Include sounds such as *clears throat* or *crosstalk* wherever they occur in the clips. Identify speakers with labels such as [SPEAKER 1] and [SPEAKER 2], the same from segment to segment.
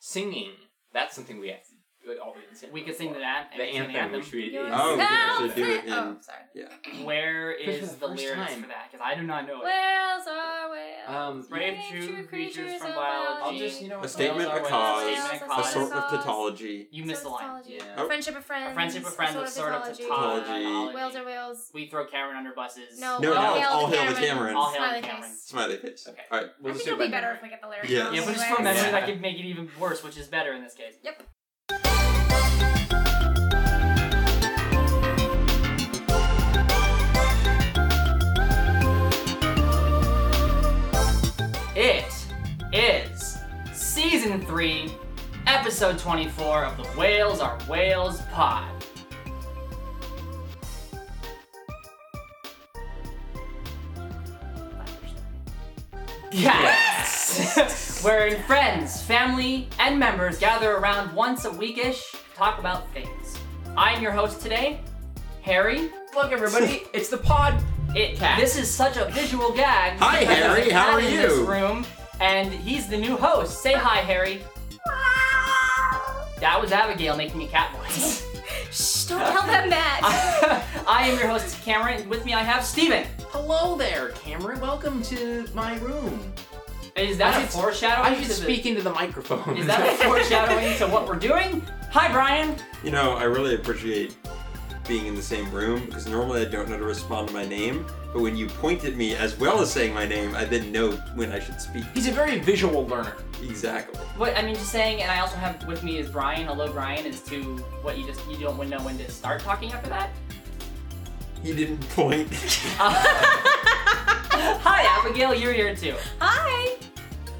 [SPEAKER 1] Singing. That's something we have to all the
[SPEAKER 2] We could sing the that.
[SPEAKER 1] The anthem, which we
[SPEAKER 3] Yours.
[SPEAKER 4] Oh,
[SPEAKER 3] Well,
[SPEAKER 4] we should do it
[SPEAKER 3] say- oh,
[SPEAKER 4] in-
[SPEAKER 3] sorry.
[SPEAKER 2] Where
[SPEAKER 1] for
[SPEAKER 2] is
[SPEAKER 1] the
[SPEAKER 2] the
[SPEAKER 1] first
[SPEAKER 2] lyrics
[SPEAKER 1] time.
[SPEAKER 2] for that? Because I do not know it.
[SPEAKER 3] Whales are whales.
[SPEAKER 1] Um,
[SPEAKER 2] Brave true creatures from biology.
[SPEAKER 1] I'll just you know what,
[SPEAKER 4] A statement
[SPEAKER 1] I'll-
[SPEAKER 4] of
[SPEAKER 1] I'll-
[SPEAKER 4] cause,
[SPEAKER 2] Statement of
[SPEAKER 4] a
[SPEAKER 2] cause.
[SPEAKER 4] sort of tautology.
[SPEAKER 2] You missed the line.
[SPEAKER 3] Tautology.
[SPEAKER 1] Yeah.
[SPEAKER 4] Oh.
[SPEAKER 3] Friendship of friends.
[SPEAKER 2] A friendship of friends, a sort of
[SPEAKER 4] tautology.
[SPEAKER 2] tautology.
[SPEAKER 3] Whales are whales.
[SPEAKER 2] We throw Cameron under buses.
[SPEAKER 3] No,
[SPEAKER 4] No,
[SPEAKER 3] all
[SPEAKER 4] no,
[SPEAKER 3] hail
[SPEAKER 4] all
[SPEAKER 3] the
[SPEAKER 4] hail the
[SPEAKER 3] Cameron.
[SPEAKER 4] Cameron.
[SPEAKER 2] All hail
[SPEAKER 3] Smiley
[SPEAKER 2] the Cameron.
[SPEAKER 3] face.
[SPEAKER 4] Smiley face.
[SPEAKER 2] Okay.
[SPEAKER 4] All right.
[SPEAKER 1] We'll
[SPEAKER 3] I
[SPEAKER 1] just
[SPEAKER 3] think
[SPEAKER 1] do
[SPEAKER 3] it'll be
[SPEAKER 1] by
[SPEAKER 3] better
[SPEAKER 1] memory.
[SPEAKER 3] if we get the lyrics.
[SPEAKER 4] Yeah.
[SPEAKER 3] out
[SPEAKER 2] Yeah, but just from
[SPEAKER 3] anyway.
[SPEAKER 2] memory,
[SPEAKER 1] Yeah.
[SPEAKER 2] that could make it even worse, which is better in this case.
[SPEAKER 3] Yep.
[SPEAKER 2] It is season three, episode 24 of the Whales Are Whales pod. *laughs* Yes! Wherein friends, family, and members gather around once a weekish to talk about things. I'm your host today, Harry.
[SPEAKER 1] Look, everybody,
[SPEAKER 3] *laughs*
[SPEAKER 1] it's the pod.
[SPEAKER 2] It,
[SPEAKER 1] Cat.
[SPEAKER 2] this is such a visual gag.
[SPEAKER 4] Hi,
[SPEAKER 2] because
[SPEAKER 4] Harry,
[SPEAKER 2] there's a
[SPEAKER 4] how
[SPEAKER 2] cat
[SPEAKER 4] are
[SPEAKER 2] in
[SPEAKER 4] you?
[SPEAKER 2] This room, and he's the new host. Say hi, Harry. That was Abigail making a cat voice.
[SPEAKER 3] Shh, don't tell them that.
[SPEAKER 2] *laughs*
[SPEAKER 3] *laughs*
[SPEAKER 2] I am your host, Cameron, and with me I have Steven.
[SPEAKER 1] Hello there, Cameron. Welcome to my room.
[SPEAKER 2] Is that
[SPEAKER 1] I
[SPEAKER 2] a
[SPEAKER 1] should-
[SPEAKER 2] foreshadowing?
[SPEAKER 1] I should
[SPEAKER 2] to the-
[SPEAKER 1] speak into the microphone.
[SPEAKER 2] Is
[SPEAKER 1] *laughs*
[SPEAKER 2] that a foreshadowing to what we're doing? Hi, Brian.
[SPEAKER 4] You know, I really appreciate being in the same room because normally I don't know how to respond to my name, but when you point at me as well as saying my name, I then know when I should speak.
[SPEAKER 1] He's a very visual learner.
[SPEAKER 4] Exactly.
[SPEAKER 2] What I mean, just saying, and I also have with me is Brian. Hello, Brian. Is to what you just you don't know when to start talking after that.
[SPEAKER 4] He didn't point.
[SPEAKER 3] *laughs*
[SPEAKER 2] Uh, *laughs* hi, Abigail. You're here too. H-
[SPEAKER 3] Hi.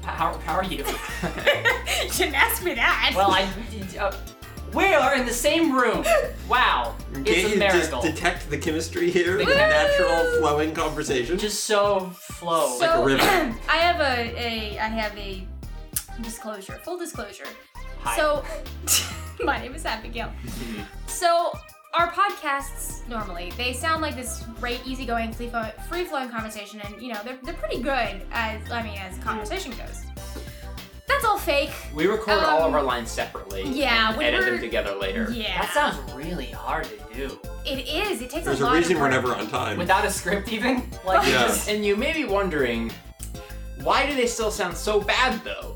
[SPEAKER 2] How, how are you?
[SPEAKER 3] You Shouldn't ask me that. *laughs*
[SPEAKER 2] Well, I. Uh, we are in the same room. Wow. It's
[SPEAKER 4] *laughs* Can't
[SPEAKER 2] a
[SPEAKER 4] you
[SPEAKER 2] miracle.
[SPEAKER 4] just detect the chemistry here?
[SPEAKER 2] Woo!
[SPEAKER 4] Like natural flowing conversation?
[SPEAKER 2] Just so flow.
[SPEAKER 4] like a
[SPEAKER 3] So, *clears throat*
[SPEAKER 4] river.
[SPEAKER 3] I have a, a I have a disclosure, full disclosure.
[SPEAKER 2] Hi.
[SPEAKER 3] So *laughs* my name is Abigail.
[SPEAKER 1] Mm-hmm.
[SPEAKER 3] So our podcasts normally they sound like this great, easygoing, free flow- free flowing conversation, and you know they're, they're pretty good as I mean as conversation goes. That's all fake.
[SPEAKER 1] We record all of
[SPEAKER 3] Um,
[SPEAKER 1] our lines separately.
[SPEAKER 3] yeah,
[SPEAKER 1] and
[SPEAKER 3] when
[SPEAKER 1] edit them
[SPEAKER 3] we're-
[SPEAKER 1] together later.
[SPEAKER 3] Yeah,
[SPEAKER 2] that sounds really hard to do.
[SPEAKER 3] it is. It takes
[SPEAKER 4] There's
[SPEAKER 3] a
[SPEAKER 4] a
[SPEAKER 3] lot
[SPEAKER 4] reason
[SPEAKER 3] of
[SPEAKER 4] we're
[SPEAKER 3] work. *laughs*
[SPEAKER 4] never on time.
[SPEAKER 2] Without a script, even? Like,
[SPEAKER 4] Yeah.
[SPEAKER 2] just.
[SPEAKER 1] And you may be wondering, why do they still sound so bad though?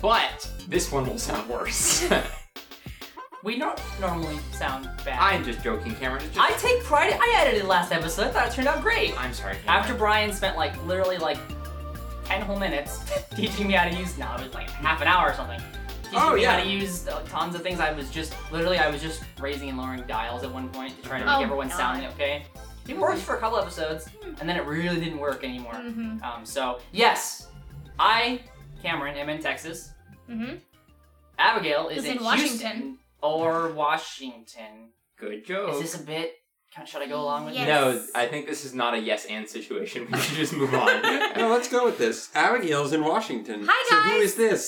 [SPEAKER 1] But this one will sound worse. *laughs*
[SPEAKER 2] We don't normally sound bad.
[SPEAKER 1] I'm just joking, Cameron. It's
[SPEAKER 2] I
[SPEAKER 1] Just,
[SPEAKER 2] take pride. I edited last episode. I thought it turned out great.
[SPEAKER 1] I'm sorry. Cameron.
[SPEAKER 2] After Brian spent like literally like ten whole minutes *laughs* teaching me how to use now it was like half an hour or something. Teaching
[SPEAKER 4] Oh,
[SPEAKER 2] me
[SPEAKER 4] yeah.
[SPEAKER 2] how to use uh, tons of things. I was just literally I was just raising and lowering dials at one point to try to make
[SPEAKER 3] Oh,
[SPEAKER 2] everyone
[SPEAKER 3] God. Hmm.
[SPEAKER 2] sound okay. It worked for a couple episodes, and then it really didn't work anymore.
[SPEAKER 3] Mhm.
[SPEAKER 2] Um, so yes, I Cameron am in Texas.
[SPEAKER 3] Mhm.
[SPEAKER 2] Abigail is
[SPEAKER 3] Is in
[SPEAKER 2] Houston
[SPEAKER 3] Washington.
[SPEAKER 2] or Washington.
[SPEAKER 1] good joke.
[SPEAKER 4] Oh,
[SPEAKER 2] Is this a bit? Can, should I go along with
[SPEAKER 3] Yes.
[SPEAKER 2] it?
[SPEAKER 1] No, I think this is not a yes and situation. *laughs* We should just move on.
[SPEAKER 4] No, let's go with this. Abigail's in Washington.
[SPEAKER 3] Hi,
[SPEAKER 4] So who
[SPEAKER 3] guys.
[SPEAKER 4] is this?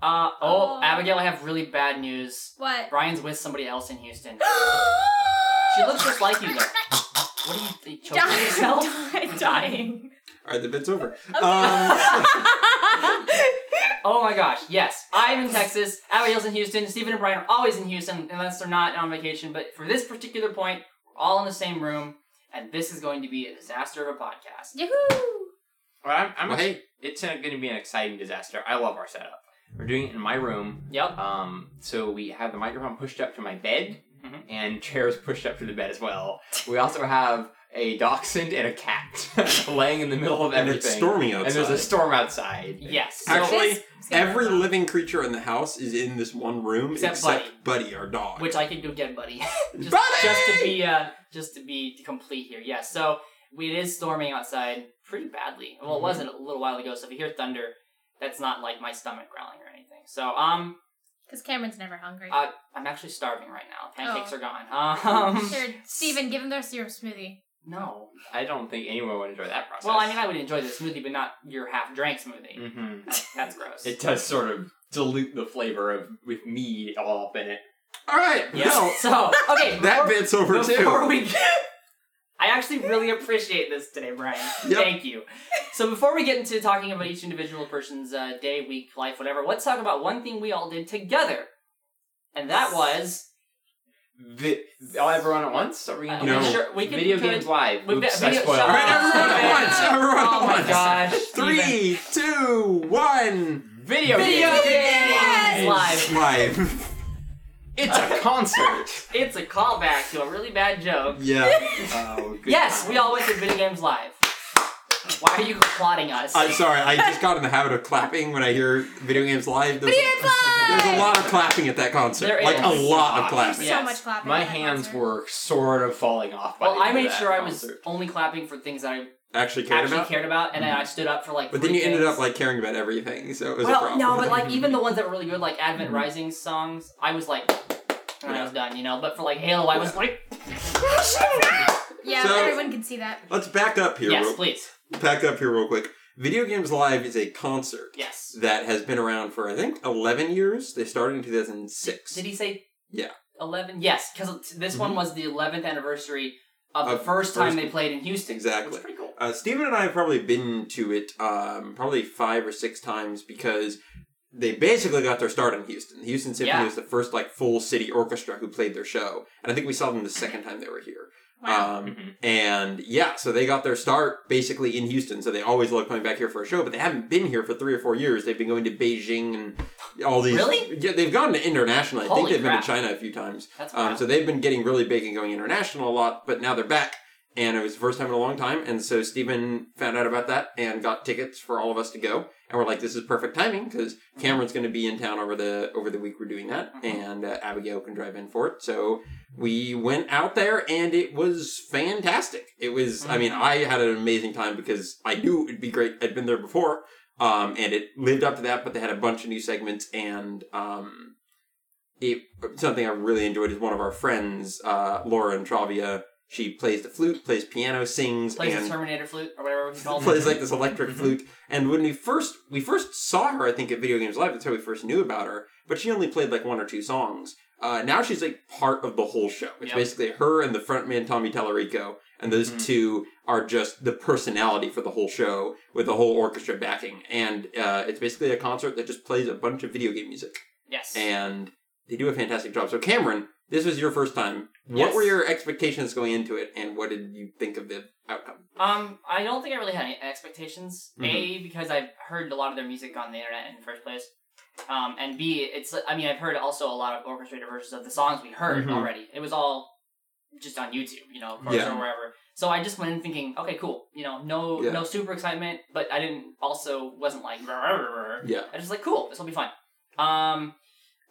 [SPEAKER 2] Uh, oh,
[SPEAKER 3] Oh.
[SPEAKER 2] Abigail, I have really bad news.
[SPEAKER 3] What?
[SPEAKER 2] Brian's with somebody else in Houston. She
[SPEAKER 3] *gasps*
[SPEAKER 2] looks just like you, though. What are you, are you
[SPEAKER 3] *laughs*
[SPEAKER 2] choking yourself?
[SPEAKER 3] Dying. Dying.
[SPEAKER 4] All right, the bit's over. Um,
[SPEAKER 2] Oh my gosh, yes. I'm in Texas, Abigail's in Houston, Stephen and Brian are always in Houston, unless they're not on vacation, but for this particular point, we're all in the same room, and this is going to be a disaster of a podcast.
[SPEAKER 3] *laughs* Yahoo!
[SPEAKER 1] Well, I'm, I'm
[SPEAKER 4] well, hey,
[SPEAKER 1] It's going to be an exciting disaster. I love our setup. We're doing it in my room.
[SPEAKER 2] Yep.
[SPEAKER 1] Um, so we have the microphone pushed up to my bed,
[SPEAKER 2] Mhm.
[SPEAKER 1] and chairs pushed up to the bed as well. We also have a dachshund and a cat *laughs* laying in the middle of
[SPEAKER 4] and
[SPEAKER 1] everything.
[SPEAKER 4] it's stormy outside.
[SPEAKER 1] And there's a storm outside.
[SPEAKER 2] Yes. So,
[SPEAKER 4] Actually,
[SPEAKER 3] This is gonna
[SPEAKER 4] Every
[SPEAKER 3] work out.
[SPEAKER 4] living creature in the house is in this one room
[SPEAKER 2] Except
[SPEAKER 4] Buddy. our dog.
[SPEAKER 2] which I could go get, buddy. *laughs* just,
[SPEAKER 4] Buddy!
[SPEAKER 2] just to be, uh, just to be complete here. Yes. So it is storming outside pretty badly.
[SPEAKER 4] Mm-hmm.
[SPEAKER 2] Well, it wasn't a little while ago. So if you hear thunder, that's not like my stomach growling or anything. So um,
[SPEAKER 3] Because Cameron's never hungry.
[SPEAKER 2] Uh, I'm actually starving right now. Pancakes
[SPEAKER 3] Oh.
[SPEAKER 2] are gone. Um,
[SPEAKER 3] *laughs* Sure, Steven, give him their syrup smoothie.
[SPEAKER 2] no.
[SPEAKER 1] I don't think anyone would enjoy that process.
[SPEAKER 2] Well, I mean, I would enjoy the smoothie, but not your half-drank smoothie.
[SPEAKER 1] hmm
[SPEAKER 4] Mm.
[SPEAKER 2] That's gross.
[SPEAKER 1] It does sort of dilute the flavor of with me all up in it.
[SPEAKER 4] All right. *laughs*
[SPEAKER 2] yeah. *laughs* So okay.
[SPEAKER 4] Now, that
[SPEAKER 2] before,
[SPEAKER 4] bit's over
[SPEAKER 2] before
[SPEAKER 4] too.
[SPEAKER 2] we I actually really appreciate this today, Brian.
[SPEAKER 4] Yep.
[SPEAKER 2] Thank you. So before we get into talking about each individual person's uh, day, week, life, whatever, let's talk about one thing we all did together, and that was
[SPEAKER 1] The, all everyone at once? Are we
[SPEAKER 2] uh,
[SPEAKER 1] gonna do
[SPEAKER 4] You know,
[SPEAKER 2] we
[SPEAKER 1] that?
[SPEAKER 2] sure, we could,
[SPEAKER 1] video
[SPEAKER 2] could-
[SPEAKER 1] games live.
[SPEAKER 2] we-
[SPEAKER 1] Oops, I
[SPEAKER 2] video-
[SPEAKER 1] spoiled.
[SPEAKER 2] shut
[SPEAKER 4] All right,
[SPEAKER 2] up.
[SPEAKER 4] everyone at once. Everyone at
[SPEAKER 2] Oh my
[SPEAKER 4] once.
[SPEAKER 2] gosh! Steven.
[SPEAKER 4] *laughs* Three, two, one.
[SPEAKER 1] Video,
[SPEAKER 2] Video
[SPEAKER 1] games.
[SPEAKER 2] games! Live. *laughs*
[SPEAKER 4] Live.
[SPEAKER 1] It's a concert.
[SPEAKER 2] It's a callback to a really bad joke.
[SPEAKER 4] yeah.
[SPEAKER 1] oh, good
[SPEAKER 2] *laughs* Yes,
[SPEAKER 1] time.
[SPEAKER 2] we all went to video games live. Why are you applauding us?
[SPEAKER 4] I'm sorry. I just got in the habit of clapping when I hear video games live. There's,
[SPEAKER 3] Video fun!
[SPEAKER 4] there's a lot of clapping at that concert.
[SPEAKER 2] There
[SPEAKER 4] like
[SPEAKER 2] is.
[SPEAKER 4] a lot of clapping.
[SPEAKER 3] There's
[SPEAKER 2] Yes.
[SPEAKER 3] so much clapping.
[SPEAKER 1] My
[SPEAKER 3] at that
[SPEAKER 1] hands
[SPEAKER 3] concert.
[SPEAKER 1] were sort of falling off. By
[SPEAKER 2] well,
[SPEAKER 1] the
[SPEAKER 2] I
[SPEAKER 1] end of
[SPEAKER 2] made
[SPEAKER 1] that
[SPEAKER 2] sure I was
[SPEAKER 1] concert.
[SPEAKER 2] only clapping for things that I
[SPEAKER 4] Actually cared
[SPEAKER 2] actually
[SPEAKER 4] about. Mm-hmm.
[SPEAKER 2] cared about, and then I stood up for like.
[SPEAKER 4] But then
[SPEAKER 2] three Mm-hmm.
[SPEAKER 4] you ended
[SPEAKER 2] things.
[SPEAKER 4] up like caring about everything, so it was a
[SPEAKER 2] Well,
[SPEAKER 4] problem.
[SPEAKER 2] no,
[SPEAKER 4] Mm-hmm.
[SPEAKER 2] but like even the ones that were really good, like Advent Rising songs, I was like, and I was done, you know. But for like Halo, I was like,
[SPEAKER 3] Yeah,
[SPEAKER 4] So-
[SPEAKER 3] everyone can see that.
[SPEAKER 4] Let's back up here.
[SPEAKER 2] yes,
[SPEAKER 4] real,
[SPEAKER 2] please,
[SPEAKER 4] back up here real quick. Video Games Live is a concert
[SPEAKER 2] yes.
[SPEAKER 4] that has been around for I think eleven years. They started in two thousand six.
[SPEAKER 2] Did he say?
[SPEAKER 4] Yeah. Mm-hmm.
[SPEAKER 2] Eleven. Yes, because this one was the eleventh anniversary of the
[SPEAKER 4] Of
[SPEAKER 2] first time
[SPEAKER 4] first-
[SPEAKER 2] they played in Houston.
[SPEAKER 4] Exactly.
[SPEAKER 2] Which is pretty cool.
[SPEAKER 4] Uh, Steven and I have probably been to it um, probably five or six times because they basically got their start in Houston. The Houston Symphony
[SPEAKER 2] Yeah.
[SPEAKER 4] was the first like full city orchestra who played their show, and I think we saw them the second time they were here.
[SPEAKER 3] Wow.
[SPEAKER 4] Um,
[SPEAKER 2] Mm-hmm.
[SPEAKER 1] Mhm.
[SPEAKER 4] And yeah, so they got their start basically in Houston. So they always love coming back here for a show, but they haven't been here for three or four years. They've been going to Beijing and all these.
[SPEAKER 2] Really?
[SPEAKER 4] Yeah, they've gone to international. I
[SPEAKER 2] Holy
[SPEAKER 4] think they've
[SPEAKER 2] crap.
[SPEAKER 4] been to China a few times.
[SPEAKER 2] That's wild.
[SPEAKER 4] Um, so they've been getting really big and going international a lot, but now they're back. And it was the first time in a long time. And so Stephen found out about that and got tickets for all of us to go. And we're like, this is perfect timing because Cameron's going to be in town over the over the week we're doing that,
[SPEAKER 2] Mhm.
[SPEAKER 4] and uh, Abigail can drive in for it. So we went out there, and it was fantastic. It was, I mean, I had an amazing time because I knew it'd be great. I'd been there before, um, and it lived up to that. But they had a bunch of new segments, and um, it something I really enjoyed is one of our friends, uh, Laura and Travia. She plays the flute, plays piano, sings,
[SPEAKER 2] plays
[SPEAKER 4] *laughs*
[SPEAKER 2] the
[SPEAKER 4] and
[SPEAKER 2] Terminator flute or whatever it's
[SPEAKER 4] *laughs*
[SPEAKER 2] called.
[SPEAKER 4] plays like this electric flute. And when we first we first saw her, I think at Video Games Live, that's how we first knew about her. But she only played like one or two songs. Uh, now she's like part of the whole show.
[SPEAKER 2] Yep.
[SPEAKER 4] It's
[SPEAKER 2] Mm-hmm.
[SPEAKER 4] basically her and the frontman Tommy Tallarico, and those
[SPEAKER 1] Mhm.
[SPEAKER 4] two are just the personality for the whole show with the whole orchestra backing. And uh, it's basically a concert that just plays a bunch of video game music
[SPEAKER 2] yes.
[SPEAKER 4] and they do a fantastic job. So, Cameron, this was your first time.
[SPEAKER 2] Yes.
[SPEAKER 4] What were your expectations going into it, and what did you think of the outcome?
[SPEAKER 2] Um, I don't think I really had any expectations.
[SPEAKER 4] Mm-hmm.
[SPEAKER 2] A because I've heard a lot of their music on the internet in the first place. Um, and B, it's I mean I've heard also a lot of orchestrated versions of the songs we heard
[SPEAKER 4] Mhm.
[SPEAKER 2] already. It was all just on YouTube, you know, of course,
[SPEAKER 4] Yeah.
[SPEAKER 2] or wherever. So I just went in thinking, okay, cool, you know, no
[SPEAKER 4] Yeah.
[SPEAKER 2] no super excitement, but I didn't also wasn't like *laughs*
[SPEAKER 4] Yeah.
[SPEAKER 2] I just like cool. This will be fun. Um,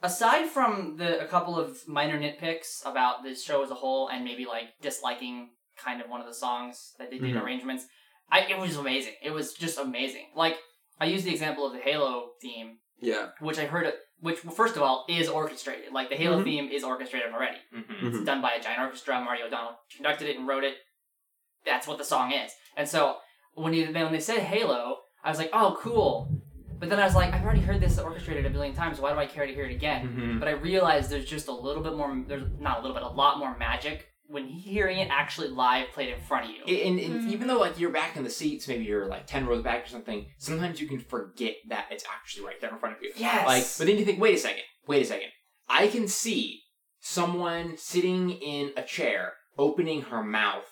[SPEAKER 2] aside from the a couple of minor nitpicks about this show as a whole, and maybe like disliking kind of one of the songs that they did
[SPEAKER 4] Mhm.
[SPEAKER 2] arrangements, I it was amazing. It was just amazing. Like I used the example of the Halo theme,
[SPEAKER 4] Yeah.
[SPEAKER 2] which I heard, which first of all is orchestrated. Like the Halo
[SPEAKER 4] Mhm.
[SPEAKER 2] theme is orchestrated already.
[SPEAKER 1] Mhm.
[SPEAKER 4] Mhm.
[SPEAKER 2] It's done by a giant orchestra. Mario O'Donnell conducted it and wrote it. That's what the song is. And so when you, when they said Halo, I was like, oh, cool. But then I was like, I've already heard this orchestrated a billion times. Why do I care to hear it again?
[SPEAKER 1] Mhm.
[SPEAKER 2] But I realized there's just a little bit more. There's not a little bit, a lot more magic when hearing it actually live played in front of you.
[SPEAKER 1] It- and, and
[SPEAKER 3] Mm.
[SPEAKER 1] even though like you're back in the seats, maybe you're like ten rows back or something, sometimes you can forget that it's actually right there in front of you.
[SPEAKER 2] yes.
[SPEAKER 1] Like, but then you think, wait a second, wait a second, I can see someone sitting in a chair opening her mouth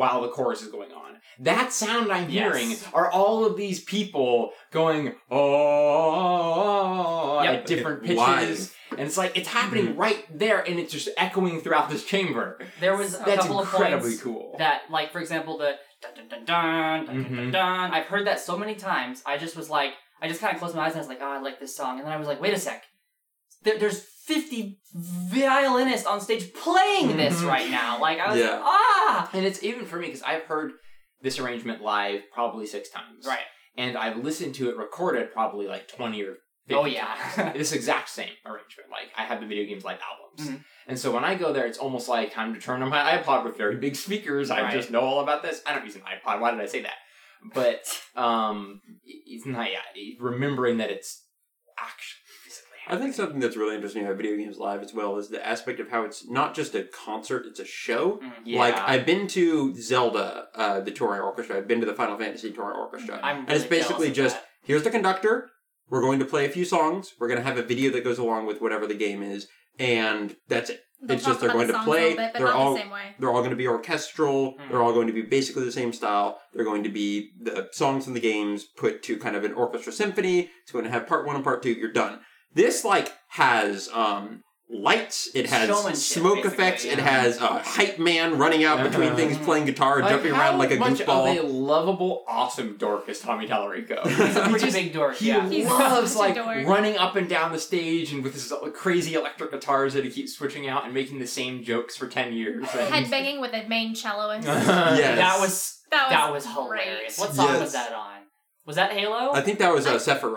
[SPEAKER 1] while the chorus is going on. That sound I'm
[SPEAKER 2] Yes.
[SPEAKER 1] hearing are all of these people going oh
[SPEAKER 2] Yep. Mm-hmm.
[SPEAKER 1] at different pitches,
[SPEAKER 4] Live.
[SPEAKER 1] and it's like it's happening right there, and it's just echoing throughout this chamber.
[SPEAKER 2] there was a
[SPEAKER 1] That's
[SPEAKER 2] couple of
[SPEAKER 1] incredibly
[SPEAKER 2] points
[SPEAKER 1] cool.
[SPEAKER 2] that, like, for example, the dun dun dun dun dun dun
[SPEAKER 4] Mm-hmm.
[SPEAKER 2] dun
[SPEAKER 1] Mhm.
[SPEAKER 2] dun. I've heard that so many times. I just was like, I just kind of closed my eyes and I was like, oh, I like this song. And then I was like, wait a sec. There, there's 50 violinists on stage playing this
[SPEAKER 1] Mhm.
[SPEAKER 2] right now. Like, I was
[SPEAKER 4] Mm-hmm. Yeah.
[SPEAKER 2] like, ah!
[SPEAKER 1] And it's even for me because I've heard this arrangement live probably six times.
[SPEAKER 2] Right.
[SPEAKER 1] And I've listened to it recorded probably like 20 or 50
[SPEAKER 2] Oh,
[SPEAKER 1] times.
[SPEAKER 2] *laughs* yeah.
[SPEAKER 1] this exact same arrangement. Like, I have the video games live albums.
[SPEAKER 2] Mhm.
[SPEAKER 1] And so when I go there, it's almost like time to turn on my iPod with very big speakers. I
[SPEAKER 2] Right.
[SPEAKER 1] just know all about this. I don't use an iPod. Why did I say that? But um, it- it's not, yeah, it- remembering that it's actually physically
[SPEAKER 4] I think something that's really interesting about video games live as well is the aspect of how it's not just a concert, it's a show.
[SPEAKER 2] Mm-hmm.
[SPEAKER 1] Yeah.
[SPEAKER 4] Like, I've been to Zelda, uh, the touring orchestra. I've been to the Final Fantasy touring orchestra.
[SPEAKER 2] I'm
[SPEAKER 4] and it's
[SPEAKER 2] really jealous
[SPEAKER 4] basically
[SPEAKER 2] of
[SPEAKER 4] just
[SPEAKER 2] that.
[SPEAKER 4] here's the conductor. We're going to play a few songs. We're going to have a video that goes along with whatever the game is, and that's it.
[SPEAKER 3] They'll
[SPEAKER 4] It's
[SPEAKER 3] talk
[SPEAKER 4] just they're
[SPEAKER 3] about
[SPEAKER 4] going
[SPEAKER 3] the
[SPEAKER 4] to
[SPEAKER 3] songs
[SPEAKER 4] play,
[SPEAKER 3] A little bit, but
[SPEAKER 4] they're
[SPEAKER 3] not
[SPEAKER 4] all-
[SPEAKER 3] the same way.
[SPEAKER 4] They're all going to be orchestral.
[SPEAKER 2] Hmm.
[SPEAKER 4] They're all going to be basically the same style. They're going to be the songs from the games put to kind of an orchestra symphony. It's going to have part one and part two. You're done. This like has um lights. It
[SPEAKER 2] Showmanship,
[SPEAKER 4] has smoke
[SPEAKER 2] basically,
[SPEAKER 4] effects. It
[SPEAKER 2] yeah.
[SPEAKER 4] has a hype man running out between
[SPEAKER 1] Uh-huh.
[SPEAKER 4] things, playing guitar, jumping
[SPEAKER 1] how
[SPEAKER 4] around like a
[SPEAKER 1] much
[SPEAKER 4] goofball.
[SPEAKER 1] of a lovable, awesome dork is Tommy
[SPEAKER 4] *laughs*
[SPEAKER 1] Tallarico.
[SPEAKER 2] He's a pretty big dork.
[SPEAKER 1] He
[SPEAKER 2] yeah.
[SPEAKER 3] He's
[SPEAKER 1] loves
[SPEAKER 3] such a
[SPEAKER 1] like
[SPEAKER 3] dork.
[SPEAKER 1] running up and down the stage and with his crazy electric guitars that he keeps switching out and making the same jokes for ten years. And...
[SPEAKER 3] Headbanging with a
[SPEAKER 2] *laughs*
[SPEAKER 3] main celloist.
[SPEAKER 4] Yeah.
[SPEAKER 2] That was
[SPEAKER 3] That was,
[SPEAKER 2] that was
[SPEAKER 3] great.
[SPEAKER 2] hilarious. What song
[SPEAKER 4] Yes.
[SPEAKER 2] was that on? Was that Halo?
[SPEAKER 4] I think that was uh, Sephiroth.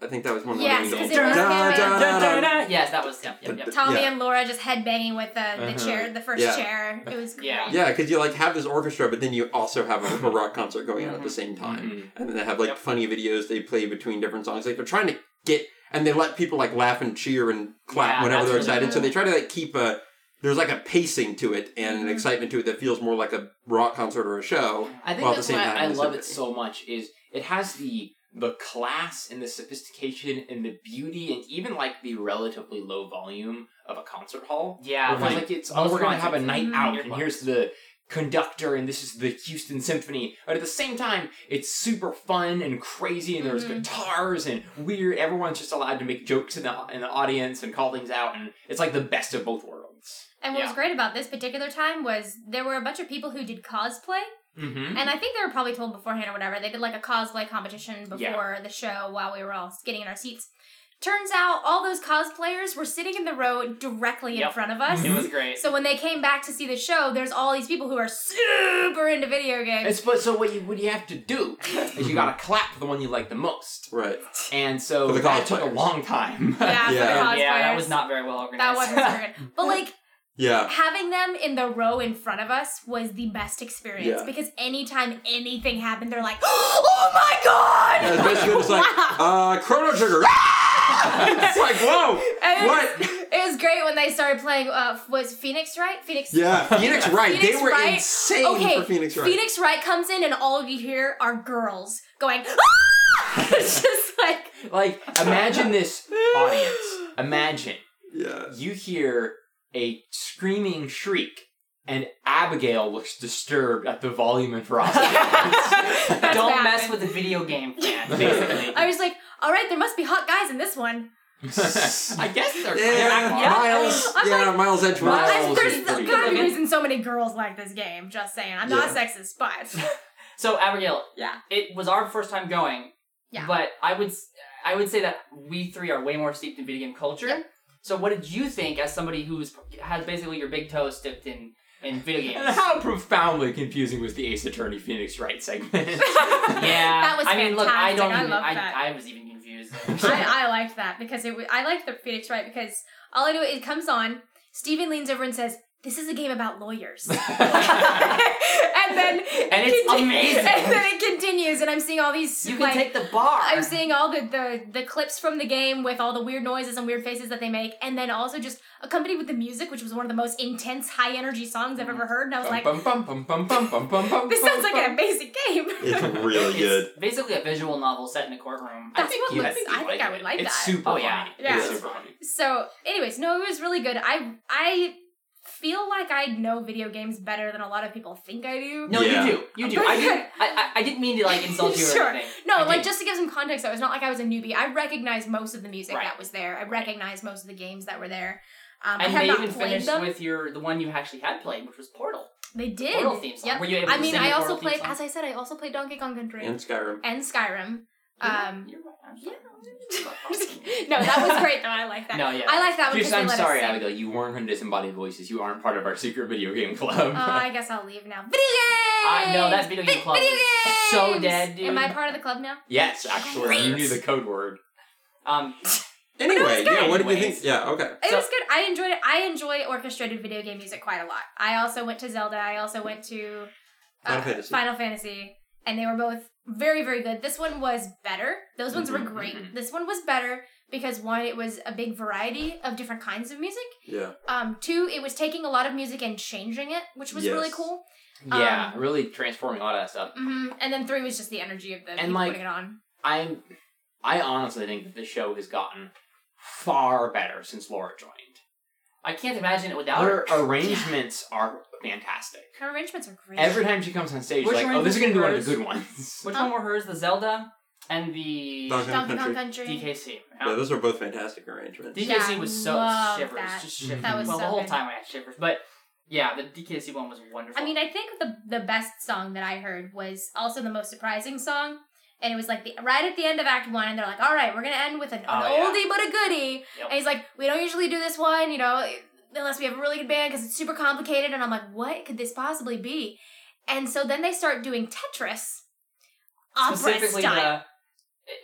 [SPEAKER 4] I think that was one of
[SPEAKER 3] Yes,
[SPEAKER 4] the
[SPEAKER 3] 'cause
[SPEAKER 4] games.
[SPEAKER 3] it was
[SPEAKER 4] Da,
[SPEAKER 3] him
[SPEAKER 4] da,
[SPEAKER 3] and-
[SPEAKER 4] da, da.
[SPEAKER 2] Yes, that was. Yep, yep, yep.
[SPEAKER 3] Tommy
[SPEAKER 4] Yeah.
[SPEAKER 3] and Laura just headbanging with the, the
[SPEAKER 1] Uh-huh.
[SPEAKER 3] chair, the first
[SPEAKER 4] Yeah.
[SPEAKER 3] chair. It was great.
[SPEAKER 2] Yeah.
[SPEAKER 4] Yeah, because you like have this orchestra, but then you also have a, a rock concert going on at the same time,
[SPEAKER 1] Mhm.
[SPEAKER 4] and then they have like
[SPEAKER 2] Yep.
[SPEAKER 4] funny videos they play between different songs. Like they're trying to get, and they let people like laugh and cheer and clap
[SPEAKER 2] Yeah,
[SPEAKER 4] whenever
[SPEAKER 2] that's
[SPEAKER 4] they're
[SPEAKER 2] really
[SPEAKER 4] excited. So
[SPEAKER 3] cool.
[SPEAKER 4] they try to like keep a there's like a pacing to it and an
[SPEAKER 3] Mhm.
[SPEAKER 4] excitement to it that feels more like a rock concert or a show.
[SPEAKER 1] I think
[SPEAKER 4] While at
[SPEAKER 1] that's
[SPEAKER 4] the
[SPEAKER 1] why
[SPEAKER 4] same time,
[SPEAKER 1] I
[SPEAKER 4] it's
[SPEAKER 1] love
[SPEAKER 4] a-
[SPEAKER 1] it so much. Is it has the the class and the sophistication and the beauty and even like the relatively low volume of a concert hall.
[SPEAKER 2] Yeah,
[SPEAKER 1] Where it's
[SPEAKER 2] like
[SPEAKER 1] like it's
[SPEAKER 2] most
[SPEAKER 1] oh we're gonna have a
[SPEAKER 2] concerts,
[SPEAKER 1] night
[SPEAKER 3] mm,
[SPEAKER 1] out
[SPEAKER 2] you're
[SPEAKER 1] and
[SPEAKER 2] fine.
[SPEAKER 1] here's the conductor and this is the Houston Symphony. But at the same time, it's super fun and crazy and there's
[SPEAKER 3] Mhm.
[SPEAKER 1] guitars and weird. Everyone's just allowed to make jokes in the in the audience and call things out and it's like the best of both worlds.
[SPEAKER 3] And what was
[SPEAKER 2] Yeah.
[SPEAKER 3] great about this particular time was there were a bunch of people who did cosplay,
[SPEAKER 1] Mm-hmm.
[SPEAKER 3] and I think they were probably told beforehand or whatever. They did like a cosplay competition before the show while we were all getting in our seats. Turns out all those cosplayers were sitting in the row directly in
[SPEAKER 2] Yep.
[SPEAKER 3] front of us.
[SPEAKER 2] It was great.
[SPEAKER 3] *laughs* So when they came back to see the show, there's all these people who are super into video games.
[SPEAKER 1] It's but so what you what you have to do is you gotta clap for the one you like the most,
[SPEAKER 4] Right.
[SPEAKER 1] and so
[SPEAKER 4] Mm-hmm. For the
[SPEAKER 1] that took a
[SPEAKER 4] cosplayers.
[SPEAKER 1] long time.
[SPEAKER 3] yeah,
[SPEAKER 4] Yeah.
[SPEAKER 3] For the cosplayers.
[SPEAKER 2] yeah, that was not very well organized.
[SPEAKER 3] That wasn't very good. But like
[SPEAKER 4] Yeah.
[SPEAKER 3] having them in the row in front of us was the best experience
[SPEAKER 4] Yeah.
[SPEAKER 3] because anytime anything happened, they're like, *gasps* "Oh my god!"
[SPEAKER 4] Yeah, especially when it's like uh, Chrono Trigger. it's like whoa.
[SPEAKER 3] And it
[SPEAKER 4] What?
[SPEAKER 3] Was, *laughs* it was great when they started playing. Uh, was Phoenix Wright? Phoenix.
[SPEAKER 4] Yeah, Phoenix Wright.
[SPEAKER 3] Phoenix
[SPEAKER 4] they were
[SPEAKER 3] Wright.
[SPEAKER 4] insane
[SPEAKER 3] Okay.
[SPEAKER 4] for Phoenix Wright.
[SPEAKER 3] Phoenix Wright comes in, and all you hear are girls going. *laughs* "Ah!" it's just like
[SPEAKER 1] *laughs*
[SPEAKER 3] *laughs*
[SPEAKER 1] like imagine this audience. Imagine
[SPEAKER 4] Yeah.
[SPEAKER 1] you hear a screaming shriek, and Abigail looks disturbed at the volume and
[SPEAKER 3] *laughs*
[SPEAKER 1] ferocity.
[SPEAKER 2] *laughs*
[SPEAKER 3] that's
[SPEAKER 2] Don't
[SPEAKER 3] what
[SPEAKER 2] mess with
[SPEAKER 3] happened.
[SPEAKER 2] the video
[SPEAKER 3] *laughs*
[SPEAKER 2] game fan, basically.
[SPEAKER 3] I was like, all right, there must be hot guys in this one.
[SPEAKER 1] I guess they're they're
[SPEAKER 4] Yeah,
[SPEAKER 1] act-
[SPEAKER 2] Yeah.
[SPEAKER 4] Miles.
[SPEAKER 3] I'm
[SPEAKER 4] yeah, Miles Edgeworth.
[SPEAKER 1] Miles
[SPEAKER 3] I,
[SPEAKER 1] is
[SPEAKER 3] there's
[SPEAKER 1] pretty
[SPEAKER 3] there's gotta be
[SPEAKER 2] good.
[SPEAKER 3] reason so many girls like this game. Just saying, I'm not sexist, but
[SPEAKER 4] *laughs*
[SPEAKER 2] So Abigail,
[SPEAKER 3] Yeah.
[SPEAKER 2] it was our first time going.
[SPEAKER 3] Yeah.
[SPEAKER 2] But I would s- I would say that we three are way more steeped in video game culture.
[SPEAKER 3] Yeah.
[SPEAKER 2] So what did you think as somebody who's has basically your big toe dipped in in
[SPEAKER 3] *laughs*
[SPEAKER 2] video
[SPEAKER 1] And
[SPEAKER 2] games?
[SPEAKER 1] how profoundly confusing was the Ace Attorney Phoenix Wright segment?
[SPEAKER 2] yeah.
[SPEAKER 3] That was
[SPEAKER 2] I mean, look, I
[SPEAKER 3] fantastic.
[SPEAKER 2] don't
[SPEAKER 3] I
[SPEAKER 2] even
[SPEAKER 3] love
[SPEAKER 2] I,
[SPEAKER 3] that.
[SPEAKER 2] I was even
[SPEAKER 3] *laughs*
[SPEAKER 2] confused.
[SPEAKER 3] I, I liked that because it. wa- I liked the Phoenix Wright because all I do it comes on. Steven leans over and says, "This is a game about
[SPEAKER 4] *laughs*
[SPEAKER 3] lawyers," *laughs* and then
[SPEAKER 2] And it's
[SPEAKER 3] conti-
[SPEAKER 2] amazing.
[SPEAKER 3] *laughs* And then it continues, and I'm seeing all these
[SPEAKER 2] you can
[SPEAKER 3] like.
[SPEAKER 2] take the bar.
[SPEAKER 3] I'm seeing all the, the the clips from the game with all the weird noises and weird faces that they make, and then also just accompanied with the music, which was one of the most intense, high energy songs I've ever heard. And I was *laughs* like, "This
[SPEAKER 1] this
[SPEAKER 3] sounds like an amazing game."
[SPEAKER 4] It's really
[SPEAKER 2] It's
[SPEAKER 4] good.
[SPEAKER 2] Basically, a visual novel set in a courtroom.
[SPEAKER 3] *laughs* That's what
[SPEAKER 1] you-
[SPEAKER 3] looks.
[SPEAKER 1] you
[SPEAKER 3] I think I would like
[SPEAKER 1] it's
[SPEAKER 3] that.
[SPEAKER 1] Super
[SPEAKER 2] Oh, yeah.
[SPEAKER 1] funny.
[SPEAKER 3] Yeah.
[SPEAKER 1] It's super funny.
[SPEAKER 3] So, anyways, no, it was really good. I I feel like I know video games better than a lot of people think I do.
[SPEAKER 2] No,
[SPEAKER 4] Yeah.
[SPEAKER 2] you do. You do. I
[SPEAKER 3] *laughs*
[SPEAKER 2] didn't. I, I, I didn't mean to like insult you or
[SPEAKER 3] Sure.
[SPEAKER 2] anything.
[SPEAKER 3] No,
[SPEAKER 2] I
[SPEAKER 3] like
[SPEAKER 2] did.
[SPEAKER 3] just to give some context, though, it's not like I was a newbie. I recognized most of the music
[SPEAKER 2] Right.
[SPEAKER 3] that was there. I recognized most of the games that were there. Um, I
[SPEAKER 2] And
[SPEAKER 3] had
[SPEAKER 2] they
[SPEAKER 3] not
[SPEAKER 2] even
[SPEAKER 3] played
[SPEAKER 2] finished
[SPEAKER 3] them.
[SPEAKER 2] with your the one you actually had played, which was Portal. The
[SPEAKER 3] they did.
[SPEAKER 2] Portal theme song.
[SPEAKER 3] Yep.
[SPEAKER 2] Were you able
[SPEAKER 3] I
[SPEAKER 2] to
[SPEAKER 3] mean,
[SPEAKER 2] sing
[SPEAKER 3] I
[SPEAKER 2] the
[SPEAKER 3] also
[SPEAKER 2] Portal theme
[SPEAKER 3] played,
[SPEAKER 2] song?
[SPEAKER 3] as I said, I also played Donkey Kong Country
[SPEAKER 4] And Skyrim.
[SPEAKER 3] and
[SPEAKER 2] *laughs*
[SPEAKER 3] Skyrim. *laughs* Um,
[SPEAKER 2] You're right. I'm
[SPEAKER 3] yeah.
[SPEAKER 2] sorry.
[SPEAKER 3] *laughs*
[SPEAKER 2] I'm sorry.
[SPEAKER 3] no, that was great though. I like that.
[SPEAKER 2] *laughs* No, yeah.
[SPEAKER 3] I like that one
[SPEAKER 1] Just-
[SPEAKER 3] because they
[SPEAKER 1] I'm
[SPEAKER 3] let
[SPEAKER 1] sorry,
[SPEAKER 3] us sing.
[SPEAKER 1] Abigail. You weren't on disembodied voices. You aren't part of our secret video game club.
[SPEAKER 3] Oh, I guess I'll leave now. Video games.
[SPEAKER 2] Uh, no, that's video game
[SPEAKER 3] Vi-
[SPEAKER 2] club
[SPEAKER 3] Video
[SPEAKER 2] is
[SPEAKER 3] games.
[SPEAKER 2] so dead, dude.
[SPEAKER 3] Am I part of the club now?
[SPEAKER 1] *laughs* yes, actually, you knew the code word.
[SPEAKER 2] Um,
[SPEAKER 4] Anyway,
[SPEAKER 3] good
[SPEAKER 4] yeah, what did you
[SPEAKER 2] anyways.
[SPEAKER 4] think? Yeah, okay.
[SPEAKER 3] It
[SPEAKER 2] So-
[SPEAKER 3] was good. I enjoyed it. I enjoy orchestrated video game music quite a lot. I also went to Zelda. I also went to uh,
[SPEAKER 4] Final Fantasy.
[SPEAKER 3] Final Fantasy, and they were both very, very good. This one was better. Those ones
[SPEAKER 1] Mhm,
[SPEAKER 3] were great.
[SPEAKER 1] mhm.
[SPEAKER 3] This one was better because one, it was a big variety of different kinds of music.
[SPEAKER 4] Yeah.
[SPEAKER 3] Um, two, it was taking a lot of music and changing it, which was really
[SPEAKER 4] Yes.
[SPEAKER 3] cool.
[SPEAKER 1] Yeah,
[SPEAKER 3] Um,
[SPEAKER 1] really transforming a lot of that stuff.
[SPEAKER 3] hmm And then three was just the energy of the
[SPEAKER 1] And,
[SPEAKER 3] people
[SPEAKER 1] like-
[SPEAKER 3] putting it on.
[SPEAKER 1] I I honestly think that the show has gotten far better since Laura joined.
[SPEAKER 2] I can't imagine it without
[SPEAKER 1] Her
[SPEAKER 2] her.
[SPEAKER 1] arrangements are fantastic.
[SPEAKER 3] Her arrangements are great.
[SPEAKER 1] Every time she comes on stage,
[SPEAKER 2] Which
[SPEAKER 1] like, oh, this is gonna be one of the good ones. *laughs*
[SPEAKER 2] Which one were hers? The Zelda and the
[SPEAKER 4] Donkey
[SPEAKER 3] Donkey Kong
[SPEAKER 4] Country.
[SPEAKER 3] Country.
[SPEAKER 2] DKC.
[SPEAKER 4] Yeah, those are both fantastic arrangements.
[SPEAKER 2] DKC
[SPEAKER 3] Yeah,
[SPEAKER 2] was so
[SPEAKER 3] love
[SPEAKER 2] shivers,
[SPEAKER 3] that.
[SPEAKER 2] just shivers.
[SPEAKER 1] That was
[SPEAKER 2] well,
[SPEAKER 3] so
[SPEAKER 2] the whole
[SPEAKER 3] good.
[SPEAKER 2] time I had shivers, but yeah, the DKC one was wonderful.
[SPEAKER 3] I mean, I think the the best song that I heard was also the most surprising song, and it was like the right at the end of Act One, and they're like, "All right, we're gonna end with an, an
[SPEAKER 2] Oh, yeah.
[SPEAKER 3] oldie but a goodie,"
[SPEAKER 2] Yep.
[SPEAKER 3] and he's like, "We don't usually do this one, you know, unless we have a really good band because it's super complicated," and I'm like, "What could this possibly be?" And so then they start doing Tetris, opera
[SPEAKER 2] specifically
[SPEAKER 3] style.
[SPEAKER 2] the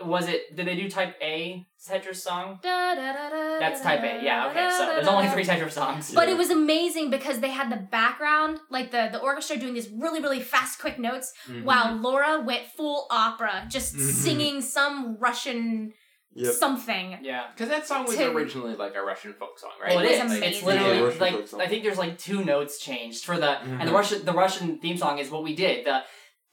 [SPEAKER 2] was it? Did they do Type A Tetris song?
[SPEAKER 3] Da, da, da, da,
[SPEAKER 2] That's
[SPEAKER 3] da,
[SPEAKER 2] Type A. Yeah. Okay. So
[SPEAKER 3] da,
[SPEAKER 2] there's
[SPEAKER 3] da,
[SPEAKER 2] only
[SPEAKER 3] da.
[SPEAKER 2] three Tetris songs.
[SPEAKER 3] But
[SPEAKER 4] Yeah.
[SPEAKER 3] it was amazing because they had the background, like the the orchestra doing these really really fast quick notes
[SPEAKER 1] Mm-hmm.
[SPEAKER 3] Wow,
[SPEAKER 2] Mm-hmm.
[SPEAKER 3] Laura went full opera, just
[SPEAKER 1] Mhm.
[SPEAKER 3] singing some Russian
[SPEAKER 4] Yep.
[SPEAKER 3] something.
[SPEAKER 2] Yeah.
[SPEAKER 1] Because that song was
[SPEAKER 3] To-
[SPEAKER 1] originally like a Russian folk song, right?
[SPEAKER 2] Well, it
[SPEAKER 3] It
[SPEAKER 2] is.
[SPEAKER 3] was
[SPEAKER 2] It's
[SPEAKER 3] amazing.
[SPEAKER 2] literally
[SPEAKER 4] Yeah, Russian folk
[SPEAKER 2] like
[SPEAKER 4] song. Mm-hmm.
[SPEAKER 2] I think there's like two notes changed for the and the
[SPEAKER 1] Mhm.
[SPEAKER 2] Russian the Russian theme song is what we did the.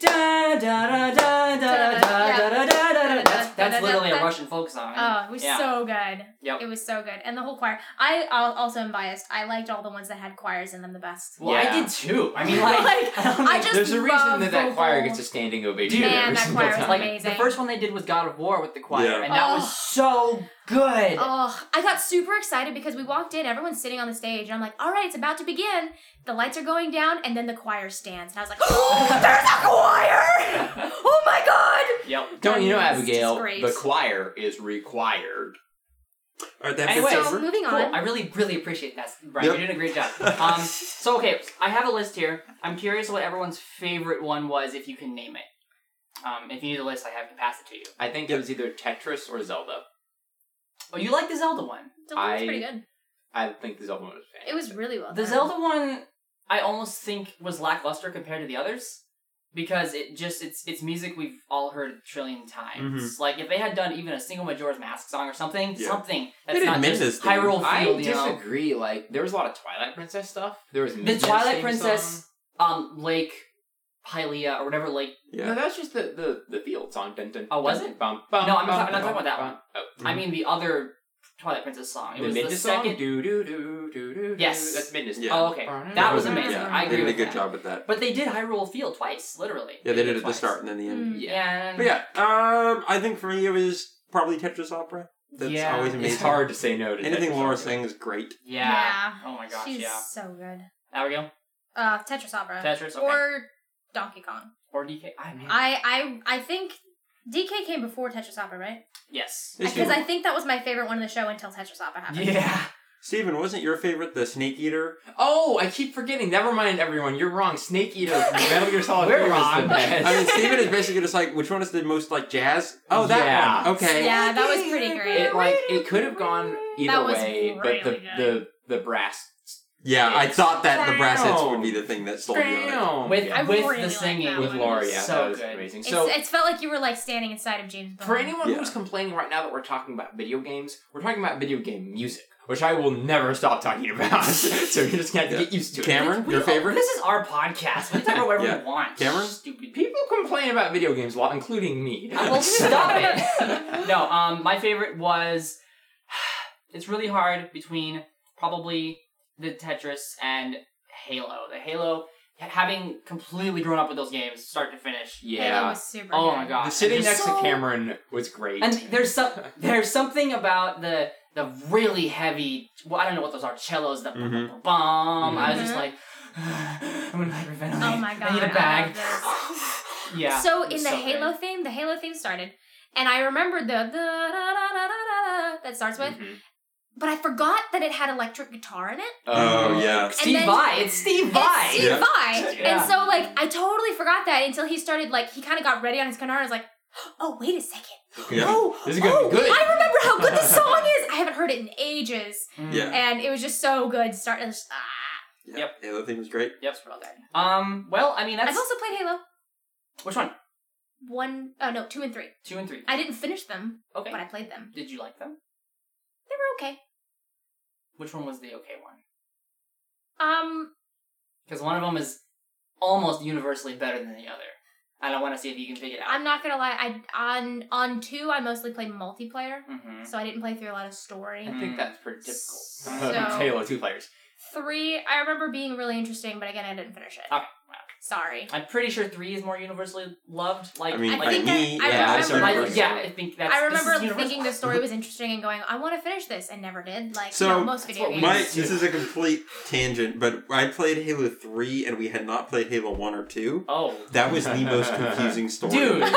[SPEAKER 2] Da da da da da da da da da da da. That's that's literally a Russian folk song.
[SPEAKER 3] Oh, it was
[SPEAKER 2] Yeah.
[SPEAKER 3] so good.
[SPEAKER 2] Yep.
[SPEAKER 3] It was so good. And the whole choir. I al- also am biased. I liked all the ones that had choirs in them the best.
[SPEAKER 2] Well, I
[SPEAKER 1] Yeah.
[SPEAKER 2] did too. I mean, like,
[SPEAKER 3] Like,
[SPEAKER 2] *laughs* I don't
[SPEAKER 3] I
[SPEAKER 2] know.
[SPEAKER 3] just
[SPEAKER 1] There's a
[SPEAKER 3] love
[SPEAKER 1] reason that that choir
[SPEAKER 3] vocal-
[SPEAKER 1] gets a standing ovation.
[SPEAKER 2] Dude,
[SPEAKER 1] every
[SPEAKER 2] man,
[SPEAKER 3] that
[SPEAKER 1] single
[SPEAKER 3] choir was
[SPEAKER 1] time.
[SPEAKER 2] like
[SPEAKER 3] amazing.
[SPEAKER 2] the first one they did was God of War with the choir,
[SPEAKER 4] Yeah.
[SPEAKER 2] and that
[SPEAKER 3] Oh.
[SPEAKER 2] was so good.
[SPEAKER 3] Oh, I got super excited because we walked in, everyone's sitting on the stage, and I'm like, all right, it's about to begin. The lights are going down, and then the choir stands. And I was like,
[SPEAKER 2] *laughs*
[SPEAKER 3] oh, there's a choir! Oh my god!
[SPEAKER 2] Yep.
[SPEAKER 1] Don't you know,
[SPEAKER 3] It's
[SPEAKER 1] Abigail?
[SPEAKER 3] just great.
[SPEAKER 1] The choir is required.
[SPEAKER 4] All right, that
[SPEAKER 2] Anyway,
[SPEAKER 4] bit's
[SPEAKER 3] so
[SPEAKER 4] over.
[SPEAKER 3] moving
[SPEAKER 2] Cool.
[SPEAKER 3] on.
[SPEAKER 2] I really, really appreciate that, Brian.
[SPEAKER 4] Yep.
[SPEAKER 2] You did a great job.
[SPEAKER 4] *laughs*
[SPEAKER 2] Um, so okay, I have a list here. I'm curious what everyone's favorite one was, if you can name it. Um, if you need a list, I have to pass it to you.
[SPEAKER 1] I think it was either Tetris or Zelda.
[SPEAKER 2] Oh, you like the Zelda one?
[SPEAKER 3] The one was
[SPEAKER 1] I-
[SPEAKER 3] pretty good.
[SPEAKER 1] I think the Zelda one was fantastic.
[SPEAKER 3] It was really well
[SPEAKER 2] The
[SPEAKER 3] done.
[SPEAKER 2] Zelda one, I almost think was lackluster compared to the others because it just it's it's music we've all heard a trillion times. Like if they had done even a single Majora's Mask song or something,
[SPEAKER 4] Mm-hmm. Yeah.
[SPEAKER 2] something
[SPEAKER 4] They
[SPEAKER 2] that's
[SPEAKER 4] did
[SPEAKER 2] not
[SPEAKER 4] Midna's
[SPEAKER 2] just
[SPEAKER 4] thing.
[SPEAKER 2] Hyrule Field.
[SPEAKER 1] I
[SPEAKER 2] you know?
[SPEAKER 1] disagree. Like there was a lot of Twilight Princess stuff. There was
[SPEAKER 2] The
[SPEAKER 1] Midnight's
[SPEAKER 2] Twilight
[SPEAKER 1] theme
[SPEAKER 2] Princess,
[SPEAKER 1] song.
[SPEAKER 2] um, Lake Hylia or whatever lake.
[SPEAKER 1] No,
[SPEAKER 4] Yeah.
[SPEAKER 1] that was just the the, the field song. Dun, dun,
[SPEAKER 2] Oh, was
[SPEAKER 1] dun,
[SPEAKER 2] it?
[SPEAKER 1] Bum, bum,
[SPEAKER 2] No, I'm
[SPEAKER 1] bum,
[SPEAKER 2] not- I'm not talking about that
[SPEAKER 1] bum,
[SPEAKER 2] one.
[SPEAKER 1] bum.
[SPEAKER 4] Mm.
[SPEAKER 2] I mean the other Twilight Princess song. It
[SPEAKER 1] Oh, the
[SPEAKER 2] was the
[SPEAKER 1] Midnight song.
[SPEAKER 2] second.
[SPEAKER 1] Do do do do do.
[SPEAKER 2] Yes.
[SPEAKER 1] that's Midnight.
[SPEAKER 4] Yeah.
[SPEAKER 2] Oh, okay. That was
[SPEAKER 3] Yeah.
[SPEAKER 2] amazing.
[SPEAKER 3] Yeah.
[SPEAKER 2] I
[SPEAKER 4] They
[SPEAKER 2] agree
[SPEAKER 4] did a
[SPEAKER 2] with
[SPEAKER 4] good
[SPEAKER 2] that.
[SPEAKER 4] job with that.
[SPEAKER 2] But they did Hyrule Field twice, literally.
[SPEAKER 4] Yeah, they did it at the
[SPEAKER 2] twice.
[SPEAKER 4] start and then the end.
[SPEAKER 3] Mm.
[SPEAKER 1] Yeah.
[SPEAKER 2] And
[SPEAKER 4] But yeah, um, I think for me it was probably Tetris Opera. That's
[SPEAKER 2] Yeah.
[SPEAKER 4] always amazing.
[SPEAKER 1] It's hard to say no to
[SPEAKER 4] Anything
[SPEAKER 1] Tetris
[SPEAKER 4] Laura
[SPEAKER 1] song.
[SPEAKER 4] sings, great.
[SPEAKER 2] yeah.
[SPEAKER 3] Yeah.
[SPEAKER 2] Oh my gosh,
[SPEAKER 3] She's
[SPEAKER 2] yeah.
[SPEAKER 3] so good.
[SPEAKER 2] There we go.
[SPEAKER 3] Uh, Tetris Opera.
[SPEAKER 2] Tetris, okay.
[SPEAKER 3] Or Donkey Kong.
[SPEAKER 2] Or DK. I mean,
[SPEAKER 3] I, I I think DK came before Tetris Opera, right?
[SPEAKER 2] yes.
[SPEAKER 4] Yes,
[SPEAKER 3] Because
[SPEAKER 4] you-
[SPEAKER 3] I think that was my favorite one in the show until Tetris Opera happened.
[SPEAKER 2] Yeah.
[SPEAKER 4] Steven, wasn't your favorite the Snake Eater?
[SPEAKER 1] Oh, I keep forgetting. Never mind, everyone. You're wrong. Snake Eater
[SPEAKER 2] *laughs*
[SPEAKER 1] from Metal Gear Solid
[SPEAKER 2] We're
[SPEAKER 1] 3 was
[SPEAKER 2] wrong.
[SPEAKER 1] the best.
[SPEAKER 4] I mean, Steven is basically just like, which one is the most like jazz? Oh, that
[SPEAKER 1] Yeah.
[SPEAKER 4] one.
[SPEAKER 3] *laughs*
[SPEAKER 4] Okay.
[SPEAKER 3] Yeah, that was pretty great.
[SPEAKER 1] it like it could have gone either
[SPEAKER 3] That was
[SPEAKER 1] way, but the,
[SPEAKER 3] really
[SPEAKER 1] the the brass.
[SPEAKER 4] Yeah, I thought that the brass hits would
[SPEAKER 1] Damn.
[SPEAKER 4] be the thing that sold me on it.
[SPEAKER 1] Damn.
[SPEAKER 2] With
[SPEAKER 1] Yeah.
[SPEAKER 2] with
[SPEAKER 3] really
[SPEAKER 2] the
[SPEAKER 3] like
[SPEAKER 2] singing
[SPEAKER 3] that
[SPEAKER 1] with
[SPEAKER 3] one.
[SPEAKER 1] Laura, yeah,
[SPEAKER 2] so
[SPEAKER 1] that was
[SPEAKER 2] good.
[SPEAKER 1] amazing.
[SPEAKER 3] It's,
[SPEAKER 1] So
[SPEAKER 3] it's felt like you were like standing inside of James Bond.
[SPEAKER 1] for anyone
[SPEAKER 4] Yeah.
[SPEAKER 1] who's complaining right now that we're talking about video games, we're talking about video game music, which I will never stop talking *laughs* about. so you're just gonna have to
[SPEAKER 4] Yeah.
[SPEAKER 1] get used to it.
[SPEAKER 4] Cameron,
[SPEAKER 2] We
[SPEAKER 4] your
[SPEAKER 2] all-
[SPEAKER 4] favorite?
[SPEAKER 2] This is our podcast. We can talk about whatever
[SPEAKER 4] Yeah.
[SPEAKER 2] we want.
[SPEAKER 4] Cameron?
[SPEAKER 2] Stupid people.
[SPEAKER 1] People complain about video games a lot, including me.
[SPEAKER 4] *laughs*
[SPEAKER 2] Well, stop it. No, um, my favorite was. *sighs* It's really hard between probably the Tetris and Halo. The Halo, having completely grown up with those games, start to finish.
[SPEAKER 3] Halo
[SPEAKER 1] Yeah.
[SPEAKER 3] was super
[SPEAKER 2] Oh
[SPEAKER 3] good.
[SPEAKER 2] my gosh.
[SPEAKER 1] The Uh, sitting
[SPEAKER 2] and
[SPEAKER 1] next
[SPEAKER 2] just
[SPEAKER 1] to
[SPEAKER 2] so-
[SPEAKER 1] Cameron was great.
[SPEAKER 2] And there's
[SPEAKER 1] *laughs*
[SPEAKER 2] some there's something about the the really heavy. Well, I don't know what those are. Cellos. The
[SPEAKER 4] Mm-hmm.
[SPEAKER 2] bum,
[SPEAKER 1] Mm-hmm.
[SPEAKER 2] bum, bum. I was just
[SPEAKER 3] Mhm.
[SPEAKER 2] like, *sighs* I'm gonna hyperventilate.
[SPEAKER 3] Oh my
[SPEAKER 2] I
[SPEAKER 3] god.
[SPEAKER 2] need a
[SPEAKER 3] I
[SPEAKER 2] bag.
[SPEAKER 3] love this.
[SPEAKER 2] *sighs* yeah.
[SPEAKER 3] So
[SPEAKER 2] it
[SPEAKER 3] in
[SPEAKER 2] was
[SPEAKER 3] the
[SPEAKER 2] so
[SPEAKER 3] Halo
[SPEAKER 2] great.
[SPEAKER 3] theme, the Halo theme started, and I remembered the da, da, da, da, da, da, that starts with,
[SPEAKER 1] Mhm.
[SPEAKER 2] Mm-hmm.
[SPEAKER 3] but I forgot that it had electric guitar in it.
[SPEAKER 1] Uh,
[SPEAKER 4] Oh, yeah.
[SPEAKER 2] Steve
[SPEAKER 3] then-
[SPEAKER 2] Vai. It's Steve Vai.
[SPEAKER 3] It's Steve
[SPEAKER 4] Yeah.
[SPEAKER 3] Vai.
[SPEAKER 2] Yeah.
[SPEAKER 3] And so like I totally forgot that until he started like he kind of got ready on his guitar and was like, *gasps* oh wait a second,
[SPEAKER 4] Yeah.
[SPEAKER 3] oh
[SPEAKER 1] This is gonna be
[SPEAKER 3] oh,
[SPEAKER 1] good."
[SPEAKER 3] I remember how good this song is. I haven't heard it in ages,
[SPEAKER 2] Mm.
[SPEAKER 4] Yeah.
[SPEAKER 3] and it was just so good. Start it was just, ah,
[SPEAKER 4] Yeah.
[SPEAKER 2] Yep.
[SPEAKER 4] Yeah, that thing was great.
[SPEAKER 2] Yep.
[SPEAKER 3] it's real good.
[SPEAKER 2] Um. Well, I mean, that's
[SPEAKER 3] I've also played Halo
[SPEAKER 2] which one?
[SPEAKER 3] one, oh no, two and three.
[SPEAKER 2] Two and three.
[SPEAKER 3] I didn't finish them,
[SPEAKER 2] Okay.
[SPEAKER 3] but I played them.
[SPEAKER 2] Did you like them?
[SPEAKER 3] They were okay.
[SPEAKER 2] Which one was the okay one?
[SPEAKER 3] Um,
[SPEAKER 2] Because one of them is almost universally better than the other. And I want to see if you can figure it out.
[SPEAKER 3] I'm not gonna lie. I on on two, I mostly played multiplayer,
[SPEAKER 2] hmm
[SPEAKER 3] so I didn't play through a lot of story.
[SPEAKER 2] I think that's pretty difficult.
[SPEAKER 1] *laughs*
[SPEAKER 3] So-
[SPEAKER 1] Halo two players.
[SPEAKER 3] Three, I remember being really interesting, but again, I didn't finish it.
[SPEAKER 2] Okay.
[SPEAKER 3] Sorry.
[SPEAKER 2] I'm pretty sure three is more universally loved. Like,
[SPEAKER 4] I mean,
[SPEAKER 3] I
[SPEAKER 4] by
[SPEAKER 3] think
[SPEAKER 4] me,
[SPEAKER 3] I- I
[SPEAKER 4] yeah,
[SPEAKER 3] remember-
[SPEAKER 4] started
[SPEAKER 2] like,
[SPEAKER 4] first.
[SPEAKER 2] yeah, I think that's.
[SPEAKER 3] I
[SPEAKER 2] this is
[SPEAKER 3] remember
[SPEAKER 2] universal.
[SPEAKER 3] thinking the story was interesting and going, I want to finish this, and never did. Like
[SPEAKER 4] So,
[SPEAKER 3] no, most
[SPEAKER 2] That's
[SPEAKER 3] video
[SPEAKER 2] what
[SPEAKER 3] games.
[SPEAKER 4] My
[SPEAKER 2] Yes.
[SPEAKER 4] this is a complete tangent, but I played Halo three and we had not played Halo one or two.
[SPEAKER 2] Oh,
[SPEAKER 4] That was the *laughs* most confusing story.
[SPEAKER 2] Dude.
[SPEAKER 4] in the world.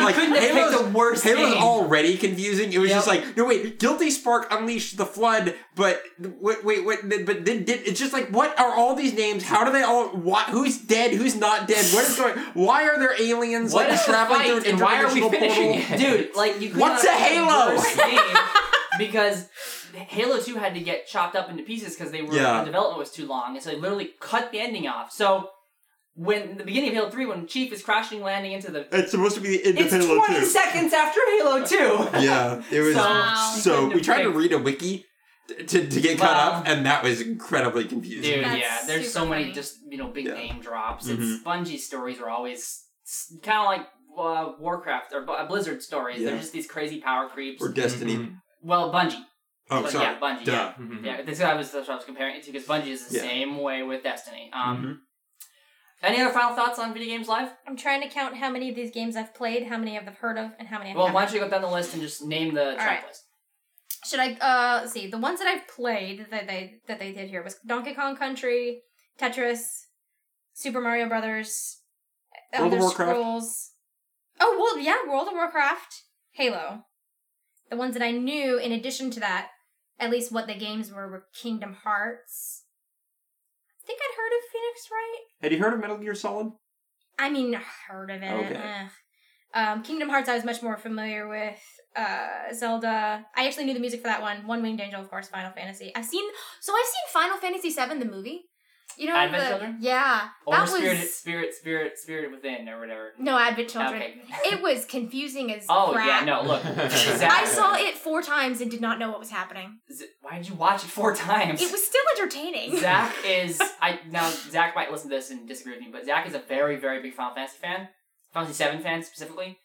[SPEAKER 2] you
[SPEAKER 4] Like,
[SPEAKER 2] couldn't have picked
[SPEAKER 4] Halo's-
[SPEAKER 2] the worst
[SPEAKER 4] Halo's
[SPEAKER 2] game.
[SPEAKER 4] already confusing. It was just
[SPEAKER 2] Yep.
[SPEAKER 4] like, no wait, Guilty Spark unleashed the flood, but wait, wait, wait but then did it's just like, what are all these names? How do they all? Why, who's dead? Who's not dead? What is going? Why are there aliens
[SPEAKER 1] What
[SPEAKER 4] like
[SPEAKER 1] is the
[SPEAKER 4] traveling
[SPEAKER 1] fight,
[SPEAKER 4] through an
[SPEAKER 1] and why are we
[SPEAKER 4] interdimensional *laughs*
[SPEAKER 1] finishing
[SPEAKER 4] portal?
[SPEAKER 1] it?
[SPEAKER 2] dude. Like you. could
[SPEAKER 4] What's
[SPEAKER 2] not
[SPEAKER 4] a
[SPEAKER 2] pick the
[SPEAKER 4] Halo?
[SPEAKER 2] worst
[SPEAKER 4] *laughs*
[SPEAKER 2] game because Halo Two had to get chopped up into pieces because they were
[SPEAKER 4] Yeah.
[SPEAKER 2] the development was too long, and so they literally cut the ending off. So when the beginning of Halo Three, when Chief is crashing landing into the,
[SPEAKER 4] It's supposed to be the end
[SPEAKER 2] it's
[SPEAKER 4] of Halo
[SPEAKER 2] twenty
[SPEAKER 4] two.
[SPEAKER 2] seconds after
[SPEAKER 4] *laughs*
[SPEAKER 2] Halo Two.
[SPEAKER 4] Yeah, it was.
[SPEAKER 3] Wow.
[SPEAKER 4] So we tried to
[SPEAKER 2] read.
[SPEAKER 4] read a wiki t- to, to get caught
[SPEAKER 2] Wow.
[SPEAKER 4] up, and that was incredibly confusing.
[SPEAKER 2] Dude,
[SPEAKER 3] That's
[SPEAKER 2] yeah, there's so
[SPEAKER 3] super
[SPEAKER 2] many
[SPEAKER 3] funny.
[SPEAKER 2] just you know big
[SPEAKER 4] Yeah. Mm-hmm.
[SPEAKER 2] name drops. It's Bungie stories are always kind of like uh, Warcraft or Bu- uh, Blizzard stories.
[SPEAKER 4] Yeah.
[SPEAKER 2] They're just these crazy power creeps.
[SPEAKER 4] Or Destiny.
[SPEAKER 1] Mhm.
[SPEAKER 2] well, Bungie.
[SPEAKER 4] Oh,
[SPEAKER 2] Mm-hmm. But
[SPEAKER 4] sorry.
[SPEAKER 2] Yeah, Bungie.
[SPEAKER 4] Duh.
[SPEAKER 2] Yeah,
[SPEAKER 1] Mhm.
[SPEAKER 2] yeah. This I was that's what I was comparing it to because Bungie is the
[SPEAKER 4] Yeah.
[SPEAKER 2] same way with Destiny. Um, any other final thoughts on video games live?
[SPEAKER 3] I'm trying to count how many of these games I've played, how many I've heard of, and how many I've
[SPEAKER 2] Well, why don't you go down the list and just name the track
[SPEAKER 3] right.
[SPEAKER 2] list?
[SPEAKER 3] Should I uh let's see the ones that I've played that they that they did here was Donkey Kong Country, Tetris, Super Mario Brothers,
[SPEAKER 4] World of
[SPEAKER 3] Elder
[SPEAKER 4] Warcraft.
[SPEAKER 3] Scrolls. Oh well, yeah, World of Warcraft, Halo. The ones that I knew. In addition to that, at least what the games were were Kingdom Hearts. I think I'd heard of Phoenix Wright.
[SPEAKER 4] Had you heard of Metal Gear Solid?
[SPEAKER 3] I mean, heard of it.
[SPEAKER 4] Okay.
[SPEAKER 3] eh. Um, Kingdom Hearts, I was much more familiar with. Uh, Zelda. I actually knew the music for that one. One Winged Angel, of course. Final Fantasy. I've seen. So I've seen Final Fantasy VII, the movie. You know,
[SPEAKER 2] Advent
[SPEAKER 3] the-
[SPEAKER 2] Children?
[SPEAKER 3] Yeah,
[SPEAKER 2] Or
[SPEAKER 3] that
[SPEAKER 2] Spirit,
[SPEAKER 3] was
[SPEAKER 2] Spirit, Spirit, Spirit Within, or whatever.
[SPEAKER 3] no Advent Children.
[SPEAKER 2] Okay. *laughs*
[SPEAKER 3] It was confusing as
[SPEAKER 2] oh
[SPEAKER 3] crap.
[SPEAKER 2] yeah, no. Look,
[SPEAKER 3] I
[SPEAKER 2] exactly.
[SPEAKER 3] saw it four times and did not know what was happening.
[SPEAKER 2] Z- Why did you watch it four times?
[SPEAKER 3] It was still entertaining.
[SPEAKER 2] Zach is I now Zach might listen to this and disagree with me, but Zach is a very, very big Final Fantasy fan. Final Fantasy VII fan specifically.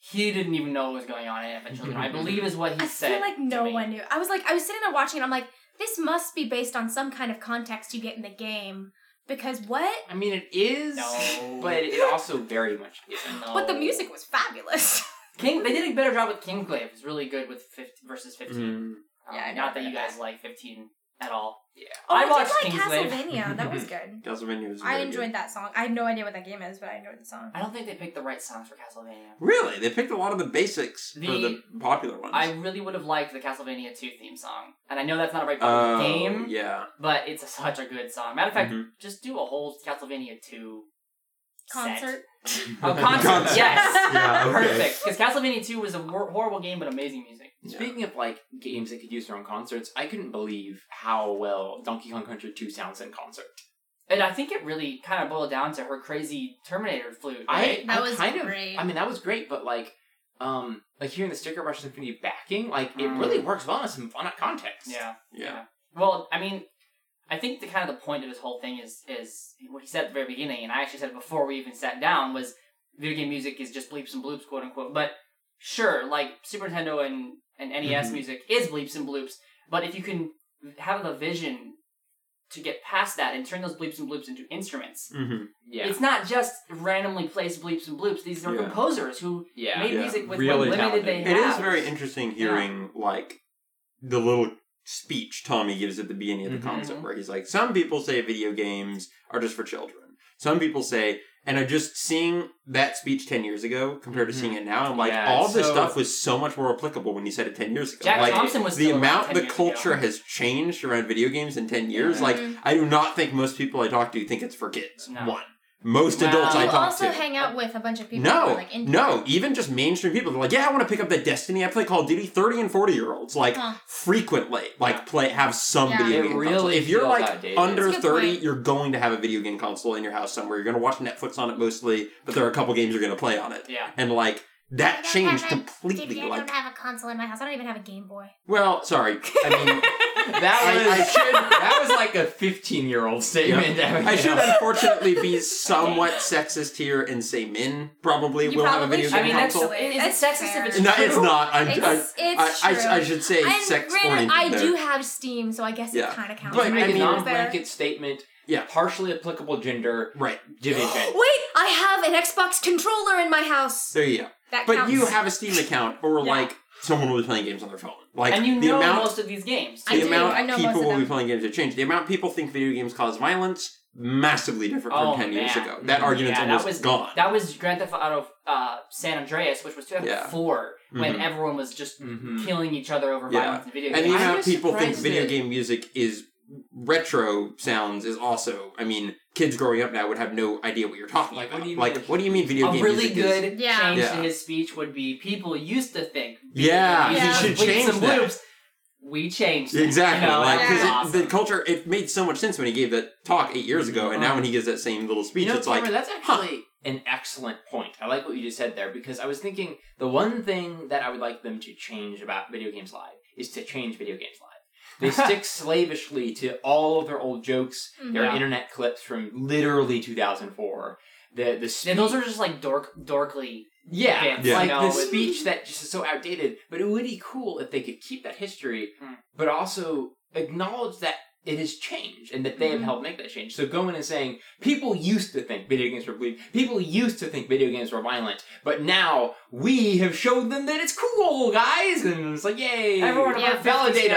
[SPEAKER 2] He didn't even know what was going on in Advent Children. I believe is what he
[SPEAKER 3] *laughs* I
[SPEAKER 2] said.
[SPEAKER 3] feel like
[SPEAKER 2] to
[SPEAKER 3] no
[SPEAKER 2] me.
[SPEAKER 3] one knew. I was like, I was sitting there watching, it, I'm like, this must be based on some kind of context you get in the game, because what?
[SPEAKER 1] I mean, it is,
[SPEAKER 2] No.
[SPEAKER 1] but it also very much isn't.
[SPEAKER 2] No.
[SPEAKER 3] But the music was
[SPEAKER 2] *laughs*
[SPEAKER 3] fabulous.
[SPEAKER 2] King they did a better job with Kingclave. It's really good with 50 versus 15.
[SPEAKER 4] Mm-hmm.
[SPEAKER 2] Um,
[SPEAKER 3] Yeah, I never
[SPEAKER 2] not that
[SPEAKER 3] heard
[SPEAKER 2] you
[SPEAKER 3] of
[SPEAKER 2] guys like 15 at all.
[SPEAKER 3] Oh,
[SPEAKER 2] I
[SPEAKER 3] I,
[SPEAKER 2] watched
[SPEAKER 3] did like
[SPEAKER 2] Kingslave.
[SPEAKER 3] Castlevania. That was good.
[SPEAKER 4] Castlevania was.
[SPEAKER 3] I
[SPEAKER 4] really
[SPEAKER 3] enjoyed
[SPEAKER 4] good.
[SPEAKER 3] that song. I have no idea what that game is, but I enjoyed the song.
[SPEAKER 2] I don't think they picked the right songs for Castlevania.
[SPEAKER 4] Really, they picked a lot of the basics for the
[SPEAKER 2] The-
[SPEAKER 4] popular ones.
[SPEAKER 2] I really would have liked the Castlevania 2 theme song. And I know that's not a very popular
[SPEAKER 4] Oh,
[SPEAKER 2] game,
[SPEAKER 4] Yeah.
[SPEAKER 2] but it's such a good song. Matter of fact,
[SPEAKER 4] Mhm.
[SPEAKER 2] just do a whole Castlevania 2
[SPEAKER 3] Concert.
[SPEAKER 2] Oh, concert,
[SPEAKER 4] *laughs* Concert.
[SPEAKER 2] yes.
[SPEAKER 4] Yeah. okay.
[SPEAKER 2] Perfect. Because Castlevania 2 was a wor- horrible game, but amazing music.
[SPEAKER 4] Yeah.
[SPEAKER 1] Speaking of like games that could use their own concerts, I couldn't believe how well Donkey Kong Country 2 sounds in concert.
[SPEAKER 2] And I think it really kind of boiled down to her crazy Terminator flute.
[SPEAKER 1] I,
[SPEAKER 2] Right?
[SPEAKER 3] That
[SPEAKER 1] I
[SPEAKER 3] was
[SPEAKER 1] kind
[SPEAKER 3] great.
[SPEAKER 1] of I mean that was great, but like um like hearing the Sticker Rush Symphony backing, like it really works well in some fun context.
[SPEAKER 2] yeah.
[SPEAKER 4] Mm. Yeah.
[SPEAKER 2] Well, I mean, I think the kind of the point of this whole thing is is what he said at the very beginning, and I actually said it before we even sat down was video game music is just bleeps and bloops, quote unquote. But sure, like Super Nintendo and and NES
[SPEAKER 4] Mhm.
[SPEAKER 2] music is bleeps and bloops, but if you can have the vision to get past that and turn those bleeps and bloops into instruments.
[SPEAKER 4] Mm-hmm.
[SPEAKER 1] Yeah.
[SPEAKER 2] It's not just randomly placed bleeps and bloops. These are
[SPEAKER 4] Yeah.
[SPEAKER 2] composers who
[SPEAKER 1] yeah.
[SPEAKER 2] made
[SPEAKER 4] Yeah.
[SPEAKER 2] music with
[SPEAKER 1] Really
[SPEAKER 2] what limited they
[SPEAKER 1] talented.
[SPEAKER 2] had.
[SPEAKER 4] It is very interesting hearing like the little speech Tommy gives at the beginning of the
[SPEAKER 1] Mhm.
[SPEAKER 4] concert, where he's like, "Some people say video games are just for children. Some people say." And I just seeing that speech ten years ago compared to seeing it now, I'm like,
[SPEAKER 1] Mm-hmm. Yeah,
[SPEAKER 4] all
[SPEAKER 1] it's
[SPEAKER 4] this
[SPEAKER 1] so-
[SPEAKER 4] stuff was so much more applicable when you said it ten years ago.
[SPEAKER 2] Jack
[SPEAKER 4] like,
[SPEAKER 2] Thompson was
[SPEAKER 4] the
[SPEAKER 2] still around
[SPEAKER 4] amount
[SPEAKER 2] 10
[SPEAKER 4] the
[SPEAKER 2] years ago. Mm-hmm.
[SPEAKER 4] culture has changed around video games in 10 years
[SPEAKER 1] Yeah.
[SPEAKER 4] like
[SPEAKER 3] Mhm.
[SPEAKER 4] i do not think most people i talk to think it's for kids
[SPEAKER 2] No.
[SPEAKER 4] one most
[SPEAKER 2] Wow.
[SPEAKER 4] adults
[SPEAKER 3] Do
[SPEAKER 4] i
[SPEAKER 3] you
[SPEAKER 4] talk
[SPEAKER 3] also
[SPEAKER 4] to
[SPEAKER 3] hang out with a bunch of people who
[SPEAKER 4] no
[SPEAKER 3] are like into
[SPEAKER 4] no even just mainstream people they're like yeah i want to pick up that destiny i play call of duty 30 and 40 year olds like
[SPEAKER 3] Huh.
[SPEAKER 4] frequently like play have some
[SPEAKER 3] Yeah.
[SPEAKER 4] video
[SPEAKER 1] It
[SPEAKER 4] game
[SPEAKER 1] really
[SPEAKER 4] console. if you're
[SPEAKER 1] feels
[SPEAKER 4] like
[SPEAKER 1] outdated.
[SPEAKER 4] under
[SPEAKER 3] That's a good
[SPEAKER 4] 30
[SPEAKER 3] point.
[SPEAKER 4] you're going to have a video game console in your house somewhere you're going to watch netflix on it mostly but there are a couple games you're going to play on it
[SPEAKER 2] Yeah.
[SPEAKER 4] and like That
[SPEAKER 3] don't
[SPEAKER 4] changed
[SPEAKER 3] have a-
[SPEAKER 4] completely.
[SPEAKER 3] Dude, I
[SPEAKER 4] Like,
[SPEAKER 3] don't have a console in my house. I don't even have a Game Boy.
[SPEAKER 4] well, sorry. *laughs* I mean,
[SPEAKER 1] *laughs* That
[SPEAKER 4] I- I
[SPEAKER 1] was
[SPEAKER 4] should-
[SPEAKER 1] that was like a fifteen year old statement. *laughs*
[SPEAKER 2] *laughs*
[SPEAKER 4] I should
[SPEAKER 3] *laughs*
[SPEAKER 4] unfortunately be somewhat sexist here and say men probably
[SPEAKER 3] You
[SPEAKER 4] will have a
[SPEAKER 3] probably
[SPEAKER 4] video
[SPEAKER 3] should.
[SPEAKER 4] game
[SPEAKER 2] I mean, that's,
[SPEAKER 4] console.
[SPEAKER 3] Absolutely.
[SPEAKER 2] is
[SPEAKER 3] That's
[SPEAKER 2] it sexist
[SPEAKER 3] fair.
[SPEAKER 2] if it's
[SPEAKER 4] No,
[SPEAKER 2] true?
[SPEAKER 4] it's not. I'm,
[SPEAKER 3] It's,
[SPEAKER 4] I,
[SPEAKER 3] it's
[SPEAKER 4] I, I,
[SPEAKER 3] true.
[SPEAKER 4] I should say
[SPEAKER 3] And
[SPEAKER 4] sex
[SPEAKER 3] granted,
[SPEAKER 4] oriented.
[SPEAKER 3] I
[SPEAKER 4] there.
[SPEAKER 3] do have Steam, so I guess
[SPEAKER 4] Yeah.
[SPEAKER 3] it kind of counts.
[SPEAKER 4] But,
[SPEAKER 1] Just
[SPEAKER 4] I
[SPEAKER 1] make a
[SPEAKER 4] mean-
[SPEAKER 1] non
[SPEAKER 3] Wait,
[SPEAKER 1] blanket statement.
[SPEAKER 4] Yeah.
[SPEAKER 1] Partially applicable gender
[SPEAKER 4] Right. *gasps*
[SPEAKER 1] division.
[SPEAKER 3] I have an Xbox controller in my house.
[SPEAKER 4] There you go.
[SPEAKER 3] That
[SPEAKER 4] But
[SPEAKER 3] counts.
[SPEAKER 4] you have a Steam account, or
[SPEAKER 2] Yeah.
[SPEAKER 4] like someone will be playing games on their phone. Like
[SPEAKER 2] and you
[SPEAKER 4] the
[SPEAKER 2] know
[SPEAKER 4] amount,
[SPEAKER 2] most of these games.
[SPEAKER 3] I
[SPEAKER 4] the
[SPEAKER 3] do,
[SPEAKER 4] amount
[SPEAKER 3] I know most
[SPEAKER 4] people
[SPEAKER 3] of
[SPEAKER 4] will be
[SPEAKER 3] them.
[SPEAKER 4] playing games have changed. The amount people think video games cause violence massively different
[SPEAKER 2] Oh,
[SPEAKER 4] from ten years
[SPEAKER 2] man.
[SPEAKER 4] ago. That argument's
[SPEAKER 2] Yeah, that
[SPEAKER 4] almost
[SPEAKER 2] was-
[SPEAKER 4] gone.
[SPEAKER 2] That was Grand Theft Auto uh, San Andreas, which was 2004, when
[SPEAKER 4] Mhm.
[SPEAKER 2] everyone was just
[SPEAKER 1] Mm-hmm.
[SPEAKER 2] killing each other over
[SPEAKER 4] Yeah.
[SPEAKER 2] violence in video
[SPEAKER 4] and
[SPEAKER 2] games.
[SPEAKER 4] the
[SPEAKER 1] I'm
[SPEAKER 4] amount
[SPEAKER 1] just
[SPEAKER 4] people think
[SPEAKER 1] surprised
[SPEAKER 4] video
[SPEAKER 1] that-
[SPEAKER 4] game music is retro sounds is also. I mean, kids growing up now would have no idea what you're talking
[SPEAKER 1] Like,
[SPEAKER 4] about.
[SPEAKER 1] what do you
[SPEAKER 4] like,
[SPEAKER 1] mean?
[SPEAKER 4] what do you mean video
[SPEAKER 2] a
[SPEAKER 4] game
[SPEAKER 2] really
[SPEAKER 4] music is-
[SPEAKER 2] good
[SPEAKER 3] Yeah.
[SPEAKER 2] change to
[SPEAKER 4] Yeah.
[SPEAKER 2] his speech would be people used to think
[SPEAKER 4] Yeah,
[SPEAKER 3] Yeah.
[SPEAKER 4] he should
[SPEAKER 2] bleeps
[SPEAKER 4] change
[SPEAKER 2] and
[SPEAKER 4] that.
[SPEAKER 2] bloops. We changed it,
[SPEAKER 4] Exactly,
[SPEAKER 2] You know,
[SPEAKER 4] like
[SPEAKER 2] that's
[SPEAKER 4] because
[SPEAKER 2] awesome.
[SPEAKER 4] the culture it made so much sense when he gave that talk eight years ago, and now when he gives that same little speech,
[SPEAKER 1] you know,
[SPEAKER 4] it's like
[SPEAKER 1] Cameron, that's
[SPEAKER 4] huh.
[SPEAKER 1] actually an excellent point. I like what you just said there because I was thinking the one thing that I would like them to change about video games live is to change video games live.
[SPEAKER 4] *laughs*
[SPEAKER 1] They stick slavishly to all of their old jokes,
[SPEAKER 3] Mm-hmm.
[SPEAKER 1] their
[SPEAKER 3] *laughs*
[SPEAKER 2] Yeah.
[SPEAKER 1] internet clips from literally 2004. The the speech,
[SPEAKER 2] And those are just like dork, dorkly.
[SPEAKER 1] yeah,
[SPEAKER 2] bits,
[SPEAKER 4] Yeah.
[SPEAKER 1] like
[SPEAKER 2] you know,
[SPEAKER 1] the
[SPEAKER 2] with-
[SPEAKER 1] speech that just is so outdated. But it would be cool if they could keep that history,
[SPEAKER 2] Mm.
[SPEAKER 1] but also acknowledge that it has changed and that they have
[SPEAKER 3] Mhm.
[SPEAKER 1] helped make that change. So going and saying people used to think video games were bleep, people used to think video games were violent, but now we have showed them that it's cool, guys, and it's like yay,
[SPEAKER 2] Everyone
[SPEAKER 3] Yeah.
[SPEAKER 2] above 50
[SPEAKER 1] validate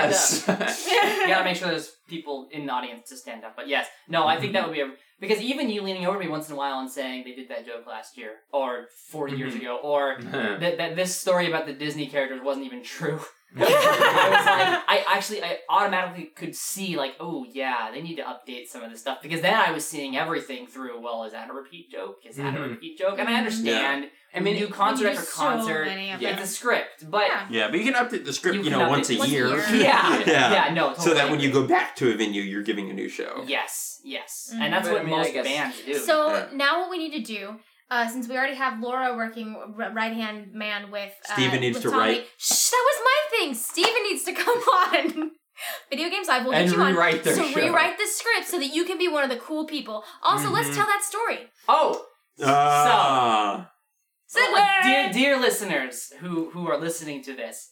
[SPEAKER 1] *laughs*
[SPEAKER 2] stand
[SPEAKER 1] us.
[SPEAKER 2] You gotta make sure there's people in the audience to stand up. But yes, no, I think that would be a, because even you leaning over me once in a while and saying they did that joke last year or 40 years
[SPEAKER 1] Mhm.
[SPEAKER 2] ago or
[SPEAKER 1] Mhm.
[SPEAKER 2] that, that this story about the Disney characters wasn't even true.
[SPEAKER 1] *laughs*
[SPEAKER 2] I was like, I actually, I automatically could see like, oh yeah, they need to update some of this stuff because then I was seeing everything through. Well, is that a repeat joke? Is that a
[SPEAKER 4] Mm-hmm.
[SPEAKER 1] Mhm.
[SPEAKER 2] repeat joke? And I understand.
[SPEAKER 1] I mean,
[SPEAKER 2] do concert
[SPEAKER 3] There's
[SPEAKER 2] after
[SPEAKER 3] so
[SPEAKER 2] concert.
[SPEAKER 3] many of
[SPEAKER 1] Yeah.
[SPEAKER 3] them.
[SPEAKER 2] It's a script, but
[SPEAKER 3] Yeah.
[SPEAKER 4] yeah, but you can update the script,
[SPEAKER 2] You
[SPEAKER 4] you,
[SPEAKER 2] can
[SPEAKER 4] know,
[SPEAKER 2] update
[SPEAKER 4] once a
[SPEAKER 2] once
[SPEAKER 3] a
[SPEAKER 4] year,
[SPEAKER 3] year.
[SPEAKER 2] *laughs* yeah,
[SPEAKER 4] *laughs* yeah.
[SPEAKER 2] yeah, no.
[SPEAKER 4] so that when
[SPEAKER 2] totally.
[SPEAKER 4] you go back to a venue, you're giving a new show.
[SPEAKER 2] yes, yes,
[SPEAKER 3] Mhm.
[SPEAKER 2] and that's
[SPEAKER 1] Mm-hmm. But, I
[SPEAKER 2] what
[SPEAKER 1] mean, I
[SPEAKER 2] most
[SPEAKER 1] guess-
[SPEAKER 2] bands do.
[SPEAKER 3] So
[SPEAKER 4] Yeah.
[SPEAKER 3] now what we need to do, uh, since we already have Laura working right hand man with uh,
[SPEAKER 4] Steven needs
[SPEAKER 3] with
[SPEAKER 4] to
[SPEAKER 3] Tommy-
[SPEAKER 4] write.
[SPEAKER 3] Shh, that was my thing. Steven needs to *laughs* come on. Video games live will
[SPEAKER 1] And
[SPEAKER 3] get you on.
[SPEAKER 1] rewrite their
[SPEAKER 3] so
[SPEAKER 1] show.
[SPEAKER 3] rewrite the script so that you can be one of the cool people. Also, let's
[SPEAKER 1] Mhm.
[SPEAKER 3] tell that story.
[SPEAKER 2] oh,
[SPEAKER 4] Ah.
[SPEAKER 3] Segway.
[SPEAKER 2] dear dear listeners who who are listening to this,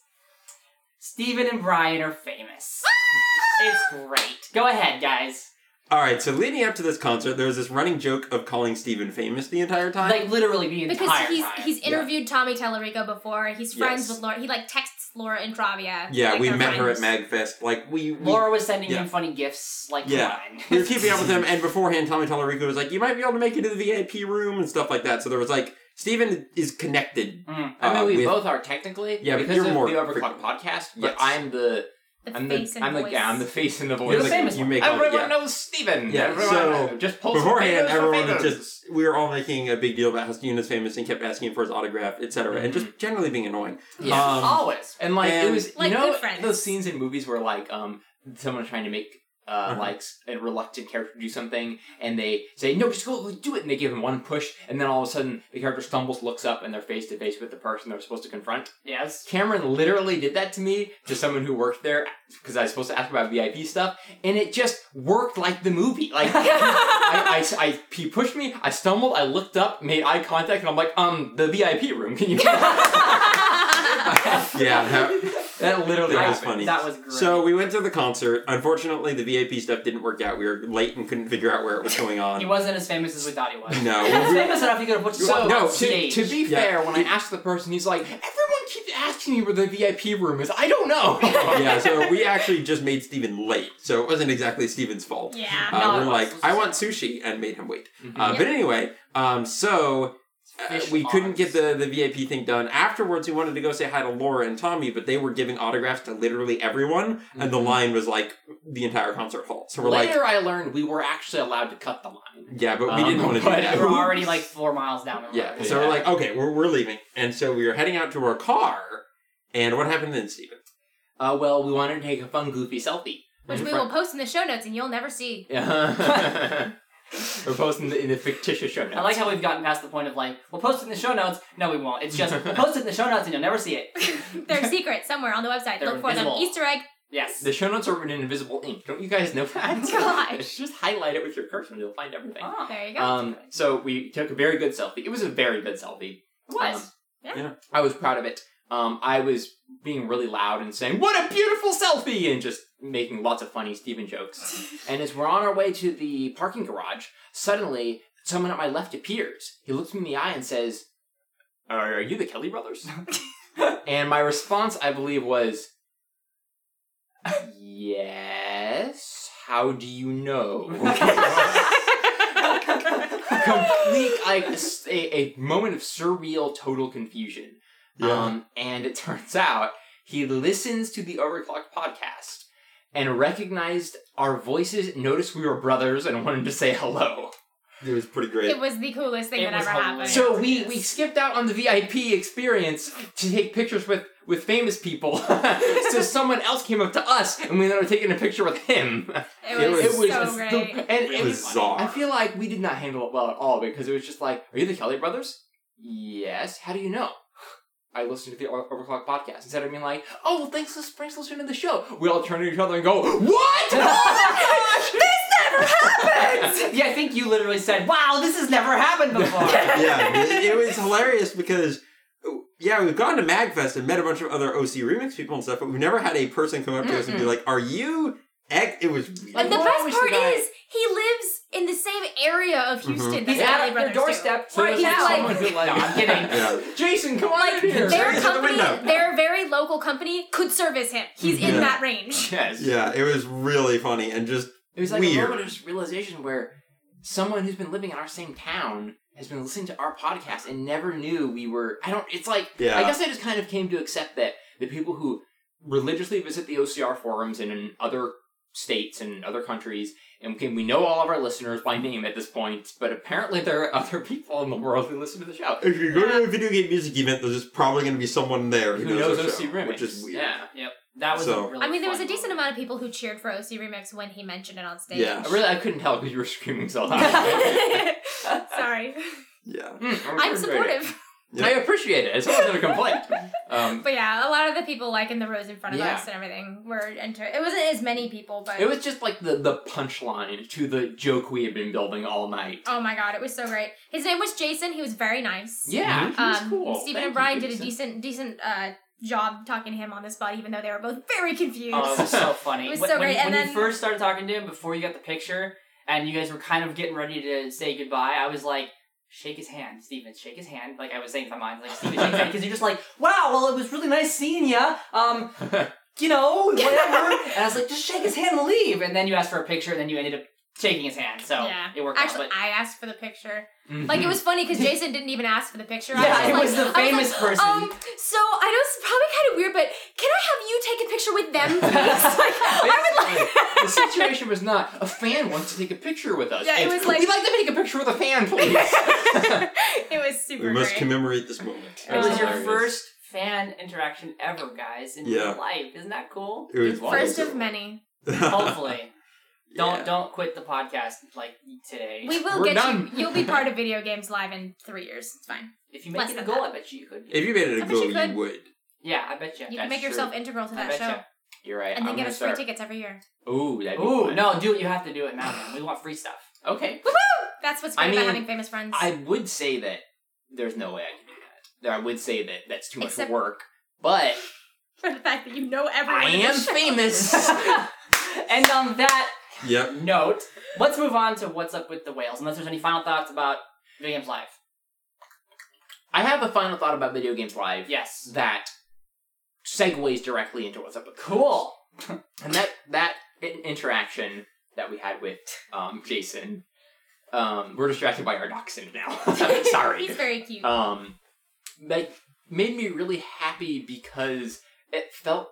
[SPEAKER 2] Steven and Brian are famous.
[SPEAKER 3] Ah!
[SPEAKER 2] it's great. Go ahead, guys.
[SPEAKER 4] all right. So leading up to this concert, there was this running joke of calling Steven famous the entire time.
[SPEAKER 2] Like literally the entire
[SPEAKER 3] because he's
[SPEAKER 2] time.
[SPEAKER 3] he's interviewed Tommy Tellerico before. He's friends
[SPEAKER 4] Yes.
[SPEAKER 3] with Laura. He like texts Laura and Flavia.
[SPEAKER 4] yeah,
[SPEAKER 3] Like,
[SPEAKER 4] we
[SPEAKER 3] they're
[SPEAKER 4] met her at
[SPEAKER 3] friends.
[SPEAKER 4] Magfest. Like we, we
[SPEAKER 2] Laura was sending
[SPEAKER 4] Yeah.
[SPEAKER 2] him funny gifts, like
[SPEAKER 4] Yeah.
[SPEAKER 2] come
[SPEAKER 4] We
[SPEAKER 2] on.
[SPEAKER 4] were keeping up with him, and beforehand, Tommy Tallarico was like, "You might be able to make it to the VIP room and stuff like that." So there was like, Steven is connected.
[SPEAKER 2] Mm.
[SPEAKER 1] I mean,
[SPEAKER 4] uh,
[SPEAKER 1] we
[SPEAKER 4] with-
[SPEAKER 1] both are technically,
[SPEAKER 4] Yeah, but
[SPEAKER 1] because
[SPEAKER 4] you're
[SPEAKER 1] of
[SPEAKER 4] more
[SPEAKER 1] the Overclock
[SPEAKER 4] frequent.
[SPEAKER 1] podcast. But
[SPEAKER 4] Yes.
[SPEAKER 1] I'm the
[SPEAKER 3] The
[SPEAKER 1] I'm
[SPEAKER 3] face
[SPEAKER 1] the,
[SPEAKER 3] and
[SPEAKER 1] I'm
[SPEAKER 3] voice.
[SPEAKER 1] the yeah, I'm the face and the voice.
[SPEAKER 2] You're the
[SPEAKER 4] Like,
[SPEAKER 2] famous
[SPEAKER 4] You
[SPEAKER 2] one.
[SPEAKER 4] make all,
[SPEAKER 1] Everyone
[SPEAKER 4] yeah.
[SPEAKER 1] knows Steven.
[SPEAKER 4] Yeah,
[SPEAKER 1] everyone
[SPEAKER 4] so
[SPEAKER 1] just post
[SPEAKER 4] beforehand,
[SPEAKER 1] photos for
[SPEAKER 4] everyone was
[SPEAKER 1] photos.
[SPEAKER 4] just we were all making a big deal about how Steven is famous and kept asking for his autograph, etc., and just generally being annoying.
[SPEAKER 2] *laughs* Mm-hmm. Yeah,
[SPEAKER 4] Um,
[SPEAKER 2] always.
[SPEAKER 1] and like it
[SPEAKER 4] and-
[SPEAKER 1] was
[SPEAKER 3] Like
[SPEAKER 1] you know
[SPEAKER 3] good friends.
[SPEAKER 1] those scenes in movies where like um someone's trying to make uh
[SPEAKER 4] Uh-huh.
[SPEAKER 1] like s- a reluctant character do something and they say no just go do it and they give him one push and then all of a sudden the character stumbles looks up and they're face to face with the person they're supposed to confront
[SPEAKER 2] Yes.
[SPEAKER 1] Cameron literally did that to me to someone who worked there because I was supposed to ask about VIP stuff, and it just worked like the movie. Like I, I, I, he pushed me, I stumbled, I looked up, made eye contact, and I'm like, um, the VIP room. Can you?
[SPEAKER 4] *laughs* Yeah, that-
[SPEAKER 1] that literally
[SPEAKER 4] That was
[SPEAKER 1] happened.
[SPEAKER 4] funny.
[SPEAKER 2] That was great.
[SPEAKER 4] So we went to the concert. Unfortunately, the VIP stuff didn't work out. We were late and couldn't figure out where it was going
[SPEAKER 2] he
[SPEAKER 4] on.
[SPEAKER 2] wasn't as famous as we thought he was.
[SPEAKER 4] No,
[SPEAKER 2] He was
[SPEAKER 4] we-
[SPEAKER 2] famous enough he could have put
[SPEAKER 1] So
[SPEAKER 2] someone
[SPEAKER 4] No,
[SPEAKER 2] on
[SPEAKER 4] to-
[SPEAKER 1] to,
[SPEAKER 2] stage.
[SPEAKER 1] to be
[SPEAKER 4] Yeah.
[SPEAKER 1] fair, when I asked the person, he's like, everyone keeps asking me where the VIP room is. I don't know. *laughs*
[SPEAKER 4] yeah, so we actually just made Steven late, so it wasn't exactly Steven's fault.
[SPEAKER 3] yeah.
[SPEAKER 2] No,
[SPEAKER 4] Uh,
[SPEAKER 2] it
[SPEAKER 4] we're
[SPEAKER 2] was-
[SPEAKER 4] like,
[SPEAKER 2] it was
[SPEAKER 4] I
[SPEAKER 2] just-
[SPEAKER 4] want sushi, and made him wait. Uh,
[SPEAKER 1] Mhm.
[SPEAKER 4] But anyway, um, so uh,
[SPEAKER 2] Fish
[SPEAKER 4] we couldn't
[SPEAKER 2] arms.
[SPEAKER 4] get the, the VIP thing done. Afterwards, we wanted to go say hi to Laura and Tommy, but they were giving autographs to literally everyone, and the
[SPEAKER 2] Mm-hmm.
[SPEAKER 1] Mhm.
[SPEAKER 4] line was like the entire concert hall. So we're
[SPEAKER 1] Later, I learned we were actually allowed to cut the line.
[SPEAKER 4] like, yeah, but we
[SPEAKER 1] Um,
[SPEAKER 4] didn't want to do
[SPEAKER 1] but-
[SPEAKER 4] that.
[SPEAKER 2] We're already like four miles down the road.
[SPEAKER 4] Yeah, so we're like, okay, we're, we're leaving. And so we were heading out to our car, and what happened then, Steven?
[SPEAKER 1] Uh, well, we wanted to take a fun, goofy selfie. Mm.
[SPEAKER 3] Which we will post in the show notes and you'll never see.
[SPEAKER 1] Yeah. *laughs* We're posting in the, in the fictitious show notes.
[SPEAKER 2] I like how we've gotten past the point of like, we'll post it in the show notes. No, we won't.
[SPEAKER 1] *laughs*
[SPEAKER 2] It's just we'll post it in the show notes and you'll never see it.
[SPEAKER 3] They're secret somewhere on the website.
[SPEAKER 2] They're
[SPEAKER 3] Look for
[SPEAKER 2] invisible.
[SPEAKER 3] them. Easter egg.
[SPEAKER 2] Yes. *laughs*
[SPEAKER 1] the show notes are written in invisible ink. Don't you guys know that? *laughs*
[SPEAKER 3] Gosh.
[SPEAKER 1] Just highlight it with your cursor and you'll find everything.
[SPEAKER 2] Ah,
[SPEAKER 3] There you go.
[SPEAKER 1] Um, so we took a very good selfie. It was a very good selfie.
[SPEAKER 2] it
[SPEAKER 1] *laughs*
[SPEAKER 2] was.
[SPEAKER 1] I was proud of it. Um, I was being really loud and saying, "What a beautiful selfie!" and just making lots of funny Steven jokes. and as we're on our way to the parking garage, suddenly someone at my left appears. He looks me in the eye and says, "Are are you the Kelly
[SPEAKER 2] *laughs*
[SPEAKER 1] brothers?" and my response, I believe, was, "Yes." How do you
[SPEAKER 2] *laughs*
[SPEAKER 1] know? *laughs* complete like s- a, a moment of surreal total confusion um and it *laughs* turns out he listens to the overclocked podcast and recognized our voices noticed we were brothers and wanted to say hello
[SPEAKER 4] it was pretty great.
[SPEAKER 3] it was the coolest thing
[SPEAKER 2] It
[SPEAKER 3] that
[SPEAKER 2] was
[SPEAKER 3] ever happened.
[SPEAKER 2] hilarious.
[SPEAKER 1] so we we skipped out on the vip experience to take pictures with with famous people *laughs* so someone else came up to us and we ended up taking a picture with him
[SPEAKER 3] It was,
[SPEAKER 4] It was
[SPEAKER 3] so
[SPEAKER 1] the-
[SPEAKER 3] great.
[SPEAKER 1] and it was
[SPEAKER 4] Bizarre.
[SPEAKER 1] I
[SPEAKER 4] *laughs*
[SPEAKER 1] feel like we did not handle it well at all because it was just like, are you the Kelly brothers? Yes. How do you know? I listened to the O- Overclock podcast. Instead of being like, oh, well, thanks, for- thanks for listening to the show, we all turn to each other and go,
[SPEAKER 2] *laughs*
[SPEAKER 1] what? Oh my
[SPEAKER 2] yeah, I think you literally said, "Wow, this has never happened before."
[SPEAKER 4] yeah, it,
[SPEAKER 3] *laughs*
[SPEAKER 4] it was hilarious because yeah, we've gone to Magfest and met a bunch of other OC remix people and stuff, but we've never had a person come up to us and be like, "Are you?" X? It was weird.
[SPEAKER 3] And the
[SPEAKER 1] What
[SPEAKER 3] best
[SPEAKER 1] was the
[SPEAKER 3] part
[SPEAKER 1] guy-
[SPEAKER 3] is he lives in the same area of Houston.
[SPEAKER 2] *laughs*
[SPEAKER 3] that
[SPEAKER 2] He's
[SPEAKER 3] the
[SPEAKER 2] at
[SPEAKER 3] Alley
[SPEAKER 2] their
[SPEAKER 3] Brothers do.
[SPEAKER 2] doorstep
[SPEAKER 1] So
[SPEAKER 2] right
[SPEAKER 1] there's
[SPEAKER 2] now.
[SPEAKER 1] someone who, like-
[SPEAKER 2] no, I'm kidding.
[SPEAKER 4] yeah,
[SPEAKER 1] Jason, come on
[SPEAKER 3] Like
[SPEAKER 1] in here.
[SPEAKER 4] Jerry's
[SPEAKER 3] their
[SPEAKER 4] at the
[SPEAKER 3] company,
[SPEAKER 4] window.
[SPEAKER 3] their very local company could service him. He's in
[SPEAKER 4] Yeah.
[SPEAKER 3] that range.
[SPEAKER 1] yes.
[SPEAKER 4] yeah, it was really funny and just
[SPEAKER 1] It was like a
[SPEAKER 4] Weird.
[SPEAKER 1] moment of just realization where someone who's been living in our same town has been listening to our podcast and never knew we were. I don't. It's like
[SPEAKER 4] Yeah.
[SPEAKER 1] I guess I just kind of came to accept that the people who religiously visit the OCR forums and in other states and other countries and can we know all of our listeners by name at this point but apparently there are other people in the world who listen to the show
[SPEAKER 4] if you're going to a video game music event, there's just probably going to be someone there who,
[SPEAKER 1] who knows
[SPEAKER 4] our
[SPEAKER 1] OC
[SPEAKER 4] show,
[SPEAKER 1] Remix
[SPEAKER 4] which is weird.
[SPEAKER 1] *laughs* yeah
[SPEAKER 2] That was
[SPEAKER 4] So-
[SPEAKER 2] a really
[SPEAKER 3] I mean, there was a
[SPEAKER 2] fun
[SPEAKER 3] decent
[SPEAKER 2] moment.
[SPEAKER 3] amount of people who cheered for OC Remix when he mentioned it on stage.
[SPEAKER 4] Yeah.
[SPEAKER 1] I really I couldn't tell because you were screaming so loud
[SPEAKER 3] *laughs* Sorry.
[SPEAKER 4] Yeah,
[SPEAKER 1] Mm, I
[SPEAKER 3] I'm
[SPEAKER 1] appreciate it.
[SPEAKER 3] supportive.
[SPEAKER 4] Yeah.
[SPEAKER 1] I appreciate it it's not a complaint
[SPEAKER 3] *laughs*
[SPEAKER 1] um,
[SPEAKER 3] But yeah, a lot of the people like in the rows in front of
[SPEAKER 1] Yeah.
[SPEAKER 3] us and everything were into it. wasn't as many people, but
[SPEAKER 1] It was just like the the punchline to the joke we had been building all night.
[SPEAKER 3] oh my god, it was so great. His name was Jason. He was very nice.
[SPEAKER 1] Yeah, he was
[SPEAKER 3] Um,
[SPEAKER 1] cool.
[SPEAKER 3] Stephen
[SPEAKER 1] Thank
[SPEAKER 3] and Brian
[SPEAKER 1] you,
[SPEAKER 3] did a
[SPEAKER 1] Jason.
[SPEAKER 3] decent decent uh, job talking to him on the spot, even though they were both *laughs* very confused.
[SPEAKER 2] Oh, it
[SPEAKER 1] Um,
[SPEAKER 2] was so funny.
[SPEAKER 3] It was
[SPEAKER 2] When-
[SPEAKER 3] so
[SPEAKER 2] when,
[SPEAKER 3] great,
[SPEAKER 2] When,
[SPEAKER 3] and
[SPEAKER 2] you
[SPEAKER 3] then-
[SPEAKER 2] first started talking to him, before you got the picture, and you guys were kind of getting ready to say goodbye, I was like, shake his hand, Steven, shake his hand. Like, I was saying to my mind, like, Steven, shake his hand. Because you're just like, wow, well, it was really nice seeing ya. Um,
[SPEAKER 1] *laughs*
[SPEAKER 2] you know,
[SPEAKER 3] *laughs*
[SPEAKER 2] whatever. and I was like, just shake his hand and leave. And then you asked for a picture, and then you ended up shaking his hand. So
[SPEAKER 3] Yeah.
[SPEAKER 2] it worked
[SPEAKER 3] Actually,
[SPEAKER 2] out.
[SPEAKER 3] I asked for the picture.
[SPEAKER 1] Mhm.
[SPEAKER 3] Like it was
[SPEAKER 1] *laughs*
[SPEAKER 3] funny because Jason didn't even ask for the picture.
[SPEAKER 2] But, yeah,
[SPEAKER 3] I
[SPEAKER 2] it
[SPEAKER 3] was
[SPEAKER 2] was
[SPEAKER 3] like,
[SPEAKER 2] the
[SPEAKER 3] I was
[SPEAKER 2] famous
[SPEAKER 3] like,
[SPEAKER 2] person.
[SPEAKER 3] Um, so I know it's probably kind of weird, but can I have you take a picture with them,
[SPEAKER 1] *laughs*
[SPEAKER 3] please? *laughs* like, I would like.
[SPEAKER 1] the situation was not a fan wants to take a picture with us.
[SPEAKER 3] Yeah, it
[SPEAKER 1] It's,
[SPEAKER 3] was like-
[SPEAKER 1] we'd like to take a picture with a fan, please.
[SPEAKER 3] *laughs*
[SPEAKER 1] *laughs*
[SPEAKER 3] it was
[SPEAKER 4] we
[SPEAKER 3] super
[SPEAKER 4] must
[SPEAKER 3] great.
[SPEAKER 4] commemorate this moment.
[SPEAKER 2] it was your
[SPEAKER 1] Hilarious.
[SPEAKER 2] first fan interaction ever, guys, in
[SPEAKER 4] Yeah.
[SPEAKER 2] real life. Isn't that cool?
[SPEAKER 4] *laughs* It was
[SPEAKER 3] First
[SPEAKER 4] wild.
[SPEAKER 3] of many.
[SPEAKER 2] *laughs* Hopefully. Don't
[SPEAKER 4] Yeah.
[SPEAKER 2] don't quit the podcast like today.
[SPEAKER 3] We will
[SPEAKER 1] We're
[SPEAKER 3] get
[SPEAKER 1] done.
[SPEAKER 3] you. You'll be part of Video Games Live in three years. It's fine.
[SPEAKER 2] if you make
[SPEAKER 3] Less
[SPEAKER 2] it a
[SPEAKER 3] than
[SPEAKER 2] goal,
[SPEAKER 3] that.
[SPEAKER 2] I bet you could.
[SPEAKER 4] If you made it a
[SPEAKER 3] I bet
[SPEAKER 4] goal,
[SPEAKER 3] you
[SPEAKER 4] you,
[SPEAKER 3] could.
[SPEAKER 2] *laughs*
[SPEAKER 4] would.
[SPEAKER 2] yeah, I bet you.
[SPEAKER 3] You
[SPEAKER 1] That's
[SPEAKER 3] can make
[SPEAKER 1] true.
[SPEAKER 3] yourself integral to
[SPEAKER 2] I
[SPEAKER 3] that
[SPEAKER 2] bet
[SPEAKER 3] show,
[SPEAKER 1] You're right.
[SPEAKER 3] and then
[SPEAKER 1] I'm
[SPEAKER 3] get
[SPEAKER 1] gonna
[SPEAKER 3] us free
[SPEAKER 1] start.
[SPEAKER 3] tickets every year.
[SPEAKER 1] Ooh, that'd be
[SPEAKER 2] Ooh,
[SPEAKER 1] fun.
[SPEAKER 2] no, do it. You have to do it *laughs* now. man. We want free stuff.
[SPEAKER 1] Okay,
[SPEAKER 3] That's what's
[SPEAKER 1] I
[SPEAKER 3] great about
[SPEAKER 1] mean,
[SPEAKER 3] having famous friends.
[SPEAKER 1] I would say that there's no way I could do that. There- I would say that that's too much
[SPEAKER 3] Except-
[SPEAKER 1] work, but
[SPEAKER 3] For the fact that you know everyone.
[SPEAKER 1] I
[SPEAKER 3] in
[SPEAKER 1] am
[SPEAKER 3] this
[SPEAKER 2] *laughs*
[SPEAKER 3] show. *laughs*
[SPEAKER 1] famous.
[SPEAKER 2] and on that
[SPEAKER 4] Yep.
[SPEAKER 2] note, let's move on to what's up with the whales. Unless there's any final thoughts about video games live.
[SPEAKER 1] I have a final thought about video games live
[SPEAKER 2] Yes.
[SPEAKER 1] that segues directly into what's up with
[SPEAKER 2] Cool.
[SPEAKER 1] and that that in- interaction that we had with um, Jason, um, we're distracted by our dachshund now. *laughs* Sorry.
[SPEAKER 3] He's very cute.
[SPEAKER 2] Uh,
[SPEAKER 1] Um, that made me really happy because it felt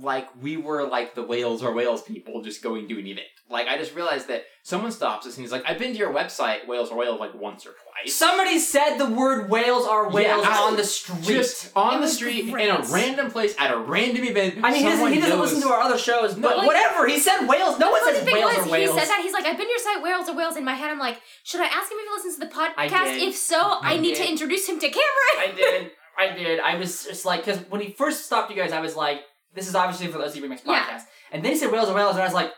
[SPEAKER 1] like we were like the whales or whales people just going to an event. Like I just realized that someone stops us and he's like, I've been to your website, whales or whales, like once or twice.
[SPEAKER 2] Somebody said the word whales are whales
[SPEAKER 1] I-
[SPEAKER 2] on the street.
[SPEAKER 1] Just
[SPEAKER 3] It
[SPEAKER 1] on the
[SPEAKER 3] was
[SPEAKER 1] street
[SPEAKER 3] great.
[SPEAKER 1] in a random place at a random event.
[SPEAKER 2] I mean, he doesn't,
[SPEAKER 1] someone
[SPEAKER 2] he doesn't
[SPEAKER 1] knows-
[SPEAKER 2] listen to our other shows,
[SPEAKER 1] No,
[SPEAKER 2] but
[SPEAKER 3] like-
[SPEAKER 2] whatever. He said whales. No one
[SPEAKER 3] Well,
[SPEAKER 2] says
[SPEAKER 3] the thing
[SPEAKER 2] whales
[SPEAKER 3] was,
[SPEAKER 2] are
[SPEAKER 3] he
[SPEAKER 2] whales.
[SPEAKER 3] said that he's like, I've been to your site, whales are whales. In my head, I'm like, should I ask him if he listens to the
[SPEAKER 2] I
[SPEAKER 3] podcast?
[SPEAKER 2] did.
[SPEAKER 3] If so, I,
[SPEAKER 2] I
[SPEAKER 3] need to
[SPEAKER 2] did.
[SPEAKER 3] introduce him to
[SPEAKER 2] I
[SPEAKER 3] Cameron.
[SPEAKER 2] did. I did. I was just like, because when he first stopped you guys, I was like, this is obviously for the SC Remix podcast.
[SPEAKER 3] Yeah.
[SPEAKER 2] And then he said whales are whales, and I was like,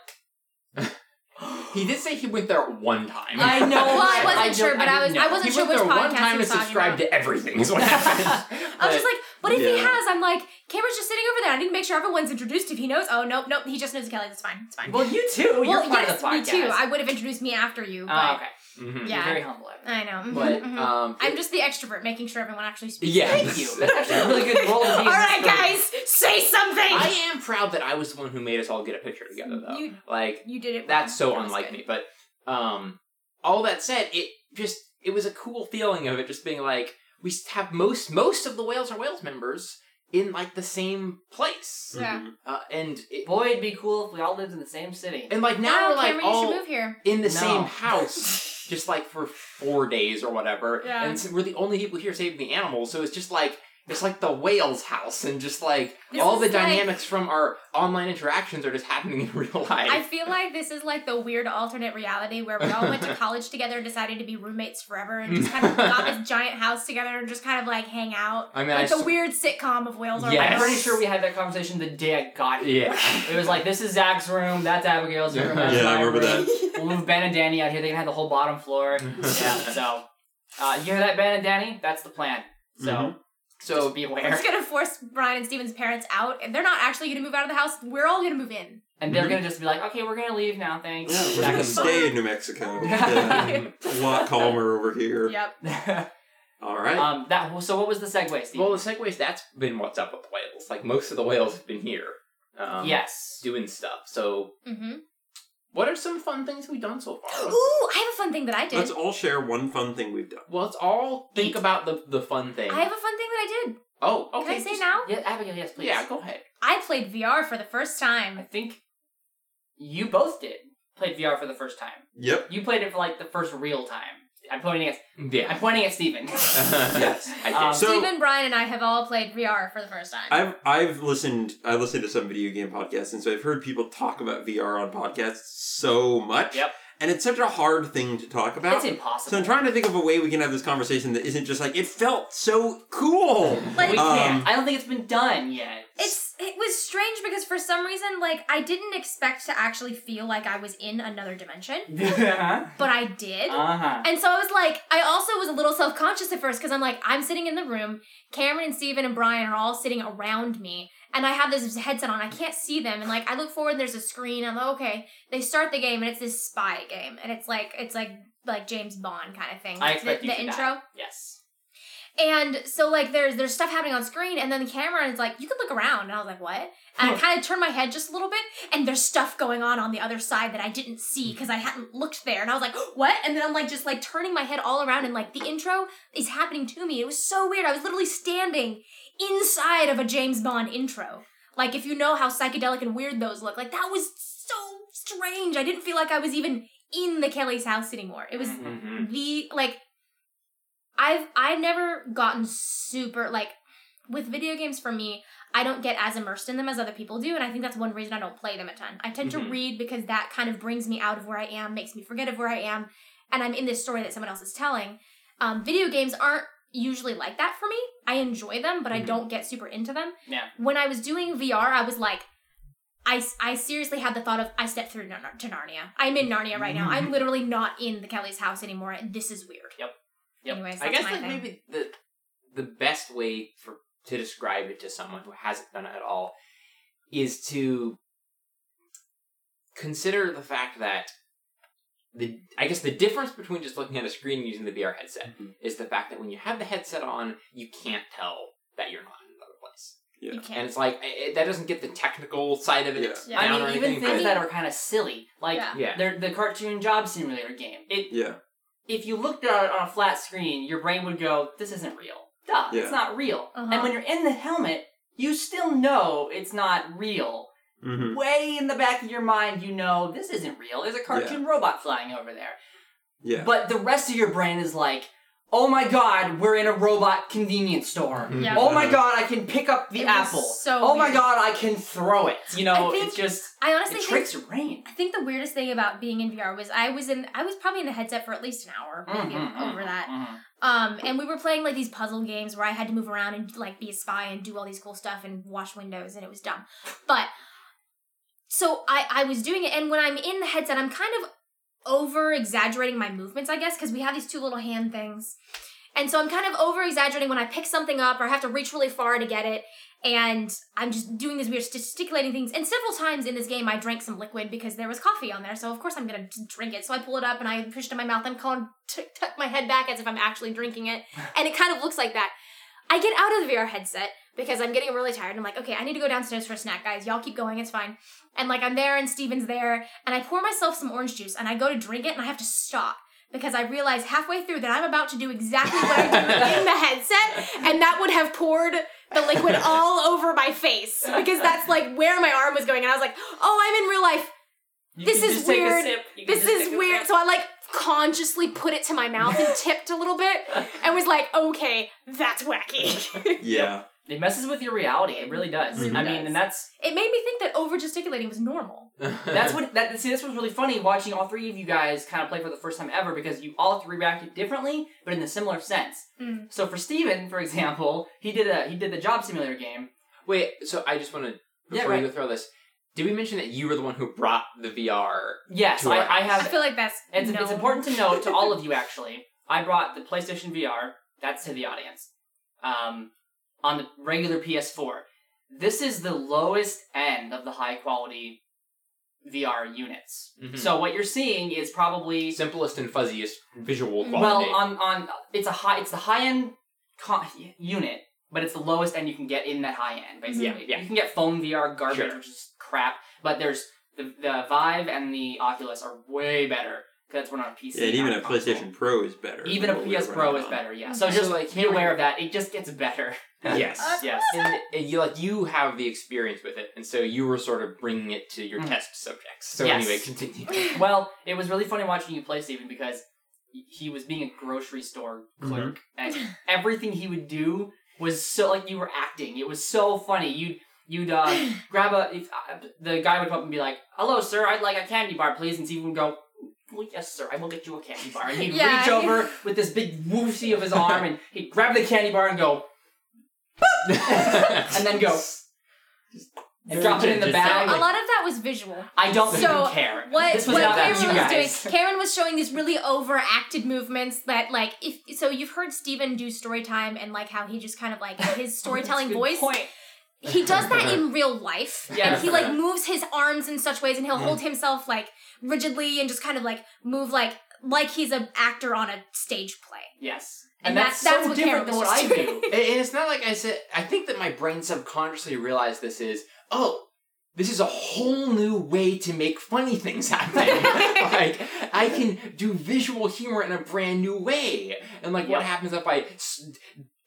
[SPEAKER 1] He did say he went there one time.
[SPEAKER 2] I know.
[SPEAKER 3] *laughs* Well,
[SPEAKER 1] *laughs*
[SPEAKER 3] I
[SPEAKER 2] I
[SPEAKER 3] wasn't
[SPEAKER 2] don't-
[SPEAKER 3] sure, but
[SPEAKER 2] I
[SPEAKER 3] I, was
[SPEAKER 2] didn't
[SPEAKER 3] I
[SPEAKER 2] know.
[SPEAKER 3] wasn't
[SPEAKER 1] he
[SPEAKER 3] sure
[SPEAKER 1] went
[SPEAKER 3] which
[SPEAKER 1] there one
[SPEAKER 3] podcast he
[SPEAKER 1] time and
[SPEAKER 3] was talking
[SPEAKER 1] subscribed
[SPEAKER 3] about.
[SPEAKER 1] to everything.
[SPEAKER 3] *laughs*
[SPEAKER 1] Is what happened. *laughs*
[SPEAKER 3] I was just like, what if he
[SPEAKER 4] Yeah.
[SPEAKER 3] has? I'm like, Cameron's just sitting over there. I need to make sure everyone's introduced. If he knows, oh nope, nope, he just knows Kelly. It's fine. It's fine.
[SPEAKER 2] well, you too. Oh, You're
[SPEAKER 3] Well,
[SPEAKER 2] part
[SPEAKER 3] yes,
[SPEAKER 2] of the
[SPEAKER 3] me
[SPEAKER 2] podcast.
[SPEAKER 3] too. I would have introduced me after you, but
[SPEAKER 2] Oh, okay.
[SPEAKER 1] Mhm.
[SPEAKER 3] Yeah.
[SPEAKER 2] You're very humble.
[SPEAKER 3] *laughs*
[SPEAKER 2] I think.
[SPEAKER 3] I know. Mhm,
[SPEAKER 1] But
[SPEAKER 3] mhm.
[SPEAKER 1] um,
[SPEAKER 3] I'm just the extrovert, making sure everyone actually speaks.
[SPEAKER 1] Yeah.
[SPEAKER 2] Thank you. *laughs* That's actually a really good role to be
[SPEAKER 3] *laughs* All
[SPEAKER 2] in this
[SPEAKER 3] right,
[SPEAKER 2] room.
[SPEAKER 3] guys, say something.
[SPEAKER 1] I am proud that I was the one who made us all get a picture together, though.
[SPEAKER 3] You-
[SPEAKER 1] like
[SPEAKER 3] you did it.
[SPEAKER 1] that's so
[SPEAKER 3] well. That was
[SPEAKER 1] unlike
[SPEAKER 3] good.
[SPEAKER 1] me. But um, all that said, it just it was a cool feeling of it just being like we have most most of the whales are whales members in like the same place,
[SPEAKER 3] Yeah.
[SPEAKER 4] Mhm.
[SPEAKER 1] uh, and it,
[SPEAKER 2] Boy, it'd be cool if we all lived in the same city.
[SPEAKER 1] and like now
[SPEAKER 3] Wow,
[SPEAKER 1] we're like
[SPEAKER 3] Cameron, you
[SPEAKER 1] all
[SPEAKER 3] should move *laughs* here.
[SPEAKER 1] in the
[SPEAKER 2] No.
[SPEAKER 1] same
[SPEAKER 3] *laughs*
[SPEAKER 1] house just like for four days or whatever
[SPEAKER 3] Yeah.
[SPEAKER 1] and so we're the only people here saving the animals so it's just like it's like the whale's house and just like
[SPEAKER 3] This
[SPEAKER 1] all the
[SPEAKER 3] is like-
[SPEAKER 1] dynamics from our online interactions are just happening in *laughs* real life
[SPEAKER 3] I feel like this is like the weird alternate reality where we all went *laughs* to college together and decided to be roommates forever and just
[SPEAKER 1] *laughs*
[SPEAKER 3] kind of got this giant house together and just kind of like hang out.
[SPEAKER 1] i mean I
[SPEAKER 3] Like the
[SPEAKER 1] s-
[SPEAKER 3] weird sitcom of Wales are
[SPEAKER 1] Yes.
[SPEAKER 2] I'm
[SPEAKER 3] Whales.
[SPEAKER 2] pretty sure we had that conversation the day I got here.
[SPEAKER 1] yeah
[SPEAKER 3] *laughs*
[SPEAKER 2] It was like, this is Zach's room, that's Abigail's room. That's
[SPEAKER 4] Yeah, I
[SPEAKER 2] my
[SPEAKER 4] remember
[SPEAKER 2] room. We'll move Ben and Danny out here. They can have the whole bottom
[SPEAKER 4] *laughs*
[SPEAKER 2] floor. yeah, so uh, you hear that, Ben and Danny? That's the plan. So
[SPEAKER 4] Mhm.
[SPEAKER 2] so
[SPEAKER 1] so
[SPEAKER 2] be
[SPEAKER 3] We're
[SPEAKER 2] aware.
[SPEAKER 3] just gonna force Brian and Steven's parents out, and they're not actually gonna move out of the house. We're all gonna move in.
[SPEAKER 2] And they're gonna just be like, okay, we're gonna leave now. Thanks.
[SPEAKER 4] Yeah, we're
[SPEAKER 2] Back
[SPEAKER 4] gonna
[SPEAKER 2] in
[SPEAKER 4] stay in New Mexico.
[SPEAKER 2] Yeah.
[SPEAKER 4] Yeah. A lot calmer over here.
[SPEAKER 3] Yep.
[SPEAKER 2] the-
[SPEAKER 4] All right.
[SPEAKER 2] *laughs* um, that. So what was the segue, Steve?
[SPEAKER 1] *laughs*
[SPEAKER 3] *laughs*
[SPEAKER 1] well the segues that's been what's up with whales like most of the whales have been here um,
[SPEAKER 2] yes.
[SPEAKER 1] doing stuff so
[SPEAKER 3] Mm-hmm.
[SPEAKER 1] what are some fun things we've done so far
[SPEAKER 3] Ooh, I have a fun thing that I did.
[SPEAKER 4] Let's all share one fun thing we've done.
[SPEAKER 1] well let's all think
[SPEAKER 3] Eat.
[SPEAKER 1] about the, the fun thing
[SPEAKER 3] I have a fun thing that I did.
[SPEAKER 1] oh okay
[SPEAKER 3] Can I say
[SPEAKER 1] just-
[SPEAKER 3] now?
[SPEAKER 2] Yeah, Abigail. Yes, please.
[SPEAKER 1] yeah go ahead
[SPEAKER 3] I played VR for the first
[SPEAKER 2] I
[SPEAKER 3] time.
[SPEAKER 2] think you both did played VR for the first time.
[SPEAKER 4] Yep.
[SPEAKER 2] You played it for like the first real time. I'm pointing at
[SPEAKER 1] yeah
[SPEAKER 2] I'm pointing
[SPEAKER 1] *laughs*
[SPEAKER 2] at Steven.
[SPEAKER 1] yes, I did.
[SPEAKER 2] Um,
[SPEAKER 4] So-
[SPEAKER 3] Steven, Brian, and I have all played VR for the first time.
[SPEAKER 4] I've I've listened I listened to some video game podcasts and so I've heard people talk about VR on podcasts so much.
[SPEAKER 2] Yep.
[SPEAKER 4] And it's such a hard thing to talk about.
[SPEAKER 2] it's impossible.
[SPEAKER 4] so I'm trying to think of a way we can have this conversation that isn't just like it felt so cool.
[SPEAKER 3] Like-
[SPEAKER 2] we can't.
[SPEAKER 4] Um,
[SPEAKER 2] I don't think it's been done yet. *laughs*
[SPEAKER 3] It's it was strange because for some reason, like I didn't expect to actually feel like I was in another dimension,
[SPEAKER 2] uh
[SPEAKER 3] but I did.
[SPEAKER 2] huh.
[SPEAKER 3] And so I was like, I also was a little self conscious at first because I'm like, I'm sitting in the room. Cameron and Steven and Brian are all sitting around me. And I have this headset on. I can't see them. And like, I look forward and there's a screen. I'm like, okay. They start the game and it's this spy game. And it's like, it's like, like James Bond kind of thing.
[SPEAKER 2] I
[SPEAKER 3] Like,
[SPEAKER 2] expect
[SPEAKER 3] the,
[SPEAKER 2] you
[SPEAKER 3] the
[SPEAKER 2] to
[SPEAKER 3] intro.
[SPEAKER 2] die. Yes.
[SPEAKER 3] And so like there's there's stuff happening on screen, and then the camera is like, you can look around, and I was like, what? And I kind of turned my head just a little bit, and there's stuff going on on the other side that I didn't see because I hadn't looked there, and I was like, *gasps* what? And then I'm like just like turning my head all around, and like the intro is happening to me. It was so weird. I was literally standing inside of a James Bond intro. Like if you know how psychedelic and weird those look, like that was so strange. I didn't feel like I was even in the Kelly's house anymore. It was
[SPEAKER 1] Mhm.
[SPEAKER 3] the like i've i've never gotten super like with video games for me i don't get as immersed in them as other people do and i think that's one reason i don't play them a ton i tend
[SPEAKER 1] Mhm.
[SPEAKER 3] to read because that kind of brings me out of where i am makes me forget of where i am and i'm in this story that someone else is telling um, video games aren't usually like that for me i enjoy them but i
[SPEAKER 1] Mhm.
[SPEAKER 3] don't get super into them
[SPEAKER 2] Yeah.
[SPEAKER 3] when i was doing vr i was like I, I seriously had the thought of I stepped through Nar- to Narnia. I'm in Narnia right now. I'm literally not in the Kelly's house anymore. and This is weird.
[SPEAKER 2] Yep.
[SPEAKER 3] Anyways,
[SPEAKER 1] I
[SPEAKER 3] that's
[SPEAKER 1] guess
[SPEAKER 3] my
[SPEAKER 1] like
[SPEAKER 3] thing.
[SPEAKER 1] maybe the the best way for to describe it to someone who hasn't done it at all is to consider the fact that the I guess the difference between just looking at a screen and using the VR headset
[SPEAKER 4] Mhm.
[SPEAKER 1] is the fact that when you have the headset on, you can't tell that you're not in another place,
[SPEAKER 4] Yeah.
[SPEAKER 3] You
[SPEAKER 1] and
[SPEAKER 3] can't.
[SPEAKER 1] it's like it, that doesn't get the technical side of it.
[SPEAKER 3] Yeah.
[SPEAKER 1] down
[SPEAKER 2] I
[SPEAKER 1] or
[SPEAKER 2] mean, even
[SPEAKER 1] anything,
[SPEAKER 2] things
[SPEAKER 1] but-
[SPEAKER 2] that are kind of silly, like
[SPEAKER 3] Yeah.
[SPEAKER 1] Yeah.
[SPEAKER 2] they're- the cartoon job simulator game. It
[SPEAKER 4] Yeah.
[SPEAKER 2] if you looked at it on a flat screen, your brain would go, "This isn't real. Duh,
[SPEAKER 4] Yeah.
[SPEAKER 2] it's not real."
[SPEAKER 3] Uh-huh.
[SPEAKER 2] And when you're in the helmet, you still know it's not real.
[SPEAKER 4] Mm-hmm.
[SPEAKER 2] Way in the back of your mind, you know this isn't real. There's a cartoon robot flying over there.
[SPEAKER 4] Yeah.
[SPEAKER 2] But the rest of your brain is like, oh my god, we're in a robot convenience store.
[SPEAKER 4] *laughs*
[SPEAKER 1] Mhm. *laughs*
[SPEAKER 3] Yeah.
[SPEAKER 2] Oh my god, I can pick up the
[SPEAKER 3] It was
[SPEAKER 2] apple.
[SPEAKER 3] so
[SPEAKER 2] oh my
[SPEAKER 3] weird.
[SPEAKER 2] god, I can throw it. You know,
[SPEAKER 3] I think-
[SPEAKER 2] it's just
[SPEAKER 3] I honestly
[SPEAKER 2] it
[SPEAKER 3] think
[SPEAKER 2] tricks your brain.
[SPEAKER 3] I think the weirdest thing about being in VR was I was in I was probably in the headset for at least an hour, maybe
[SPEAKER 1] Mm-hmm.
[SPEAKER 2] Mhm,
[SPEAKER 3] over that.
[SPEAKER 2] mhm,
[SPEAKER 3] Um, and we were playing like these puzzle games where I had to move around and like be a spy and do all these cool stuff and wash windows, and it was dumb. But so I I was doing it, and when I'm in the headset, I'm kind of over exaggerating my movements, I guess, because we have these two little hand things. And so I'm kind of over exaggerating when I pick something up or I have to reach really far to get it. And I'm just doing these weird gesticulating things. And several times in this game, I drank some liquid because there was coffee on there. So of course I'm going to drink it. So I pull it up and I push it in my mouth. I'm calling, t- tuck my head back as if I'm actually drinking it. And it kind of looks like that. I get out of the VR headset because I'm getting really tired. I'm like, okay, I need to go downstairs for a snack, guys. Y'all keep going. It's fine. And like I'm there and Steven's there. And I pour myself some orange juice and I go to drink it and I have to stop because I realize halfway through that I'm about to do exactly what I do in the headset, and that would have poured
[SPEAKER 2] *laughs*
[SPEAKER 3] the liquid all over my face because that's like where my arm was going, and I was like, "Oh, I'm in real life.
[SPEAKER 2] You
[SPEAKER 3] This
[SPEAKER 2] can
[SPEAKER 3] is
[SPEAKER 2] just take a
[SPEAKER 3] weird.
[SPEAKER 2] sip. You can
[SPEAKER 3] This
[SPEAKER 2] just take
[SPEAKER 3] is
[SPEAKER 2] a
[SPEAKER 3] weird."
[SPEAKER 2] sip.
[SPEAKER 3] So I like consciously put it to my mouth
[SPEAKER 2] *laughs*
[SPEAKER 3] and tipped a little bit, and was like, "Okay,
[SPEAKER 2] *laughs*
[SPEAKER 3] that's wacky."
[SPEAKER 4] yeah.
[SPEAKER 2] It messes with your reality. It really does.
[SPEAKER 4] Mhm.
[SPEAKER 2] I mean,
[SPEAKER 3] It does.
[SPEAKER 2] and that's
[SPEAKER 3] it made me think that over gesticulating was normal.
[SPEAKER 2] that's what that see. This was really funny watching all three of you guys kind of play for the first time ever because you all three reacted differently, but in a similar sense.
[SPEAKER 3] Mm.
[SPEAKER 2] So for Steven, for example, he did a he did the job simulator game.
[SPEAKER 1] Wait, so I just want to
[SPEAKER 2] Yeah,
[SPEAKER 1] before
[SPEAKER 2] right.
[SPEAKER 1] you go through all this. Did we mention that you were the one who brought the VR?
[SPEAKER 2] Yes, I, I
[SPEAKER 3] I
[SPEAKER 2] have
[SPEAKER 3] feel like that's
[SPEAKER 2] It's,
[SPEAKER 3] known.
[SPEAKER 2] it's important to note
[SPEAKER 3] *laughs*
[SPEAKER 2] to all of you actually. I brought the PlayStation VR. That's to the audience. Um, on the regular PS4, this is the lowest end of the high quality VR units.
[SPEAKER 1] Mm-hmm.
[SPEAKER 2] So what you're seeing is probably
[SPEAKER 1] simplest and fuzziest visual
[SPEAKER 2] well
[SPEAKER 1] quality.
[SPEAKER 2] on on it's a high it's the high end co- unit, but it's the lowest end you can get in that high end. Basically,
[SPEAKER 1] Yeah, Mm-hmm. yeah.
[SPEAKER 2] you can get phone VR garbage,
[SPEAKER 1] Sure.
[SPEAKER 2] which is crap. But there's the the Vive and the Oculus are way better. 'cause That's when on a PC.
[SPEAKER 4] And even
[SPEAKER 2] not
[SPEAKER 4] a
[SPEAKER 2] console.
[SPEAKER 4] PlayStation Pro is better.
[SPEAKER 2] Even
[SPEAKER 4] than
[SPEAKER 2] a
[SPEAKER 4] what we were
[SPEAKER 2] PS Pro
[SPEAKER 4] running
[SPEAKER 2] is
[SPEAKER 4] on.
[SPEAKER 2] better, yeah.
[SPEAKER 3] Mhm.
[SPEAKER 2] So just
[SPEAKER 1] So, like,
[SPEAKER 2] like be aware of that. It just gets better. *laughs*
[SPEAKER 1] yes.
[SPEAKER 2] *laughs* yes.
[SPEAKER 1] And, and you like you have the experience with it, and so you were sort of bringing it to your
[SPEAKER 2] Mhm.
[SPEAKER 1] test subjects. So
[SPEAKER 2] Yes.
[SPEAKER 1] anyway, continue.
[SPEAKER 2] *laughs*
[SPEAKER 1] *laughs*
[SPEAKER 2] Well, it was really funny watching you play Steven because he was being a grocery store clerk
[SPEAKER 3] *laughs*
[SPEAKER 2] and everything he would do was so like you were acting. It was so funny. You'd you'd
[SPEAKER 3] *laughs*
[SPEAKER 2] uh, grab a if, uh, the guy would come up and be like, "Hello, sir, I'd like a candy bar, please," and Steven would go. Well, yes, sir. I will get you a candy bar. And he'd
[SPEAKER 3] *laughs* Yeah,
[SPEAKER 2] reach
[SPEAKER 3] he-
[SPEAKER 2] over with this big whooshy of his arm, and he'd grab the candy bar and go, and then go, and drop it in the
[SPEAKER 1] Just-
[SPEAKER 2] bag.
[SPEAKER 3] A lot of that was visual.
[SPEAKER 2] I don't
[SPEAKER 3] So,
[SPEAKER 2] even care.
[SPEAKER 3] What,
[SPEAKER 2] this was
[SPEAKER 3] what
[SPEAKER 2] not about
[SPEAKER 3] Cameron was
[SPEAKER 2] you guys. *laughs*
[SPEAKER 3] doing, Cameron was showing these really overacted movements that, like, if so, you've heard Steven do story time and like how he just kind
[SPEAKER 2] *laughs*
[SPEAKER 3] of like his storytelling
[SPEAKER 2] Good
[SPEAKER 3] voice.
[SPEAKER 2] Point.
[SPEAKER 3] He does
[SPEAKER 2] *laughs*
[SPEAKER 3] that in real life,
[SPEAKER 2] Yeah.
[SPEAKER 3] and he
[SPEAKER 2] *laughs*
[SPEAKER 3] like moves his arms in such ways, and he'll hold himself like rigidly and just kind of like move like like he's an actor on a stage play.
[SPEAKER 2] Yes.
[SPEAKER 3] And that's- that's what Cameron was just doing.
[SPEAKER 1] And- and it's not like I said. I think that my brain subconsciously realized this is oh, this is a whole new way to make funny things happen.
[SPEAKER 2] *laughs*
[SPEAKER 1] like I can do visual humor in a brand new way. And like,
[SPEAKER 2] Yeah.
[SPEAKER 1] what happens if I s-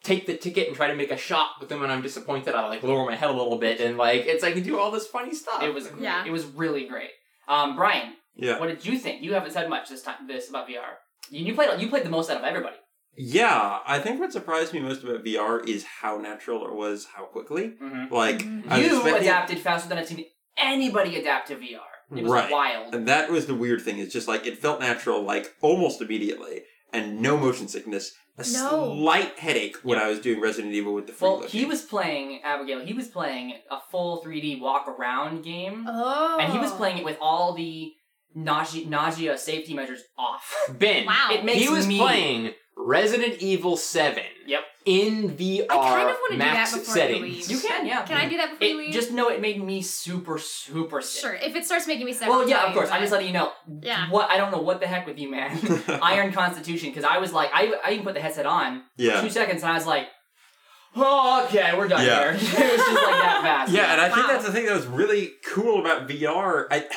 [SPEAKER 1] take the ticket and try to make a shot with them, and I'm disappointed? I like lower my head a little bit, and like it's I can do all this funny stuff.
[SPEAKER 3] *laughs*
[SPEAKER 2] It was great.
[SPEAKER 3] Yeah.
[SPEAKER 2] It was really great. Um, Brian,
[SPEAKER 4] Yeah.
[SPEAKER 2] what did you think? You haven't said much this time this about VR. You, you played you played the most out of everybody.
[SPEAKER 4] Yeah, I think what surprised me most about VR is how natural it was, how quickly.
[SPEAKER 2] Mhm.
[SPEAKER 4] Like
[SPEAKER 3] Mhm.
[SPEAKER 4] I was
[SPEAKER 2] You
[SPEAKER 4] expecting-
[SPEAKER 2] adapted faster than I've seen anybody adapt to VR. It was
[SPEAKER 4] Right.
[SPEAKER 2] wild.
[SPEAKER 4] And that was the weird thing. It's just like it felt natural, like almost immediately, and no motion sickness. A
[SPEAKER 3] No.
[SPEAKER 4] slight headache when I was doing Resident Evil with the free
[SPEAKER 2] Well,
[SPEAKER 4] look. *laughs*
[SPEAKER 2] he was playing Abigail. He was playing a full 3D walk around game,
[SPEAKER 3] Oh,
[SPEAKER 2] and he was playing it with all the nausea, nausea safety measures
[SPEAKER 3] *laughs*
[SPEAKER 2] off.
[SPEAKER 1] *laughs* Ben.
[SPEAKER 3] Wow,
[SPEAKER 2] It makes
[SPEAKER 1] he was
[SPEAKER 2] me-
[SPEAKER 1] playing Resident Evil Seven.
[SPEAKER 2] Yep.
[SPEAKER 1] In VR
[SPEAKER 3] wanna do
[SPEAKER 1] max
[SPEAKER 3] that before you
[SPEAKER 1] settings.
[SPEAKER 3] leave.
[SPEAKER 2] you can, yeah.
[SPEAKER 3] Can I do that before you
[SPEAKER 2] It,
[SPEAKER 3] leave?
[SPEAKER 2] just know it made me super, super sick.
[SPEAKER 3] sure. If it starts making me sick.
[SPEAKER 2] Well,
[SPEAKER 3] I'll
[SPEAKER 2] yeah,
[SPEAKER 3] tell
[SPEAKER 2] of
[SPEAKER 3] you,
[SPEAKER 2] course. I'm
[SPEAKER 3] but-
[SPEAKER 2] just letting you know.
[SPEAKER 3] Yeah.
[SPEAKER 2] What I don't know what the heck with you, man. *laughs* Iron Constitution, because I was like, I, I even put the headset on
[SPEAKER 4] yeah.
[SPEAKER 2] two seconds, and I was like, oh, okay, we're done here. *laughs* it
[SPEAKER 4] Yeah.
[SPEAKER 2] was just like that fast.
[SPEAKER 4] *laughs* Yeah, and I think
[SPEAKER 3] Wow.
[SPEAKER 4] that's the thing that was really cool about VR. I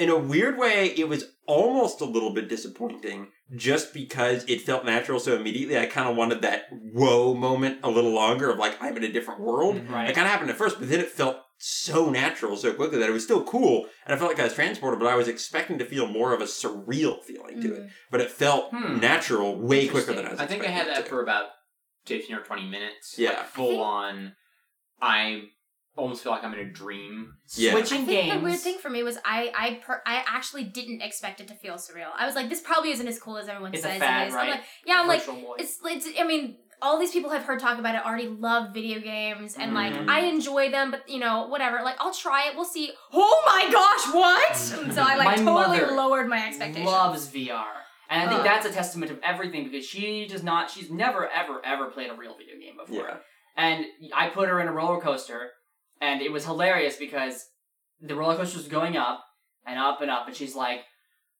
[SPEAKER 4] in a weird way, it was almost a little bit disappointing just because it felt natural so immediately. I kind of wanted that whoa moment a little longer of like, I'm in a different world.
[SPEAKER 1] Mm-hmm.
[SPEAKER 4] It
[SPEAKER 2] Right.
[SPEAKER 4] kind of happened at first, but then it felt so natural so quickly that it was still cool. And I felt like I was transported, but I was expecting to feel more of a surreal feeling to it. But it felt
[SPEAKER 2] Hmm.
[SPEAKER 4] natural way quicker
[SPEAKER 1] Mm. Interesting.
[SPEAKER 4] than I was
[SPEAKER 1] I think I
[SPEAKER 4] expecting
[SPEAKER 1] had
[SPEAKER 4] it
[SPEAKER 1] that
[SPEAKER 4] to.
[SPEAKER 1] for about 15 or 20 minutes.
[SPEAKER 4] Yeah.
[SPEAKER 1] Like, full on. I almost feel like I'm in a dream.
[SPEAKER 4] Yeah.
[SPEAKER 3] I
[SPEAKER 2] Switching
[SPEAKER 3] think
[SPEAKER 2] games.
[SPEAKER 3] the weird thing for me was I I per- I actually didn't expect it to feel surreal. I was like, this probably isn't as cool as everyone
[SPEAKER 2] It's a
[SPEAKER 3] says
[SPEAKER 2] fad,
[SPEAKER 3] it is.
[SPEAKER 2] right?
[SPEAKER 3] I'm like, yeah, I'm like,
[SPEAKER 2] Virtual boy.
[SPEAKER 3] it's, it's I mean, all these people I've heard talk about it already love video games and
[SPEAKER 4] Mhm.
[SPEAKER 3] like I enjoy them, but you know, whatever. Like I'll try it, we'll see. Oh my gosh, what? And so I
[SPEAKER 2] Mm-hmm. My
[SPEAKER 3] like
[SPEAKER 2] mother
[SPEAKER 3] totally lowered my expectations.
[SPEAKER 2] loves VR. And I think
[SPEAKER 3] Ugh.
[SPEAKER 2] that's a testament of everything because she does not, she's never, ever, ever played a real video game before.
[SPEAKER 4] Yeah.
[SPEAKER 2] And I put her in a roller coaster, and it was hilarious because the roller coaster was going up and up and up, and she's like, *sighs*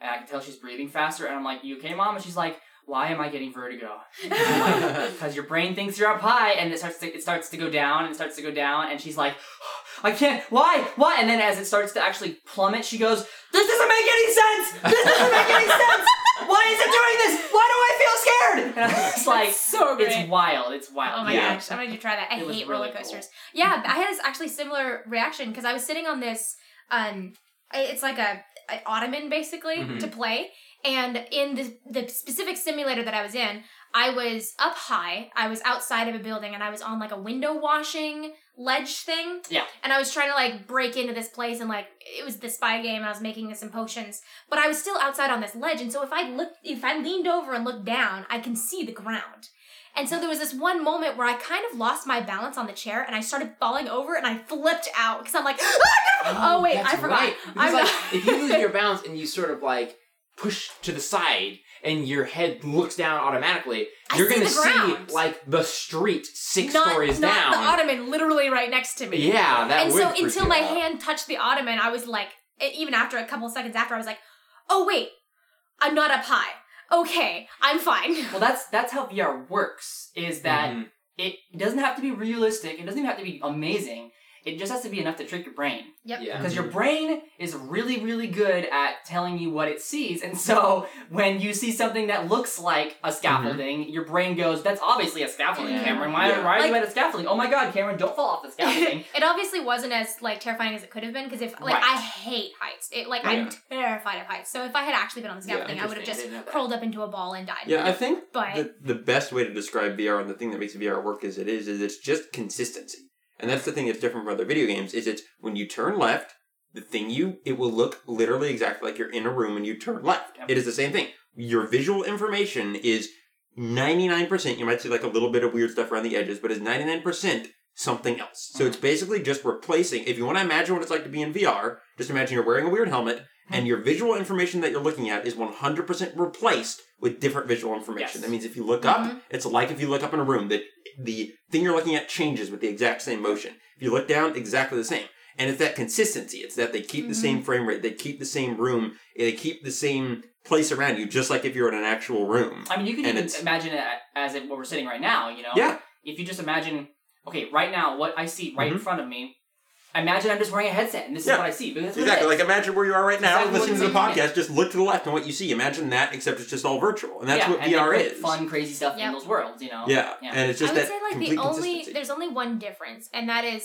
[SPEAKER 2] and I can tell she's breathing faster, and I'm like, You okay, mom? And she's like, Why am I getting
[SPEAKER 3] *laughs*
[SPEAKER 2] vertigo? because your brain thinks you're up high and it starts to it starts to go down and it starts to go down and she's like *gasps* I can't why why and then as it starts to actually plummet she goes this doesn't make any sense this doesn't make any sense why is it doing this why do I feel scared and I'm just
[SPEAKER 3] *laughs*
[SPEAKER 2] like
[SPEAKER 3] so great.
[SPEAKER 2] it's wild it's wild
[SPEAKER 3] Oh my
[SPEAKER 4] Yeah.
[SPEAKER 3] gosh, I'm gonna try that. I
[SPEAKER 2] It was
[SPEAKER 3] hate
[SPEAKER 2] really
[SPEAKER 3] roller coasters. Yeah, I had this actually similar reaction because I was sitting on this. Um, I- it's like a, a ottoman basically
[SPEAKER 1] Mhm.
[SPEAKER 3] to play, and in the the specific simulator that I was in, I was up high. I was outside of a building, and I was on like a window washing ledge thing.
[SPEAKER 2] Yeah.
[SPEAKER 3] And I was trying to like break into this place, and like it was the spy game, and I was making some potions, but I was still outside on this ledge, and so if I looked, if I leaned over and looked down, I can see the ground. And so there was this one moment where I kind of lost my balance on the chair and I started falling over and I flipped out because I'm like, oh, wait,
[SPEAKER 1] that's
[SPEAKER 3] I forgot.
[SPEAKER 1] right. Because,
[SPEAKER 3] I'm
[SPEAKER 1] like,
[SPEAKER 3] not-
[SPEAKER 1] if you lose
[SPEAKER 3] *laughs*
[SPEAKER 1] your balance and you sort of like push to the side and your head looks down automatically,
[SPEAKER 3] I
[SPEAKER 1] you're
[SPEAKER 3] see
[SPEAKER 1] gonna
[SPEAKER 3] the ground.
[SPEAKER 1] see like the street six
[SPEAKER 3] not,
[SPEAKER 1] stories
[SPEAKER 3] not
[SPEAKER 1] down.
[SPEAKER 3] the ottoman literally right next to me.
[SPEAKER 1] yeah, that
[SPEAKER 3] and
[SPEAKER 1] would
[SPEAKER 3] so
[SPEAKER 1] freak
[SPEAKER 3] until
[SPEAKER 1] you
[SPEAKER 3] my
[SPEAKER 1] out.
[SPEAKER 3] hand touched the ottoman, I was like, e- even after a couple seconds after, I was like, oh wait, I'm not up high. Okay, I'm fine.
[SPEAKER 2] well that's that's how VR works is
[SPEAKER 3] Mm-hmm.
[SPEAKER 2] that
[SPEAKER 4] Mm-hmm.
[SPEAKER 1] Mhm.
[SPEAKER 2] it doesn't have to be realistic it doesn't even have to be amazing it just has to be enough to trick your brain
[SPEAKER 3] *laughs* Yep.
[SPEAKER 1] Yeah.
[SPEAKER 2] because your brain is really really good at telling you what it sees and so *laughs* when you see something that looks like a scaffolding your brain goes that's obviously a scaffolding
[SPEAKER 3] Mm-hmm. Yeah.
[SPEAKER 2] cameron why,
[SPEAKER 4] Yeah.
[SPEAKER 2] why are you
[SPEAKER 3] Like-
[SPEAKER 2] at a scaffolding oh my god cameron don't fall off the
[SPEAKER 3] *laughs*
[SPEAKER 2] scaffolding
[SPEAKER 3] it obviously wasn't as like terrifying as it could have been because if like
[SPEAKER 2] Right.
[SPEAKER 3] I hate heights, it like I'm
[SPEAKER 4] Yeah.
[SPEAKER 3] terrified of heights. So if I had actually been on the
[SPEAKER 4] Yeah,
[SPEAKER 3] scaffolding, I would have
[SPEAKER 1] interesting. I didn't
[SPEAKER 3] just
[SPEAKER 1] know that.
[SPEAKER 3] curled up into a ball and died.
[SPEAKER 4] *laughs* Yeah, I think
[SPEAKER 3] But
[SPEAKER 4] the, the best way to describe VR and the thing that makes VR work as it is is it's just consistency. And that's the thing that's different from other video games is it's when you turn left, the thing you it will look literally exactly like you're in a room and you turn left.
[SPEAKER 2] Yep.
[SPEAKER 4] It is the same thing. Your visual information is 99%, you might see like a little bit of weird stuff around the edges, but is 99% something else. So
[SPEAKER 2] Mm-hmm.
[SPEAKER 4] it's basically just replacing if you want to imagine what it's like to be in VR, just imagine you're wearing a weird helmet
[SPEAKER 2] Mm-hmm.
[SPEAKER 4] and your visual information that you're looking at is 100% replaced with different visual information.
[SPEAKER 2] Yes.
[SPEAKER 4] That means if you look up,
[SPEAKER 3] Mm-hmm.
[SPEAKER 4] it's like if you look up in a room that the thing you're looking at changes with the exact same motion. If you look down, exactly the same. And it's that consistency. It's that they keep the
[SPEAKER 3] Mhm.
[SPEAKER 4] same frame rate, they keep the same room, they keep the same place around you, just like if you're in an actual room.
[SPEAKER 2] i mean you can
[SPEAKER 4] And
[SPEAKER 2] even
[SPEAKER 4] it's-
[SPEAKER 2] imagine it as if what we're sitting right now you know
[SPEAKER 4] Yeah.
[SPEAKER 2] if you just imagine okay right now what i see right in front of me imagine i'm just wearing a headset and this
[SPEAKER 4] Mm-hmm. Yeah.
[SPEAKER 2] is what i see because that's what it
[SPEAKER 4] Exactly.
[SPEAKER 2] is.
[SPEAKER 4] Like imagine where you are right now,
[SPEAKER 2] Exactly
[SPEAKER 4] listening to the
[SPEAKER 2] what you
[SPEAKER 4] podcast. Just look to the left and what you see. Imagine that, except it's just all virtual, and that's
[SPEAKER 2] yeah,
[SPEAKER 4] what
[SPEAKER 2] and they
[SPEAKER 4] VR
[SPEAKER 2] put
[SPEAKER 4] is.
[SPEAKER 2] fun crazy stuff in
[SPEAKER 3] Yep.
[SPEAKER 2] those worlds you know
[SPEAKER 4] Yeah.
[SPEAKER 2] Yeah.
[SPEAKER 4] and it's just
[SPEAKER 3] I would
[SPEAKER 4] that
[SPEAKER 3] say like the
[SPEAKER 4] complete
[SPEAKER 3] only
[SPEAKER 4] consistency.
[SPEAKER 3] there's only one difference, and that is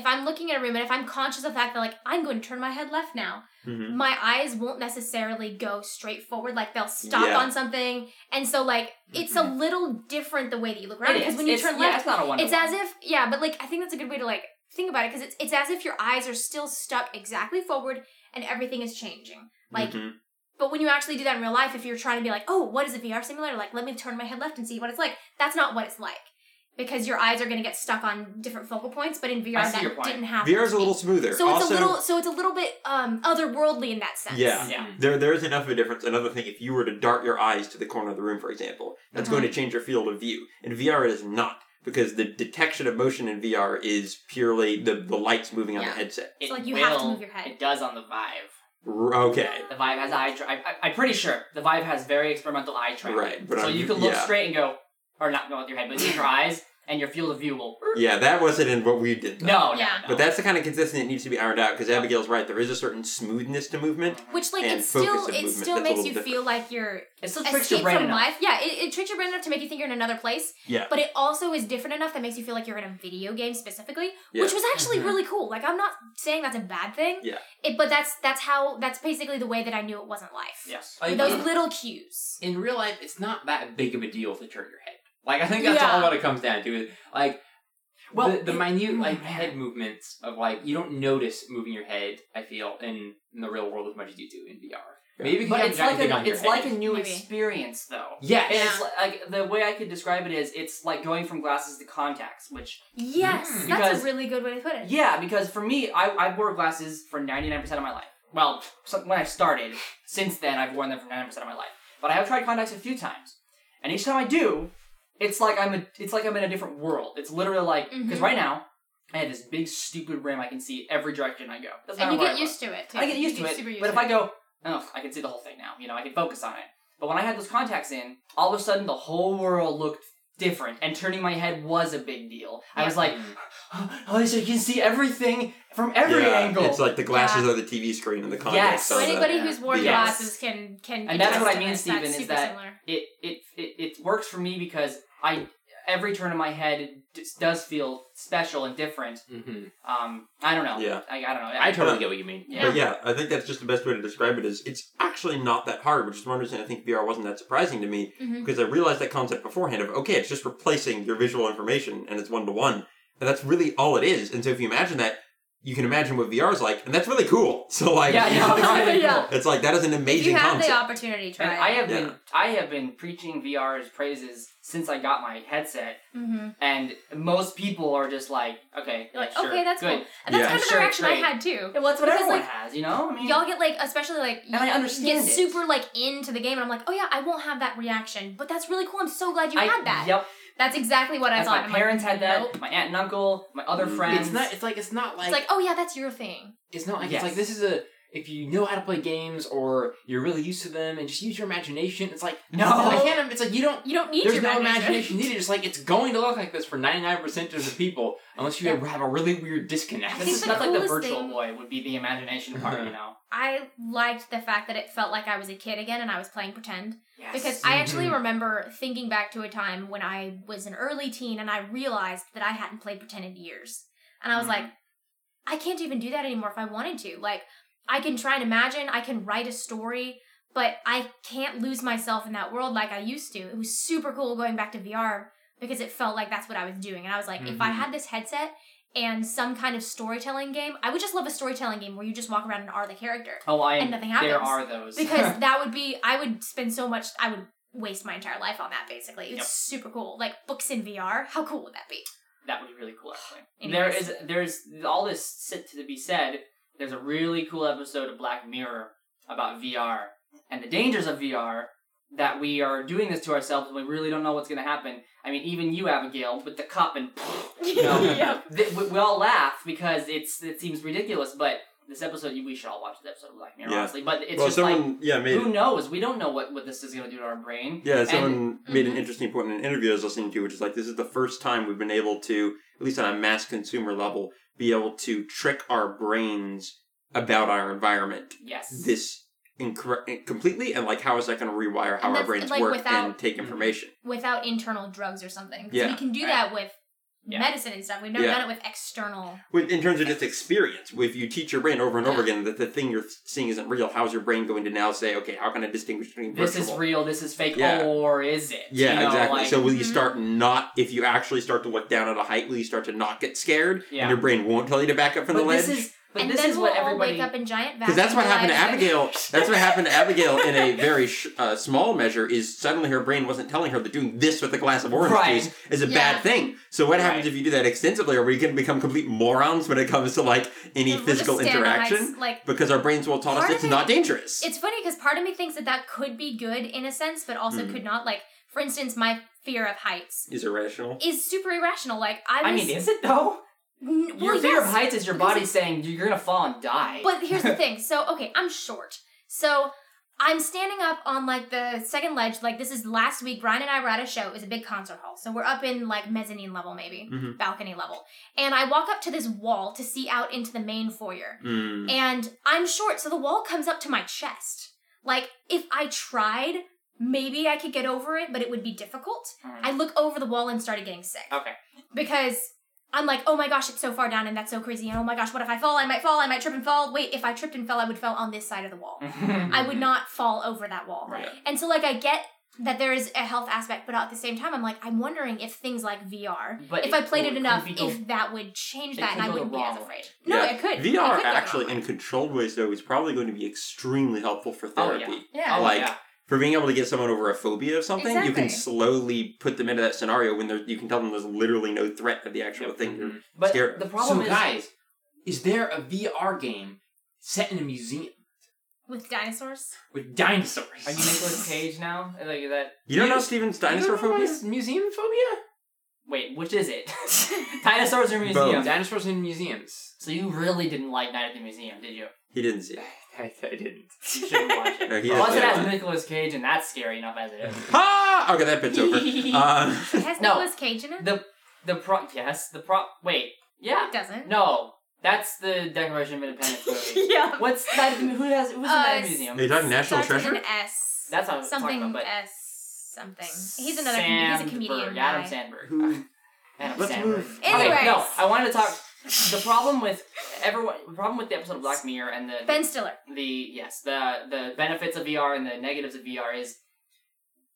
[SPEAKER 3] if I'm looking at a room and if I'm conscious of the fact that like I'm going to turn my head left now,
[SPEAKER 4] Mhm.
[SPEAKER 3] my eyes won't necessarily go straight forward. Like they'll stop
[SPEAKER 4] Yeah. Mm-hmm.
[SPEAKER 3] on something, and so like it's a little different the way that you look around
[SPEAKER 2] It
[SPEAKER 3] because
[SPEAKER 2] is.
[SPEAKER 3] when you
[SPEAKER 2] It's-
[SPEAKER 3] turn
[SPEAKER 2] yeah,
[SPEAKER 3] left,
[SPEAKER 2] it's not a one
[SPEAKER 3] it's as if yeah. But like I think that's a good way to like think about it because it's it's as if your eyes are still stuck exactly forward and everything is changing. Like
[SPEAKER 4] Mhm.
[SPEAKER 3] but when you actually do that in real life, if you're trying to be like, oh, what is a VR simulator like? Let me turn my head left and see what it's like. That's not what it's like. Because your eyes are going to get stuck on different focal points, but in VR
[SPEAKER 2] see
[SPEAKER 3] that
[SPEAKER 2] your point.
[SPEAKER 3] didn't happen.
[SPEAKER 4] VR is
[SPEAKER 3] to
[SPEAKER 4] a
[SPEAKER 3] me.
[SPEAKER 4] little smoother.
[SPEAKER 3] So it's a
[SPEAKER 4] also,
[SPEAKER 3] little, so it's a little bit um, otherworldly in that sense.
[SPEAKER 4] Yeah.
[SPEAKER 2] yeah
[SPEAKER 4] There, there is enough of a difference. Another thing, if you were to dart your eyes to the corner of the room, for example, that's
[SPEAKER 3] Mhm.
[SPEAKER 4] going
[SPEAKER 2] Mm-hmm.
[SPEAKER 4] to change your field of view. In VR, it is not because the detection of motion in VR is purely the, the lights moving on
[SPEAKER 3] Yeah.
[SPEAKER 4] the headset.
[SPEAKER 2] It
[SPEAKER 3] So, like, you have to
[SPEAKER 2] will-
[SPEAKER 3] move your head.
[SPEAKER 2] It does on the Vive.
[SPEAKER 4] R- okay,
[SPEAKER 2] The Vive has eye. Tra- I, I, I'm pretty sure the Vive has very experimental eye tracking.
[SPEAKER 4] right, but
[SPEAKER 2] so
[SPEAKER 4] I'm-
[SPEAKER 2] you can look
[SPEAKER 4] yeah.
[SPEAKER 3] *laughs*
[SPEAKER 2] straight and go, or not go with your head, but with your eyes, and your field of view will.
[SPEAKER 4] Yeah, that wasn't in what we did. though.
[SPEAKER 2] No, no,
[SPEAKER 3] Yeah.
[SPEAKER 2] no.
[SPEAKER 4] But that's the kind of consistency that needs to be ironed out because Abigail's right. There is a certain smoothness to movement.
[SPEAKER 2] Mm-hmm.
[SPEAKER 3] Which like
[SPEAKER 4] And
[SPEAKER 3] it still
[SPEAKER 4] focus and
[SPEAKER 3] it
[SPEAKER 4] movement,
[SPEAKER 3] still
[SPEAKER 4] that's a
[SPEAKER 3] makes you
[SPEAKER 4] little
[SPEAKER 3] feel like you're
[SPEAKER 2] it still tricks your
[SPEAKER 3] escape
[SPEAKER 2] brain
[SPEAKER 3] from
[SPEAKER 2] enough.
[SPEAKER 3] life. Yeah, it, it tricks your brain enough to make you think you're in another place.
[SPEAKER 4] Yeah.
[SPEAKER 3] But it also is different enough that makes you feel like you're in a video game specifically,
[SPEAKER 4] Yeah.
[SPEAKER 3] which was actually
[SPEAKER 2] Mhm.
[SPEAKER 3] really cool. Like I'm not saying that's a bad thing.
[SPEAKER 4] Yeah.
[SPEAKER 3] It, but that's that's how that's basically the way that I knew it wasn't life.
[SPEAKER 1] Yes.
[SPEAKER 3] With
[SPEAKER 1] Like,
[SPEAKER 2] uh,
[SPEAKER 3] Those little cues.
[SPEAKER 1] in real life, it's not that big of a deal to turn your head. Like I think that's
[SPEAKER 3] Yeah.
[SPEAKER 1] all what it comes down to. is, Like
[SPEAKER 2] Well,
[SPEAKER 1] the, the
[SPEAKER 2] it-
[SPEAKER 1] minute like *clears throat*
[SPEAKER 2] man.
[SPEAKER 1] head movements of like you don't notice moving your head. I feel in, in the real world as much as you do in VR. Maybe because
[SPEAKER 2] But
[SPEAKER 1] you have a
[SPEAKER 2] it's
[SPEAKER 1] giant
[SPEAKER 2] like
[SPEAKER 1] thing on
[SPEAKER 2] a,
[SPEAKER 1] your
[SPEAKER 2] it's
[SPEAKER 1] head.
[SPEAKER 2] like a new
[SPEAKER 3] Maybe.
[SPEAKER 2] experience though.
[SPEAKER 1] yes.
[SPEAKER 2] And it's like, like the way I could describe it is it's like going from glasses to contacts, which
[SPEAKER 3] Yes,
[SPEAKER 1] Mm.
[SPEAKER 3] that's
[SPEAKER 2] Because-
[SPEAKER 3] a really good way to put it.
[SPEAKER 2] yeah, because for me, I I wore glasses for ninety nine percent of my life. Well, so- when I started, since then I've worn them for ninety nine percent of my life. But I have tried contacts a few times, and each time I do, it's like I'm a, it's like I'm in a different world. It's literally like because
[SPEAKER 3] Mhm.
[SPEAKER 2] right now I have this big stupid rim I can see every direction I go. Doesn't
[SPEAKER 3] And
[SPEAKER 2] matter
[SPEAKER 3] you
[SPEAKER 2] where I
[SPEAKER 3] get
[SPEAKER 2] look.
[SPEAKER 3] used to it. Too.
[SPEAKER 2] I get used
[SPEAKER 3] You
[SPEAKER 2] to it.
[SPEAKER 3] super used
[SPEAKER 2] but if
[SPEAKER 3] to
[SPEAKER 2] I go, oh, I can see the whole thing now. You know, I can focus on it. But when I had those contacts in, all of a sudden the whole world looked different, and turning my head was a big deal. I was like, *gasps*
[SPEAKER 1] Mm-hmm.
[SPEAKER 2] oh, so you can see everything from every
[SPEAKER 4] Yeah,
[SPEAKER 2] angle.
[SPEAKER 4] It's like the glasses are the TV screen and the
[SPEAKER 2] Yes.
[SPEAKER 4] contacts
[SPEAKER 3] so
[SPEAKER 4] are the-
[SPEAKER 3] anybody
[SPEAKER 2] Yeah.
[SPEAKER 3] who's worn
[SPEAKER 4] Yes.
[SPEAKER 3] glasses can can.
[SPEAKER 2] And that's
[SPEAKER 3] attest
[SPEAKER 2] what I
[SPEAKER 3] to
[SPEAKER 2] mean,
[SPEAKER 3] this.
[SPEAKER 2] Steven,
[SPEAKER 3] That's
[SPEAKER 2] is
[SPEAKER 3] super
[SPEAKER 2] that-
[SPEAKER 3] similar.
[SPEAKER 2] it, it it it works for me because I every turn of my head just does feel special and different.
[SPEAKER 1] hmm
[SPEAKER 2] Um, I don't know.
[SPEAKER 4] Yeah.
[SPEAKER 2] I, I don't know.
[SPEAKER 1] I totally get what you mean.
[SPEAKER 2] yeah.
[SPEAKER 4] But yeah, I think that's just the best way to describe it. Is it's actually not that hard, which is one reason I think VR wasn't that surprising to me
[SPEAKER 2] Mm-hmm.
[SPEAKER 3] Mhm.
[SPEAKER 4] because I realized that concept beforehand of okay, it's just replacing your visual information and it's one to one, and that's really all it is. And so if you imagine that, you can imagine what VR is like, and that's really cool. *laughs* So like,
[SPEAKER 2] *laughs* yeah, yeah,
[SPEAKER 3] *laughs* Yeah.
[SPEAKER 2] yeah.
[SPEAKER 4] *laughs* it's like that is an
[SPEAKER 3] If you
[SPEAKER 4] amazing
[SPEAKER 3] have
[SPEAKER 4] concept.
[SPEAKER 3] the opportunity,
[SPEAKER 2] And
[SPEAKER 3] try
[SPEAKER 2] I
[SPEAKER 3] it.
[SPEAKER 2] have
[SPEAKER 4] Yeah.
[SPEAKER 2] been I have been preaching VR's praises since I got my headset
[SPEAKER 3] mm-hmm.
[SPEAKER 2] And most people are just like, okay,
[SPEAKER 3] You're like,
[SPEAKER 2] sure,
[SPEAKER 3] okay, that's
[SPEAKER 2] good.
[SPEAKER 3] cool. And that's
[SPEAKER 4] Yeah.
[SPEAKER 3] kind of the
[SPEAKER 2] Sure,
[SPEAKER 3] reaction I
[SPEAKER 2] great.
[SPEAKER 3] had too.
[SPEAKER 2] Yeah, well, that's what
[SPEAKER 3] Because,
[SPEAKER 2] everyone
[SPEAKER 3] like,
[SPEAKER 2] has, you know. I mean,
[SPEAKER 3] Y'all get like, especially like,
[SPEAKER 2] And I
[SPEAKER 3] you
[SPEAKER 2] understand
[SPEAKER 3] get
[SPEAKER 2] it.
[SPEAKER 3] super like into the game, and I'm like, oh yeah, I won't have that reaction, but that's really cool. I'm so glad you
[SPEAKER 2] I,
[SPEAKER 3] had that.
[SPEAKER 2] Yep,
[SPEAKER 3] That's exactly what I
[SPEAKER 2] as
[SPEAKER 3] thought.
[SPEAKER 2] my
[SPEAKER 3] I'm like,
[SPEAKER 2] parents had that.
[SPEAKER 3] nope.
[SPEAKER 2] My aunt and uncle, my other
[SPEAKER 4] Mm.
[SPEAKER 2] friends.
[SPEAKER 1] It's not. It's like it's not
[SPEAKER 3] It's like, oh yeah, that's your thing.
[SPEAKER 1] It's not like
[SPEAKER 2] Yes.
[SPEAKER 1] it's like this is a if you know how to play games or you're really used to them and just use your imagination. It's like
[SPEAKER 2] *laughs* No.
[SPEAKER 1] I
[SPEAKER 3] *laughs*
[SPEAKER 1] can't. It's like you don't.
[SPEAKER 3] You don't need
[SPEAKER 1] There's
[SPEAKER 3] your
[SPEAKER 1] no imagination needed. It's like it's going to look like this for 99 percent of the people unless you
[SPEAKER 3] Yeah.
[SPEAKER 1] have a really weird
[SPEAKER 3] I
[SPEAKER 1] disconnect.
[SPEAKER 3] think
[SPEAKER 2] This is *laughs*
[SPEAKER 3] the
[SPEAKER 2] not like the
[SPEAKER 3] coolest
[SPEAKER 2] virtual
[SPEAKER 3] thing-
[SPEAKER 2] boy would be the imagination part, you know.
[SPEAKER 3] I liked the fact that it felt like I was a kid again, and I was playing pretend.
[SPEAKER 2] Yes.
[SPEAKER 3] Because I actually
[SPEAKER 1] Mhm.
[SPEAKER 3] remember thinking back to a time when I was an early teen and I realized that I hadn't played pretend in years. And I was
[SPEAKER 2] Mhm.
[SPEAKER 3] like, I can't even do that anymore if I wanted to. Like, I can try and imagine, I can write a story, but I can't lose myself in that world like I used to. It was super cool going back to VR because it felt like that's what I was doing. And I was like, if I
[SPEAKER 1] Mhm.
[SPEAKER 3] had this headset and some kind of storytelling game, I would just love a storytelling game where you just walk around and are the character
[SPEAKER 2] oh, I
[SPEAKER 3] and nothing happens
[SPEAKER 2] there are those *laughs*
[SPEAKER 3] because that would be I would spend so much I would waste my entire life on that basically. It's
[SPEAKER 2] Yep.
[SPEAKER 3] super cool. Like books in VR, how cool would that be?
[SPEAKER 2] that would be really cool. Actually, there
[SPEAKER 3] Anyways.
[SPEAKER 2] is there's all this sit to be said. There's a really cool episode of Black Mirror about VR and the dangers of VR that we are doing this to ourselves and we really don't know what's going to happen. I mean, even you, Abigail, with the cup and
[SPEAKER 3] *laughs*
[SPEAKER 2] No.
[SPEAKER 3] Yep.
[SPEAKER 2] th- we, we all laugh because it's it seems ridiculous, but this episode we should all watch this episode of Black Mirror,
[SPEAKER 4] Yeah.
[SPEAKER 2] honestly. But it's
[SPEAKER 4] well,
[SPEAKER 2] just
[SPEAKER 4] someone yeah
[SPEAKER 2] like
[SPEAKER 4] made
[SPEAKER 2] who knows? We don't know what, what this is gonna do to our brain.
[SPEAKER 4] Yeah,
[SPEAKER 2] And-
[SPEAKER 4] someone made an
[SPEAKER 3] Mhm.
[SPEAKER 4] interesting point in an interview I was listening to, which is like this is the first time we've been able to, at least on a mass consumer level, be able to trick our brains about our environment.
[SPEAKER 2] Yes.
[SPEAKER 4] This incre- eh, completely, and like how is that going to rewire how
[SPEAKER 3] And
[SPEAKER 4] our
[SPEAKER 3] that's,
[SPEAKER 4] brains
[SPEAKER 3] like,
[SPEAKER 4] work
[SPEAKER 3] without- Mm-hmm.
[SPEAKER 4] and take information?
[SPEAKER 3] Without internal drugs or something. 'Cause
[SPEAKER 4] Yeah.
[SPEAKER 3] We can do
[SPEAKER 2] Right.
[SPEAKER 3] that with
[SPEAKER 2] Yeah.
[SPEAKER 3] medicine and stuff. We've never
[SPEAKER 4] Yeah.
[SPEAKER 3] done it with external
[SPEAKER 4] With, in terms of just experience, if you teach your brain over and over again that the thing you're seeing isn't real, how's your brain going to now say, okay, how can I distinguish between
[SPEAKER 2] this
[SPEAKER 4] virtual?
[SPEAKER 2] is real, this is fake,
[SPEAKER 4] Yeah.
[SPEAKER 2] or is it?
[SPEAKER 4] Yeah,
[SPEAKER 2] You know,
[SPEAKER 4] exactly.
[SPEAKER 2] like- mm-hmm.
[SPEAKER 4] so will you
[SPEAKER 3] Mhm.
[SPEAKER 4] start not if you actually start to look down at a height, will you start to not get scared?
[SPEAKER 2] Yeah.
[SPEAKER 4] And your brain won't tell you to back up from
[SPEAKER 2] but
[SPEAKER 4] the
[SPEAKER 2] this
[SPEAKER 4] ledge.
[SPEAKER 2] is but
[SPEAKER 3] and
[SPEAKER 2] this
[SPEAKER 3] then
[SPEAKER 2] is
[SPEAKER 3] we'll
[SPEAKER 2] what
[SPEAKER 3] all
[SPEAKER 2] everybody
[SPEAKER 3] wake up in giant
[SPEAKER 4] Because
[SPEAKER 3] vacuums.
[SPEAKER 4] that's what happened to
[SPEAKER 3] realize- *laughs*
[SPEAKER 4] Abigail. That's what happened to Abigail in a very sh- uh, small measure. Is suddenly her brain wasn't telling her that doing this with a glass of orange
[SPEAKER 2] Right.
[SPEAKER 4] juice is a
[SPEAKER 3] Yeah.
[SPEAKER 4] bad thing. So what happens
[SPEAKER 2] Right.
[SPEAKER 4] if you do that extensively? Are we going to become complete morons when it comes to like any
[SPEAKER 3] We'll just
[SPEAKER 4] physical
[SPEAKER 3] stand on ice,
[SPEAKER 4] interaction?
[SPEAKER 3] Like
[SPEAKER 4] Because our brains will tell us
[SPEAKER 3] Part of
[SPEAKER 4] it's
[SPEAKER 3] it-
[SPEAKER 4] not dangerous.
[SPEAKER 3] It's funny because part of me thinks that that could be good in a sense, but also
[SPEAKER 2] Mm.
[SPEAKER 4] Mhm.
[SPEAKER 3] could not. Like, for instance, my fear of heights
[SPEAKER 4] is irrational.
[SPEAKER 3] is super irrational. Like, I was.
[SPEAKER 2] I mean, is it though?
[SPEAKER 3] N- well,
[SPEAKER 2] your fear
[SPEAKER 3] yes.
[SPEAKER 2] of heights is your
[SPEAKER 3] because
[SPEAKER 2] body saying you're gonna fall and die.
[SPEAKER 3] But here's the thing. So, okay, I'm short. So I'm standing up on like the second ledge. Like this is last week. Brian and I were at a show. It was a big concert hall, so we're up in like mezzanine level, maybe
[SPEAKER 4] Mhm.
[SPEAKER 3] balcony level. And I walk up to this wall to see out into the main foyer.
[SPEAKER 4] Mm.
[SPEAKER 3] And I'm short, so the wall comes up to my chest. Like if I tried, maybe I could get over it, but it would be difficult. I look over the wall and started getting sick
[SPEAKER 2] Okay.
[SPEAKER 3] because I'm like, oh my gosh, it's so far down and that's so crazy. And oh my gosh, what if I fall? I might fall. I might trip and fall. Wait, if I tripped and fell, I would fell on this side of the wall. *laughs*
[SPEAKER 2] *laughs*
[SPEAKER 3] I would not fall over that wall.
[SPEAKER 2] Mm-hmm. Right.
[SPEAKER 3] And so, like, I get that there is a health aspect, but at the same time, I'm like, I'm wondering if things like VR,
[SPEAKER 2] But
[SPEAKER 3] if I played
[SPEAKER 2] oh,
[SPEAKER 3] it
[SPEAKER 2] could
[SPEAKER 3] enough,
[SPEAKER 2] be go-
[SPEAKER 3] if that would change
[SPEAKER 2] it
[SPEAKER 3] that
[SPEAKER 2] could
[SPEAKER 3] and I
[SPEAKER 2] go the
[SPEAKER 3] wouldn't be as
[SPEAKER 2] wrong
[SPEAKER 3] afraid. No,
[SPEAKER 4] Yeah.
[SPEAKER 3] it could. It
[SPEAKER 4] VR
[SPEAKER 3] could go the
[SPEAKER 4] actually,
[SPEAKER 3] wrong
[SPEAKER 4] in
[SPEAKER 3] way.
[SPEAKER 4] controlled ways, though, is probably going to be extremely helpful for
[SPEAKER 2] Oh,
[SPEAKER 4] therapy.
[SPEAKER 3] Yeah.
[SPEAKER 2] Oh,
[SPEAKER 4] Like,
[SPEAKER 2] yeah.
[SPEAKER 4] For being able to get someone over a phobia of something, you
[SPEAKER 3] Exactly.
[SPEAKER 4] can slowly put them into that scenario when there, you can tell them there's literally no threat of the actual
[SPEAKER 2] Yep. Mm-hmm.
[SPEAKER 4] thing.
[SPEAKER 1] Mm-hmm.
[SPEAKER 4] You're
[SPEAKER 2] But
[SPEAKER 4] scared.
[SPEAKER 2] the problem
[SPEAKER 1] so
[SPEAKER 2] is,
[SPEAKER 1] guys, is there a VR game set in a museum
[SPEAKER 3] With dinosaurs? *laughs*
[SPEAKER 1] with dinosaurs?
[SPEAKER 2] are you
[SPEAKER 1] *laughs*
[SPEAKER 2] Nicolas Cage now? Like that?
[SPEAKER 4] You don't
[SPEAKER 1] You-
[SPEAKER 4] know Steven's
[SPEAKER 1] You
[SPEAKER 4] dinosaur
[SPEAKER 1] don't know
[SPEAKER 4] phobia?
[SPEAKER 1] his Museum phobia?
[SPEAKER 2] Wait, which is it? *laughs* Dinosaurs or museum?
[SPEAKER 4] Both.
[SPEAKER 1] Dinosaurs in museums.
[SPEAKER 2] So you really didn't like Night at the Museum, did you?
[SPEAKER 4] He didn't see it.
[SPEAKER 1] *laughs* I, I *laughs* didn't.
[SPEAKER 2] You should watch *laughs* it.
[SPEAKER 4] No, he
[SPEAKER 2] Well, Unless it
[SPEAKER 4] doesn't
[SPEAKER 2] has
[SPEAKER 4] see it.
[SPEAKER 2] Nicolas Cage, and that's scary enough as it is.
[SPEAKER 4] Ah! Okay,
[SPEAKER 2] *laughs*
[SPEAKER 4] that bit's over. Um,
[SPEAKER 3] It has
[SPEAKER 2] No.
[SPEAKER 3] Nicolas Cage in it?
[SPEAKER 2] The the pro yes the pro wait yeah
[SPEAKER 3] It doesn't.
[SPEAKER 2] no that's the Declaration of Independence movie.
[SPEAKER 3] *laughs* yeah.
[SPEAKER 2] What's that? Who has who's in that
[SPEAKER 3] Uh,
[SPEAKER 4] *laughs* are
[SPEAKER 2] museum?
[SPEAKER 4] you talking National
[SPEAKER 3] Starts
[SPEAKER 2] *laughs*
[SPEAKER 3] with
[SPEAKER 4] Treasure?
[SPEAKER 3] An S.
[SPEAKER 2] That's what I was
[SPEAKER 3] something
[SPEAKER 2] talking about.
[SPEAKER 3] S. Something. He's another. com- he's a comedian.
[SPEAKER 2] Sandberg, Adam
[SPEAKER 3] guy.
[SPEAKER 2] Sandberg.
[SPEAKER 4] Who-
[SPEAKER 2] Adam
[SPEAKER 4] Let's
[SPEAKER 2] Sandberg.
[SPEAKER 4] move.
[SPEAKER 2] Okay, no,
[SPEAKER 3] Anyways.
[SPEAKER 2] I wanted to talk. The problem with everyone, the problem with the episode of Black Mirror and the
[SPEAKER 3] Ben Stiller.
[SPEAKER 2] the yes the the benefits of VR and the negatives of VR is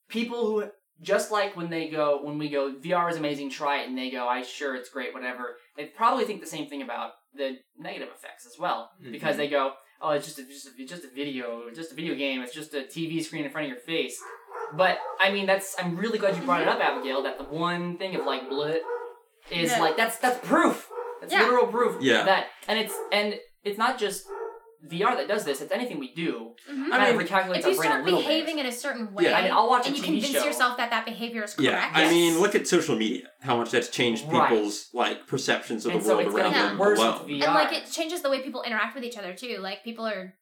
[SPEAKER 2] people who just like when they go when we go VR is amazing try it and they go I sure it's great whatever they probably think the same thing about the negative effects as well because they go oh it's just a, just a, just a video just a video game it's just a TV screen in front of your face but I mean that's I'm really glad you brought it up Abigail that the one thing of like blit is
[SPEAKER 3] Yeah.
[SPEAKER 2] like that's that's proof that's
[SPEAKER 3] Yeah.
[SPEAKER 2] literal proof
[SPEAKER 4] Yeah.
[SPEAKER 2] that and it's and it's not just VR that does this. It's anything we do.
[SPEAKER 3] Mhm.
[SPEAKER 4] I
[SPEAKER 2] kind
[SPEAKER 4] mean,
[SPEAKER 2] of recalculates
[SPEAKER 3] if you
[SPEAKER 2] our brain
[SPEAKER 3] start
[SPEAKER 2] a little
[SPEAKER 3] behaving
[SPEAKER 2] bit.
[SPEAKER 3] in a certain way,
[SPEAKER 4] Yeah.
[SPEAKER 2] I mean, I'll watch a
[SPEAKER 3] and you
[SPEAKER 2] TV
[SPEAKER 3] convince
[SPEAKER 2] show.
[SPEAKER 3] yourself that that behavior is correct.
[SPEAKER 4] Yeah, I
[SPEAKER 2] Yes.
[SPEAKER 4] mean, look at social media. How much that's changed
[SPEAKER 2] Right.
[SPEAKER 4] people's like perceptions of
[SPEAKER 2] and
[SPEAKER 4] the
[SPEAKER 2] so
[SPEAKER 4] world
[SPEAKER 2] it's
[SPEAKER 4] around
[SPEAKER 2] gonna
[SPEAKER 4] them
[SPEAKER 2] get worse
[SPEAKER 4] alone.
[SPEAKER 2] with VR.
[SPEAKER 3] and like it changes the way people interact with each other too. Like people are,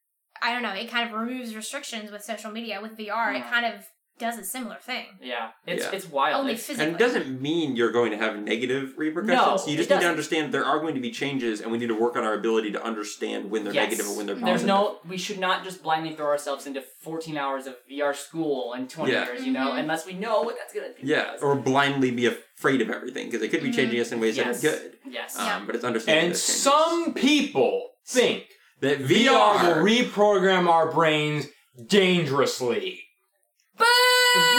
[SPEAKER 3] I don't know, it kind of removes restrictions with social media with VR. It
[SPEAKER 2] Mhm.
[SPEAKER 3] kind of does a similar thing,
[SPEAKER 2] yeah, it's
[SPEAKER 4] Yeah.
[SPEAKER 2] it's wild.
[SPEAKER 3] only
[SPEAKER 2] It's-
[SPEAKER 3] physically.
[SPEAKER 4] and it doesn't mean you're going to have negative repercussions. you
[SPEAKER 2] it
[SPEAKER 4] just need to
[SPEAKER 2] doesn't.
[SPEAKER 4] understand there are going to be changes, and we need to work on our ability to understand when they're
[SPEAKER 2] Yes.
[SPEAKER 4] negative and when they're positive.
[SPEAKER 2] There's no. We should not just blindly throw ourselves into 14 hours of VR school in 20
[SPEAKER 4] Yeah.
[SPEAKER 2] years. You know,
[SPEAKER 3] Mhm.
[SPEAKER 2] unless we know what that's gonna do. to
[SPEAKER 4] yeah,
[SPEAKER 2] us.
[SPEAKER 4] or blindly be afraid of everything because it could be
[SPEAKER 3] Mhm.
[SPEAKER 4] changing us in ways
[SPEAKER 2] Yes.
[SPEAKER 4] that are good.
[SPEAKER 2] yes.
[SPEAKER 4] Um, But it's understanding
[SPEAKER 1] And
[SPEAKER 4] those changes.
[SPEAKER 1] some people think
[SPEAKER 4] that
[SPEAKER 1] VR
[SPEAKER 4] VR
[SPEAKER 1] will reprogram our brains *laughs* dangerously.
[SPEAKER 3] Boo!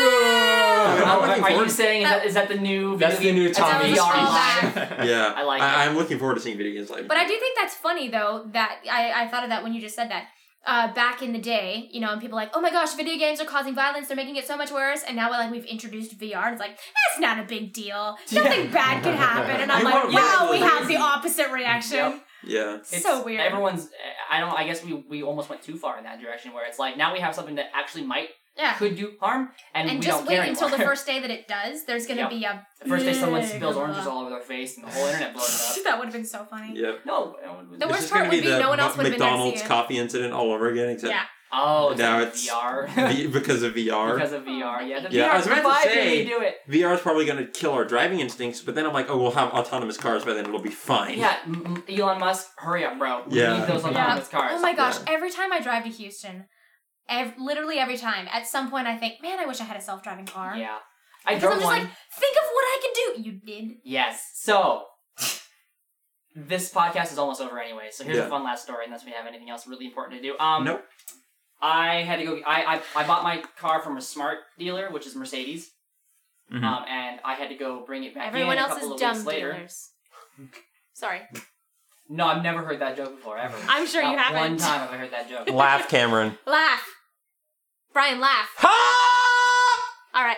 [SPEAKER 4] I'm
[SPEAKER 2] Are-
[SPEAKER 4] looking
[SPEAKER 2] are you
[SPEAKER 4] forward-
[SPEAKER 2] saying that, is that the new?
[SPEAKER 1] That's the
[SPEAKER 2] video
[SPEAKER 1] new
[SPEAKER 2] game- a
[SPEAKER 1] Tommy.
[SPEAKER 3] Tommy's
[SPEAKER 2] VR
[SPEAKER 3] callback.
[SPEAKER 1] *laughs*
[SPEAKER 2] line?
[SPEAKER 4] *laughs* yeah,
[SPEAKER 2] I like
[SPEAKER 4] I, I'm looking forward to seeing video games live.
[SPEAKER 3] But I do think that's funny though that I, I thought of that when you just said that. Uh, back in the day, you know, and people like, oh my gosh, video games are causing violence. They're making it so much worse. And now, like, we've introduced VR. And it's like that's not a big deal. Nothing bad could happen. And I'm
[SPEAKER 4] I
[SPEAKER 3] like,
[SPEAKER 4] want
[SPEAKER 3] wow, we
[SPEAKER 4] virtual
[SPEAKER 3] have the
[SPEAKER 4] reality.
[SPEAKER 3] opposite reaction.
[SPEAKER 2] Yep.
[SPEAKER 4] yeah,
[SPEAKER 2] It's-
[SPEAKER 3] so weird.
[SPEAKER 2] Everyone's. eh, I don't. I guess we we almost went too far in that direction where it's like now we have something that actually might
[SPEAKER 3] yeah.
[SPEAKER 2] could do harm, and,
[SPEAKER 3] and
[SPEAKER 2] we
[SPEAKER 3] just
[SPEAKER 2] don't
[SPEAKER 3] wait
[SPEAKER 2] care
[SPEAKER 3] until the
[SPEAKER 2] anymore.
[SPEAKER 3] first day that it does. There's gonna
[SPEAKER 2] Yeah.
[SPEAKER 3] be a
[SPEAKER 2] *laughs* The first day someone
[SPEAKER 3] big
[SPEAKER 2] spills oranges
[SPEAKER 3] blah.
[SPEAKER 2] all over their face and the whole internet blows up.
[SPEAKER 3] *laughs* that would have been so funny.
[SPEAKER 4] yeah.
[SPEAKER 2] No, no one would-
[SPEAKER 3] The
[SPEAKER 4] It's
[SPEAKER 3] worst
[SPEAKER 4] just
[SPEAKER 3] part
[SPEAKER 4] gonna
[SPEAKER 3] would be
[SPEAKER 4] the
[SPEAKER 3] no one else would've been there to see
[SPEAKER 4] McDonald's
[SPEAKER 3] it.
[SPEAKER 4] coffee incident all over again, except
[SPEAKER 3] Yeah.
[SPEAKER 2] Oh, it's
[SPEAKER 4] Now
[SPEAKER 2] like
[SPEAKER 4] it's
[SPEAKER 2] VR.
[SPEAKER 4] *laughs* V- because of
[SPEAKER 2] *laughs*
[SPEAKER 4] VR.
[SPEAKER 2] because of
[SPEAKER 3] Oh
[SPEAKER 2] VR, yeah. The
[SPEAKER 4] Yeah,
[SPEAKER 2] VR
[SPEAKER 4] I was about to
[SPEAKER 2] vibe made me
[SPEAKER 4] say-
[SPEAKER 2] do
[SPEAKER 4] *laughs*
[SPEAKER 2] it.
[SPEAKER 4] VR is probably going to kill our driving instincts, but then I'm like, oh, we'll have autonomous cars by then. It'll be fine.
[SPEAKER 2] Yeah, m- m- Elon Musk, hurry up, bro. We
[SPEAKER 4] Yeah.
[SPEAKER 2] need those
[SPEAKER 3] *laughs*
[SPEAKER 1] Yeah.
[SPEAKER 2] autonomous cars.
[SPEAKER 3] Oh my gosh! Every time I drive to Houston, ev- literally every time, at some point I think, man, I wish I had a self-driving car.
[SPEAKER 2] Yeah, I
[SPEAKER 3] because
[SPEAKER 2] drove
[SPEAKER 3] I'm just
[SPEAKER 2] one.
[SPEAKER 3] like, think of what I can do. You did.
[SPEAKER 2] Yes. So this podcast is almost over anyway. So here's
[SPEAKER 4] Yeah.
[SPEAKER 2] a fun last story, unless we have anything else really important to do. Um,
[SPEAKER 4] Nope.
[SPEAKER 2] I had to go. I, I I bought my car from a smart dealer, which is Mercedes.
[SPEAKER 4] Mhm.
[SPEAKER 2] Um, and I had to go bring it back.
[SPEAKER 3] Everyone
[SPEAKER 2] in a
[SPEAKER 3] else
[SPEAKER 2] couple
[SPEAKER 3] is
[SPEAKER 2] of
[SPEAKER 3] dumb
[SPEAKER 2] weeks later.
[SPEAKER 3] dealers. Sorry,
[SPEAKER 2] *laughs* No, I've never heard that joke before ever.
[SPEAKER 3] I'm *laughs* sure you
[SPEAKER 2] Not
[SPEAKER 3] haven't.
[SPEAKER 2] One time have I heard that
[SPEAKER 3] *laughs*
[SPEAKER 2] joke.
[SPEAKER 4] Laugh, Cameron.
[SPEAKER 3] laugh, Brian, laugh.
[SPEAKER 4] Ha!
[SPEAKER 3] All right,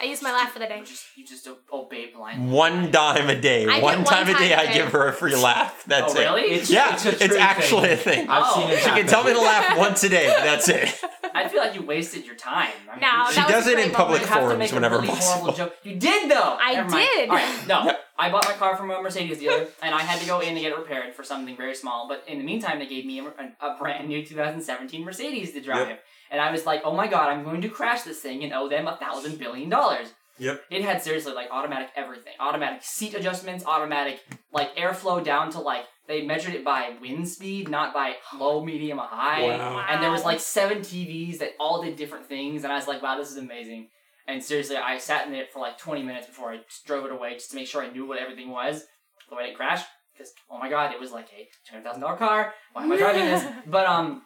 [SPEAKER 3] I used my laugh for the
[SPEAKER 2] *laughs*
[SPEAKER 3] day.
[SPEAKER 2] You just you just obey blindly.
[SPEAKER 5] One dime a day.
[SPEAKER 3] I get
[SPEAKER 5] one
[SPEAKER 3] one
[SPEAKER 5] time a
[SPEAKER 3] time
[SPEAKER 5] day,
[SPEAKER 3] a
[SPEAKER 5] I
[SPEAKER 3] day.
[SPEAKER 5] give her a free laugh. That's
[SPEAKER 2] oh really?
[SPEAKER 5] it. Yeah,
[SPEAKER 1] It's
[SPEAKER 5] it's,
[SPEAKER 1] a true *laughs*
[SPEAKER 5] actually a thing.
[SPEAKER 1] I've
[SPEAKER 2] Oh.
[SPEAKER 1] seen it
[SPEAKER 5] She
[SPEAKER 1] happen.
[SPEAKER 5] can tell me to laugh once a day, but that's it.
[SPEAKER 2] I I feel like you wasted your time. I mean,
[SPEAKER 3] No,
[SPEAKER 2] you
[SPEAKER 3] that
[SPEAKER 5] She
[SPEAKER 3] was
[SPEAKER 5] does
[SPEAKER 3] a
[SPEAKER 5] it
[SPEAKER 3] great
[SPEAKER 5] in public
[SPEAKER 2] would
[SPEAKER 3] moment.
[SPEAKER 2] have to
[SPEAKER 5] forums
[SPEAKER 2] make a
[SPEAKER 5] whenever
[SPEAKER 2] really
[SPEAKER 5] possible.
[SPEAKER 2] horrible joke. You did though.
[SPEAKER 3] I
[SPEAKER 2] Never mind.
[SPEAKER 3] did.
[SPEAKER 2] All right, no, I bought my car from a Mercedes dealer, and I had to go in to get it repaired for something very small. But in the meantime, they gave me a, a brand new 2017 Mercedes to drive, and I was like, "Oh my god, I'm going to crash this thing and owe them a thousand billion dollars."
[SPEAKER 5] Yep.
[SPEAKER 2] It had seriously like automatic everything, automatic seat adjustments, automatic like airflow down to like they measured it by wind speed, not by low, medium, or high.
[SPEAKER 4] Wow.
[SPEAKER 2] And there was like seven TVs that all did different things, and I was like, wow, this is amazing. And seriously, I sat in it for like 20 minutes before I just drove it away just to make sure I knew what everything was, so I didn't crash. Because oh my god, it was like a $200,000 car. Why am I driving this? But um,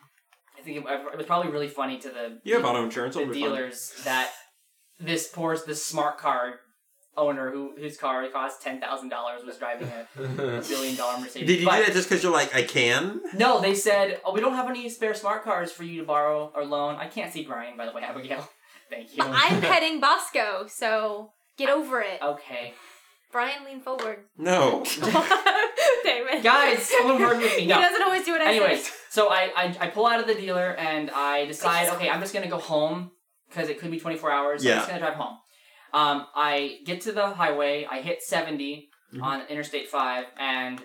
[SPEAKER 2] I think it, it was probably really funny to the
[SPEAKER 4] You have auto insurance.
[SPEAKER 2] the
[SPEAKER 4] It'll be fine.
[SPEAKER 2] dealers that this poor this smart car owner who whose car cost ten thousand dollars was driving a billion dollar Mercedes.
[SPEAKER 5] Did you do
[SPEAKER 2] But-
[SPEAKER 5] that just because you're like, I can?
[SPEAKER 2] No, they said, "Oh, we don't have any spare smart cars for you to borrow or loan." I can't see Brian, by the way, *laughs* Abigail. Thank you.
[SPEAKER 3] But I'm petting Bosco, so get over it.
[SPEAKER 2] okay,
[SPEAKER 3] Brian, lean
[SPEAKER 2] *laughs*
[SPEAKER 3] forward. *laughs*
[SPEAKER 5] *laughs* No.
[SPEAKER 3] David. *laughs*
[SPEAKER 2] guys, someone work with me.
[SPEAKER 3] He
[SPEAKER 2] No.
[SPEAKER 3] doesn't always do what I say.
[SPEAKER 2] Anyways, so I, I I pull out of the dealer and I decide, okay, I'm just gonna go home because it could be 24 hours. So I'm just gonna drive home. Um, I get to the highway. I hit 70 on Interstate 5, and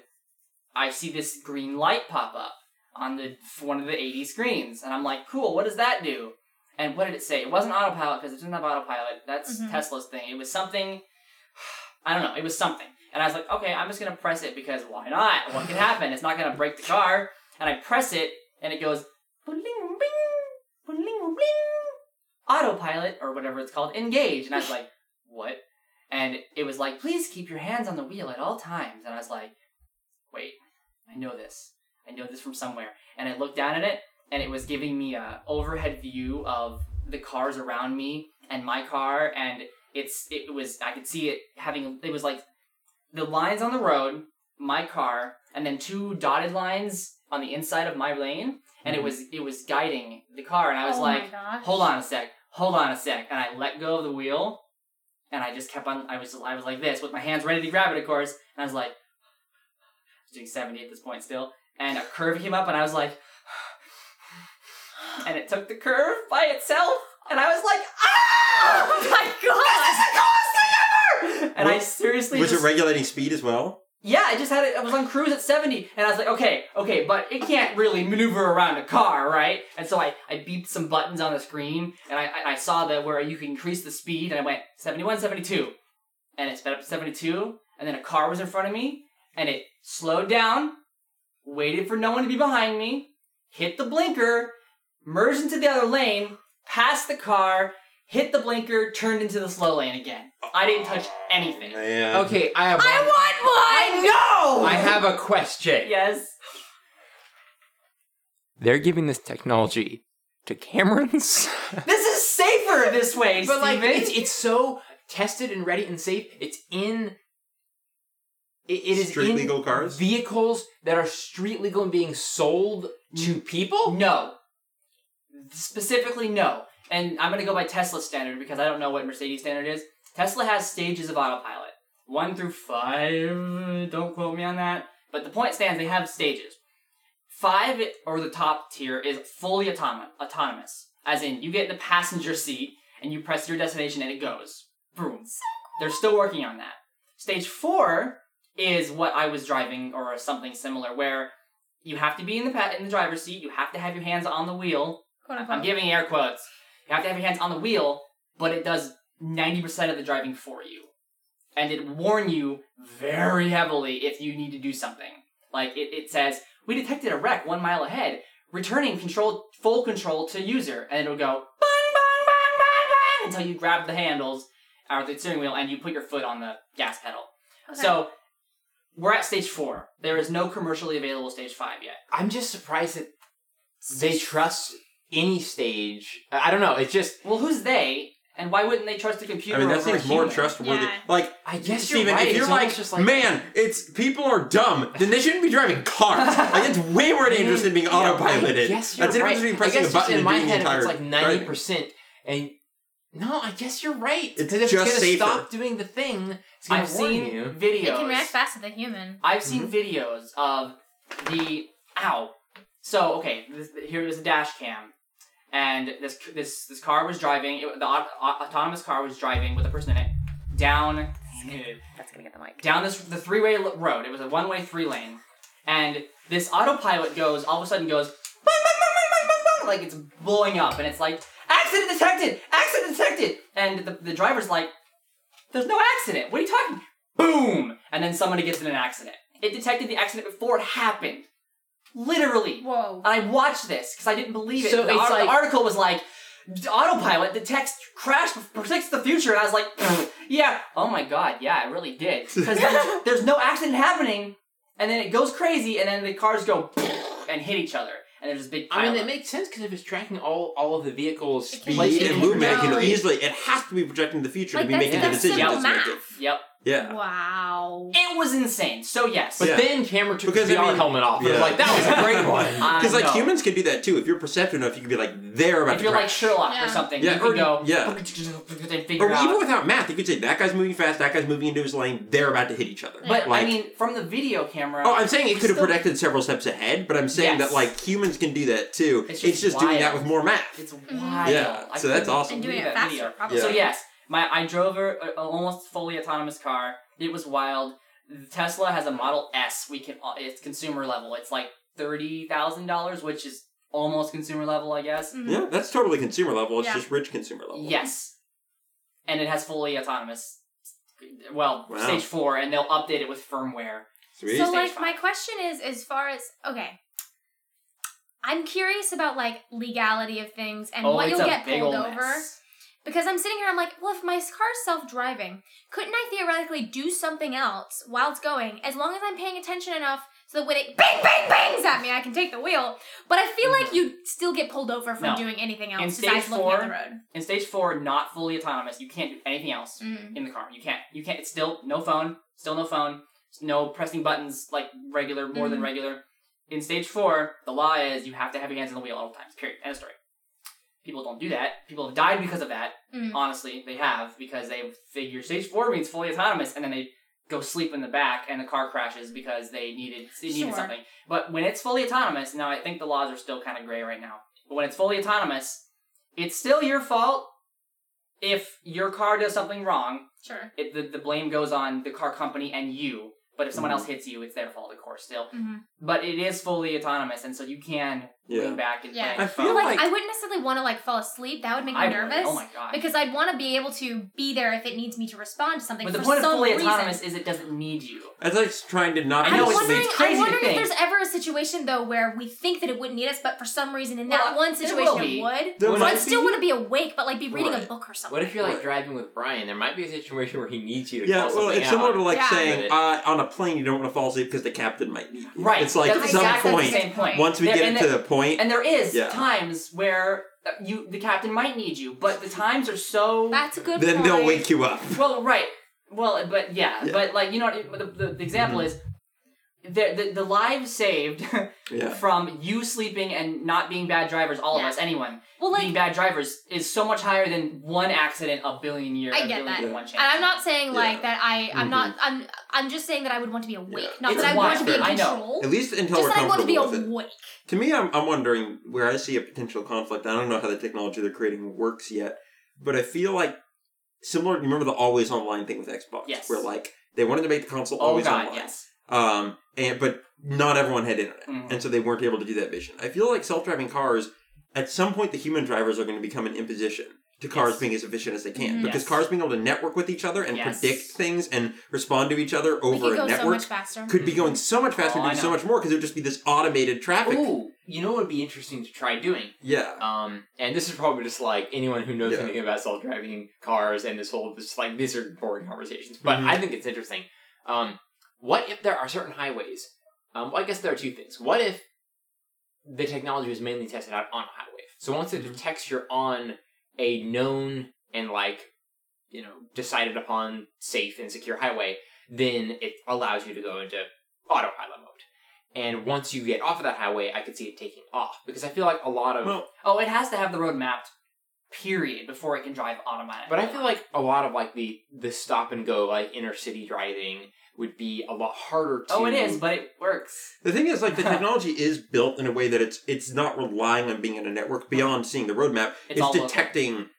[SPEAKER 2] I see this green light pop up on the one of the 80 screens, and I'm like, cool. What does that do? And what did it say? It wasn't autopilot because it didn't have autopilot. That's
[SPEAKER 3] Mhm.
[SPEAKER 2] Tesla's thing. It was something. *sighs* I don't know. It was something. And I was like, okay, I'm just gonna press it because why not? What can happen? It's not gonna break the car and I press it, and it goes bling bing, bling bling, autopilot or whatever it's called, engage. And I was like, what? And it was like, please keep your hands on the wheel at all times. And I was like, wait, I know this. I know this from somewhere. And I looked down at it, and it was giving me a overhead view of the cars around me and my car, and it's it was I could see it having it was like the lines on the road my car and then two dotted lines on the inside of my lane and it was it was guiding the car and i was
[SPEAKER 3] Mm-hmm. oh
[SPEAKER 2] like
[SPEAKER 3] my gosh.
[SPEAKER 2] hold on a sec, hold on a sec, and I let go of the wheel, and I just kept on. I was I was like this with my hands ready to grab it, of course, and I was like, *sighs* I was doing seventy at this point still, and a curve came up, and I was like, *sighs* and it took the curve by itself, and I was like, ah! *laughs*
[SPEAKER 3] Oh my god.
[SPEAKER 2] This is the coolest thing ever! And I
[SPEAKER 5] Was-
[SPEAKER 2] seriously
[SPEAKER 5] Was
[SPEAKER 2] just
[SPEAKER 5] it regulating speed as well?
[SPEAKER 2] yeah, I just had it. I was on cruise at 70, and I was like, okay, okay, but it can't really maneuver around a car, right? And so I, I beeped some buttons on the screen, and I, I, I saw that where you can increase the speed, and I went 71, 72. And it sped up to 72, and then a car was in front of me, and it slowed down, waited for no one to be behind me, hit the blinker, merged into the other lane, passed the car, hit the blinker, turned into the slow lane again. I didn't touch anything.
[SPEAKER 5] Man.
[SPEAKER 1] Okay, I have.
[SPEAKER 3] I
[SPEAKER 1] one-
[SPEAKER 3] want one!
[SPEAKER 2] know!
[SPEAKER 1] Oh, I have a question.
[SPEAKER 2] Yes.
[SPEAKER 1] They're giving this technology to *laughs* Camerons.
[SPEAKER 2] This is safer this way,
[SPEAKER 1] but like
[SPEAKER 2] Steven.
[SPEAKER 1] it's it's so tested and ready and safe. It's in it, it is
[SPEAKER 5] Street
[SPEAKER 1] in
[SPEAKER 5] legal cars?
[SPEAKER 1] vehicles that are street legal and being sold
[SPEAKER 4] Mm.
[SPEAKER 1] to people.
[SPEAKER 2] no. Specifically, no. And I'm going to go by Tesla's standard because I don't know what Mercedes standard is. Tesla has stages of autopilot one through five. Don't quote me on that. But the point stands, they have stages. Five or the top tier is fully autonom- autonomous, as in you get in the passenger seat and you press your destination and it goes. Boom. They're still working on that. Stage four is what I was driving or something similar, where you have to be in the pa- in the driver's seat, you have to have your hands on the wheel.
[SPEAKER 3] Quote
[SPEAKER 2] I'm
[SPEAKER 3] unquote.
[SPEAKER 2] giving air quotes. You have to have your hands on the wheel, but it does 90% of the driving for you. And it warn you very heavily if you need to do something. Like it, it says, we detected a wreck one mile ahead, returning control full control to user, and it'll go bang bang bang bang bang until you grab the handles or the steering wheel and you put your foot on the gas pedal.
[SPEAKER 3] Okay.
[SPEAKER 2] So we're at stage four. There is no commercially available stage five yet.
[SPEAKER 1] I'm just surprised that they trust any stage. I I don't know. It's just
[SPEAKER 2] Well, who's they? And why wouldn't they trust a computer?
[SPEAKER 4] I mean, that
[SPEAKER 2] over a
[SPEAKER 4] seems more
[SPEAKER 2] human?
[SPEAKER 4] trustworthy.
[SPEAKER 3] Yeah.
[SPEAKER 4] Like,
[SPEAKER 1] I guess you're
[SPEAKER 4] Steven,
[SPEAKER 1] right.
[SPEAKER 4] if you're
[SPEAKER 1] It's
[SPEAKER 4] like,
[SPEAKER 1] almost just like-
[SPEAKER 4] man, it's people are dumb, then they shouldn't
[SPEAKER 1] *laughs*
[SPEAKER 4] be driving cars. like, it's way more dangerous than being
[SPEAKER 1] Yeah, I
[SPEAKER 4] autopiloted.
[SPEAKER 1] guess you're
[SPEAKER 4] That's the
[SPEAKER 1] right.
[SPEAKER 4] difference between pressing
[SPEAKER 1] I guess
[SPEAKER 4] a button
[SPEAKER 1] just in
[SPEAKER 4] and
[SPEAKER 1] my
[SPEAKER 4] doing
[SPEAKER 1] head,
[SPEAKER 4] the entire
[SPEAKER 1] it's like ninety
[SPEAKER 4] driving.
[SPEAKER 1] percent, and no, I guess you're right.
[SPEAKER 4] It's
[SPEAKER 1] 'Cause if
[SPEAKER 4] just
[SPEAKER 1] it's gonna
[SPEAKER 4] safer.
[SPEAKER 1] stop dodoing the thing, it's gonna
[SPEAKER 2] I've
[SPEAKER 1] warn
[SPEAKER 2] seen
[SPEAKER 1] you.
[SPEAKER 2] videos.
[SPEAKER 3] It can react faster than human.
[SPEAKER 2] I've seen
[SPEAKER 4] Mm-hmm.
[SPEAKER 2] videos of the ow. So okay, this, here is a dash cam, and this this this car was driving. It, the au- au- autonomous car was driving with a person in it down
[SPEAKER 3] That's gonna get the mic.
[SPEAKER 2] down this the three way road. It was a one way three lane, and this autopilot goes all of a sudden goes "Bung, bung, bung, bung, bung, bung, bung," like it's blowing up, and it's like accident detected, accident detected, and the, the driver's like, "There's no accident. What are you talking?" Boom, and then somebody gets in an accident. It detected the accident before it happened, literally.
[SPEAKER 3] Whoa.
[SPEAKER 2] And I watched this because I didn't believe it.
[SPEAKER 6] So
[SPEAKER 2] the,
[SPEAKER 6] it's
[SPEAKER 2] ar- the
[SPEAKER 6] like-
[SPEAKER 2] article was like, "D- autopilot detects crash predicts the future, and I was like, *clears throat* "Pfft, yeah, oh my god, yeah, it really did because
[SPEAKER 4] *laughs*
[SPEAKER 2] there's, there's no accident happening, and then it goes crazy, and then the cars go *clears throat* and hit each other, and there's this big.
[SPEAKER 1] I mean,
[SPEAKER 2] pileup.
[SPEAKER 1] that makes sense because if it's tracking all all of the vehicles'
[SPEAKER 3] It can
[SPEAKER 1] like,
[SPEAKER 4] Speed
[SPEAKER 3] it
[SPEAKER 4] and
[SPEAKER 3] can
[SPEAKER 4] movement it
[SPEAKER 3] go.
[SPEAKER 4] can easily. It has to be projecting the future
[SPEAKER 3] Like
[SPEAKER 4] to be
[SPEAKER 3] that's,
[SPEAKER 4] making the
[SPEAKER 3] that's
[SPEAKER 4] decisions.
[SPEAKER 3] simple
[SPEAKER 4] it's making.
[SPEAKER 3] math.
[SPEAKER 2] yep,
[SPEAKER 4] Yeah.
[SPEAKER 3] Wow.
[SPEAKER 2] it was insane. So yes,
[SPEAKER 1] But
[SPEAKER 4] Yeah.
[SPEAKER 1] then Cameron took
[SPEAKER 4] Because,
[SPEAKER 1] his VR
[SPEAKER 4] I mean-
[SPEAKER 1] helmet off. and was
[SPEAKER 4] Yeah.
[SPEAKER 1] like, that was a
[SPEAKER 4] *laughs*
[SPEAKER 1] great one.
[SPEAKER 2] I
[SPEAKER 4] Because like
[SPEAKER 2] know.
[SPEAKER 4] humans can do that too. If you're perceptive enough, you can be like, they're about
[SPEAKER 2] if
[SPEAKER 4] to
[SPEAKER 2] you're like
[SPEAKER 4] crash.
[SPEAKER 2] Sherlock
[SPEAKER 3] Yeah.
[SPEAKER 2] or something,
[SPEAKER 4] Yeah,
[SPEAKER 2] you can
[SPEAKER 4] or-
[SPEAKER 2] go *laughs*
[SPEAKER 4] yeah.
[SPEAKER 2] and figure
[SPEAKER 4] Or
[SPEAKER 2] out.
[SPEAKER 4] even without math, you could say that guy's moving fast, that guy's moving into his lane, they're about to hit each other.
[SPEAKER 2] but I
[SPEAKER 4] like-
[SPEAKER 2] mean, from the video camera.
[SPEAKER 4] Oh, I'm saying it could have
[SPEAKER 2] Still-
[SPEAKER 4] predicted several steps ahead, but I'm saying
[SPEAKER 2] Yes.
[SPEAKER 4] that like humans can do that too.
[SPEAKER 2] It's
[SPEAKER 4] It's
[SPEAKER 2] just
[SPEAKER 4] just, doing
[SPEAKER 2] wild.
[SPEAKER 4] that with more math.
[SPEAKER 2] It's
[SPEAKER 3] Mhm.
[SPEAKER 2] wild.
[SPEAKER 4] Yeah,
[SPEAKER 2] I
[SPEAKER 4] so that's
[SPEAKER 2] couldn't
[SPEAKER 4] awesome.
[SPEAKER 3] And doing
[SPEAKER 2] believe
[SPEAKER 3] it
[SPEAKER 2] that
[SPEAKER 3] faster,
[SPEAKER 2] video.
[SPEAKER 3] probably.
[SPEAKER 2] So
[SPEAKER 4] Yeah.
[SPEAKER 2] yes, my I drove a, a almost fully autonomous car. It was wild. Tesla has a Model S. We can uh, it's consumer level. It's like thirty thousand dollars, which is almost consumer level, I guess.
[SPEAKER 3] Mhm.
[SPEAKER 4] yeah, that's totally consumer level. It's
[SPEAKER 3] Yeah.
[SPEAKER 4] just rich consumer level.
[SPEAKER 2] Yes, and it has fully autonomous. Well,
[SPEAKER 4] Wow.
[SPEAKER 2] stage four, and they'll update it with firmware.
[SPEAKER 4] Sweet.
[SPEAKER 3] So
[SPEAKER 2] Stage
[SPEAKER 3] like
[SPEAKER 2] five.
[SPEAKER 3] my question is as far as okay. I'm curious about like legality of things and
[SPEAKER 2] oh,
[SPEAKER 3] what
[SPEAKER 2] it's
[SPEAKER 3] you'll
[SPEAKER 2] a
[SPEAKER 3] get
[SPEAKER 2] big
[SPEAKER 3] pulled
[SPEAKER 2] ol'
[SPEAKER 3] over.
[SPEAKER 2] mess.
[SPEAKER 3] Because I'm sitting here, I'm like, well, if my car's self-driving, couldn't I theoretically do something else while it's going, as long as I'm paying attention enough so that when it bang bang bangs at me, I can take the wheel. But I feel like you still get pulled over for
[SPEAKER 2] Mm-hmm. No.
[SPEAKER 3] doing anything
[SPEAKER 2] In
[SPEAKER 3] else
[SPEAKER 2] stage
[SPEAKER 3] besides looking at
[SPEAKER 2] four-
[SPEAKER 3] the road.
[SPEAKER 2] In stage four, not fully autonomous. You can't do anything else.
[SPEAKER 3] Mm.
[SPEAKER 2] in the car. You can't. You can't. It's still no phone. Still no phone. No pressing buttons like regular, more than
[SPEAKER 3] Mhm.
[SPEAKER 2] regular. In stage four, the law is you have to have your hands on the wheel at all times. Period. End of story. People don't do that. People have died because of that.
[SPEAKER 3] Mm.
[SPEAKER 2] Honestly, they have because they figure stage four means fully autonomous, and then they go sleep in the back, and the car crashes because they needed it needed
[SPEAKER 3] Sure.
[SPEAKER 2] something. But when it's fully autonomous, now I think the laws are still kind of gray right now. But when it's fully autonomous, it's still your fault if your car does something wrong
[SPEAKER 3] Sure.
[SPEAKER 2] it, the, the blame goes on the car company and you. But if
[SPEAKER 4] Mm-hmm.
[SPEAKER 2] someone else hits you, it's their fault, of course, still.
[SPEAKER 3] hmm
[SPEAKER 2] But it is fully autonomous, and so you can lean
[SPEAKER 4] Yeah.
[SPEAKER 2] back and
[SPEAKER 3] Yeah.
[SPEAKER 2] play.
[SPEAKER 4] I
[SPEAKER 2] the
[SPEAKER 4] feel
[SPEAKER 2] phone.
[SPEAKER 3] But like,
[SPEAKER 4] like-
[SPEAKER 3] I wouldn't necessarily want to like fall asleep. That would make me
[SPEAKER 2] I would.
[SPEAKER 3] nervous.
[SPEAKER 2] Oh my god.
[SPEAKER 3] Because I'd want to be able to be there if it needs me to respond to something.
[SPEAKER 2] but the
[SPEAKER 3] for
[SPEAKER 2] point of
[SPEAKER 3] some
[SPEAKER 2] fully
[SPEAKER 3] reason.
[SPEAKER 2] autonomous is it doesn't need you.
[SPEAKER 4] That's like trying to not
[SPEAKER 2] I
[SPEAKER 4] be
[SPEAKER 2] know
[SPEAKER 3] I'm
[SPEAKER 2] it's-
[SPEAKER 4] asleep.
[SPEAKER 3] wondering.
[SPEAKER 2] it's crazy
[SPEAKER 3] I'm
[SPEAKER 2] to
[SPEAKER 3] wondering if
[SPEAKER 2] think.
[SPEAKER 3] there's ever a situation though where we think that it wouldn't need us, but for some reason in
[SPEAKER 2] Well,
[SPEAKER 3] that one
[SPEAKER 2] there
[SPEAKER 3] situation
[SPEAKER 2] will be.
[SPEAKER 3] it would.
[SPEAKER 4] There
[SPEAKER 3] So
[SPEAKER 4] might
[SPEAKER 3] I'd still
[SPEAKER 4] be-
[SPEAKER 3] want to be awake, but like be reading a
[SPEAKER 4] Right.
[SPEAKER 3] book or something.
[SPEAKER 1] What if you're like
[SPEAKER 4] Right.
[SPEAKER 1] driving with Brian? There might be a situation where he needs you to
[SPEAKER 4] Yeah,
[SPEAKER 1] call
[SPEAKER 4] well,
[SPEAKER 1] something
[SPEAKER 4] it's similar
[SPEAKER 1] out.
[SPEAKER 4] to like
[SPEAKER 3] Yeah.
[SPEAKER 4] saying
[SPEAKER 1] But it-
[SPEAKER 4] uh, on a plane you don't want to fall asleep because the captain might need you.
[SPEAKER 2] Right.
[SPEAKER 4] It's like
[SPEAKER 2] That's
[SPEAKER 4] at some
[SPEAKER 2] exactly
[SPEAKER 4] point,
[SPEAKER 2] the same point.
[SPEAKER 4] once we
[SPEAKER 2] There-
[SPEAKER 4] get
[SPEAKER 2] and
[SPEAKER 4] to
[SPEAKER 2] there-
[SPEAKER 4] the point,
[SPEAKER 2] And there is
[SPEAKER 4] Yeah.
[SPEAKER 2] times where uh, you the captain might need you, but the times are so
[SPEAKER 3] That's a good.
[SPEAKER 4] then
[SPEAKER 3] point.
[SPEAKER 4] they'll wake you up.
[SPEAKER 2] Well, right. Well, but yeah,
[SPEAKER 4] Yeah. Mm-hmm.
[SPEAKER 2] but like you know, what- the, the, the example is the, the the lives saved *laughs*
[SPEAKER 4] Yeah.
[SPEAKER 2] from you sleeping and not being bad drivers. All
[SPEAKER 3] Yeah.
[SPEAKER 2] of us, anyone.
[SPEAKER 3] Well, like,
[SPEAKER 2] being
[SPEAKER 3] and
[SPEAKER 2] bad drivers is so much higher than one accident a billion years.
[SPEAKER 3] I
[SPEAKER 2] a
[SPEAKER 3] get
[SPEAKER 2] billion
[SPEAKER 3] that.
[SPEAKER 2] and one chance.
[SPEAKER 3] I'm not saying like
[SPEAKER 4] Yeah. Mm-hmm.
[SPEAKER 3] that. I I'm not. I'm I'm just saying that I would want to be awake,
[SPEAKER 4] Yeah.
[SPEAKER 3] not
[SPEAKER 2] It's
[SPEAKER 3] that I would want to be in
[SPEAKER 2] wild. I know.
[SPEAKER 3] control.
[SPEAKER 4] At least until
[SPEAKER 3] Just
[SPEAKER 4] we're
[SPEAKER 3] that I want to be
[SPEAKER 4] comfortable with it.
[SPEAKER 3] awake.
[SPEAKER 4] To me, I'm, I'm wondering where I see a potential conflict. I don't know how the technology they're creating works yet, but I feel like similar. You remember the always online thing with Xbox,
[SPEAKER 2] Yes.
[SPEAKER 4] where like they wanted to make the console
[SPEAKER 2] oh
[SPEAKER 4] always
[SPEAKER 2] god,
[SPEAKER 4] online,
[SPEAKER 2] yes.
[SPEAKER 4] um, and but not everyone had internet,
[SPEAKER 2] Mhm.
[SPEAKER 4] and so they weren't able to do that vision. I feel like self-driving cars, at some point, the human drivers are going to become an imposition to cars
[SPEAKER 2] Yes. Mm-hmm.
[SPEAKER 4] being as efficient as they can,
[SPEAKER 3] Mhm.
[SPEAKER 4] because
[SPEAKER 2] Yes.
[SPEAKER 4] cars being able to network with each other and
[SPEAKER 2] Yes.
[SPEAKER 4] predict things and respond to each other
[SPEAKER 3] We
[SPEAKER 4] over
[SPEAKER 3] could
[SPEAKER 4] a
[SPEAKER 3] go so
[SPEAKER 4] network.
[SPEAKER 3] much faster.
[SPEAKER 4] could be going so much faster,
[SPEAKER 2] Oh, I
[SPEAKER 4] doing so
[SPEAKER 2] know.
[SPEAKER 4] much more, because it would just be this automated traffic.
[SPEAKER 1] Ooh, you know what would be interesting to try doing?
[SPEAKER 4] Yeah.
[SPEAKER 1] Um, and this is probably just like anyone who knows
[SPEAKER 4] Yeah.
[SPEAKER 1] anything about self-driving cars and this whole this like these are boring conversations, but
[SPEAKER 4] Mhm.
[SPEAKER 1] I think it's interesting. Um, what if there are certain highways? Um, well, I guess there are two things. What if the technology was mainly tested out on a highway? So once it
[SPEAKER 4] Mhm.
[SPEAKER 1] detects you're on a known and like you know decided upon safe and secure highway, then it allows you to go into autopilot mode. And once you get off of that highway, I could see it taking off because I feel like a lot of
[SPEAKER 4] Well,
[SPEAKER 2] Oh, it has to have the road mapped. period before it can drive automatic.
[SPEAKER 1] But I feel like a lot of like the the stop and go like inner city driving would be a lot harder to.
[SPEAKER 2] oh, it is, but it works.
[SPEAKER 4] The thing is,
[SPEAKER 1] *laughs*
[SPEAKER 4] like, the technology is built in a way that it's it's not relying on being in a network beyond seeing the roadmap.
[SPEAKER 2] It's
[SPEAKER 4] It's,
[SPEAKER 2] all local.
[SPEAKER 4] detecting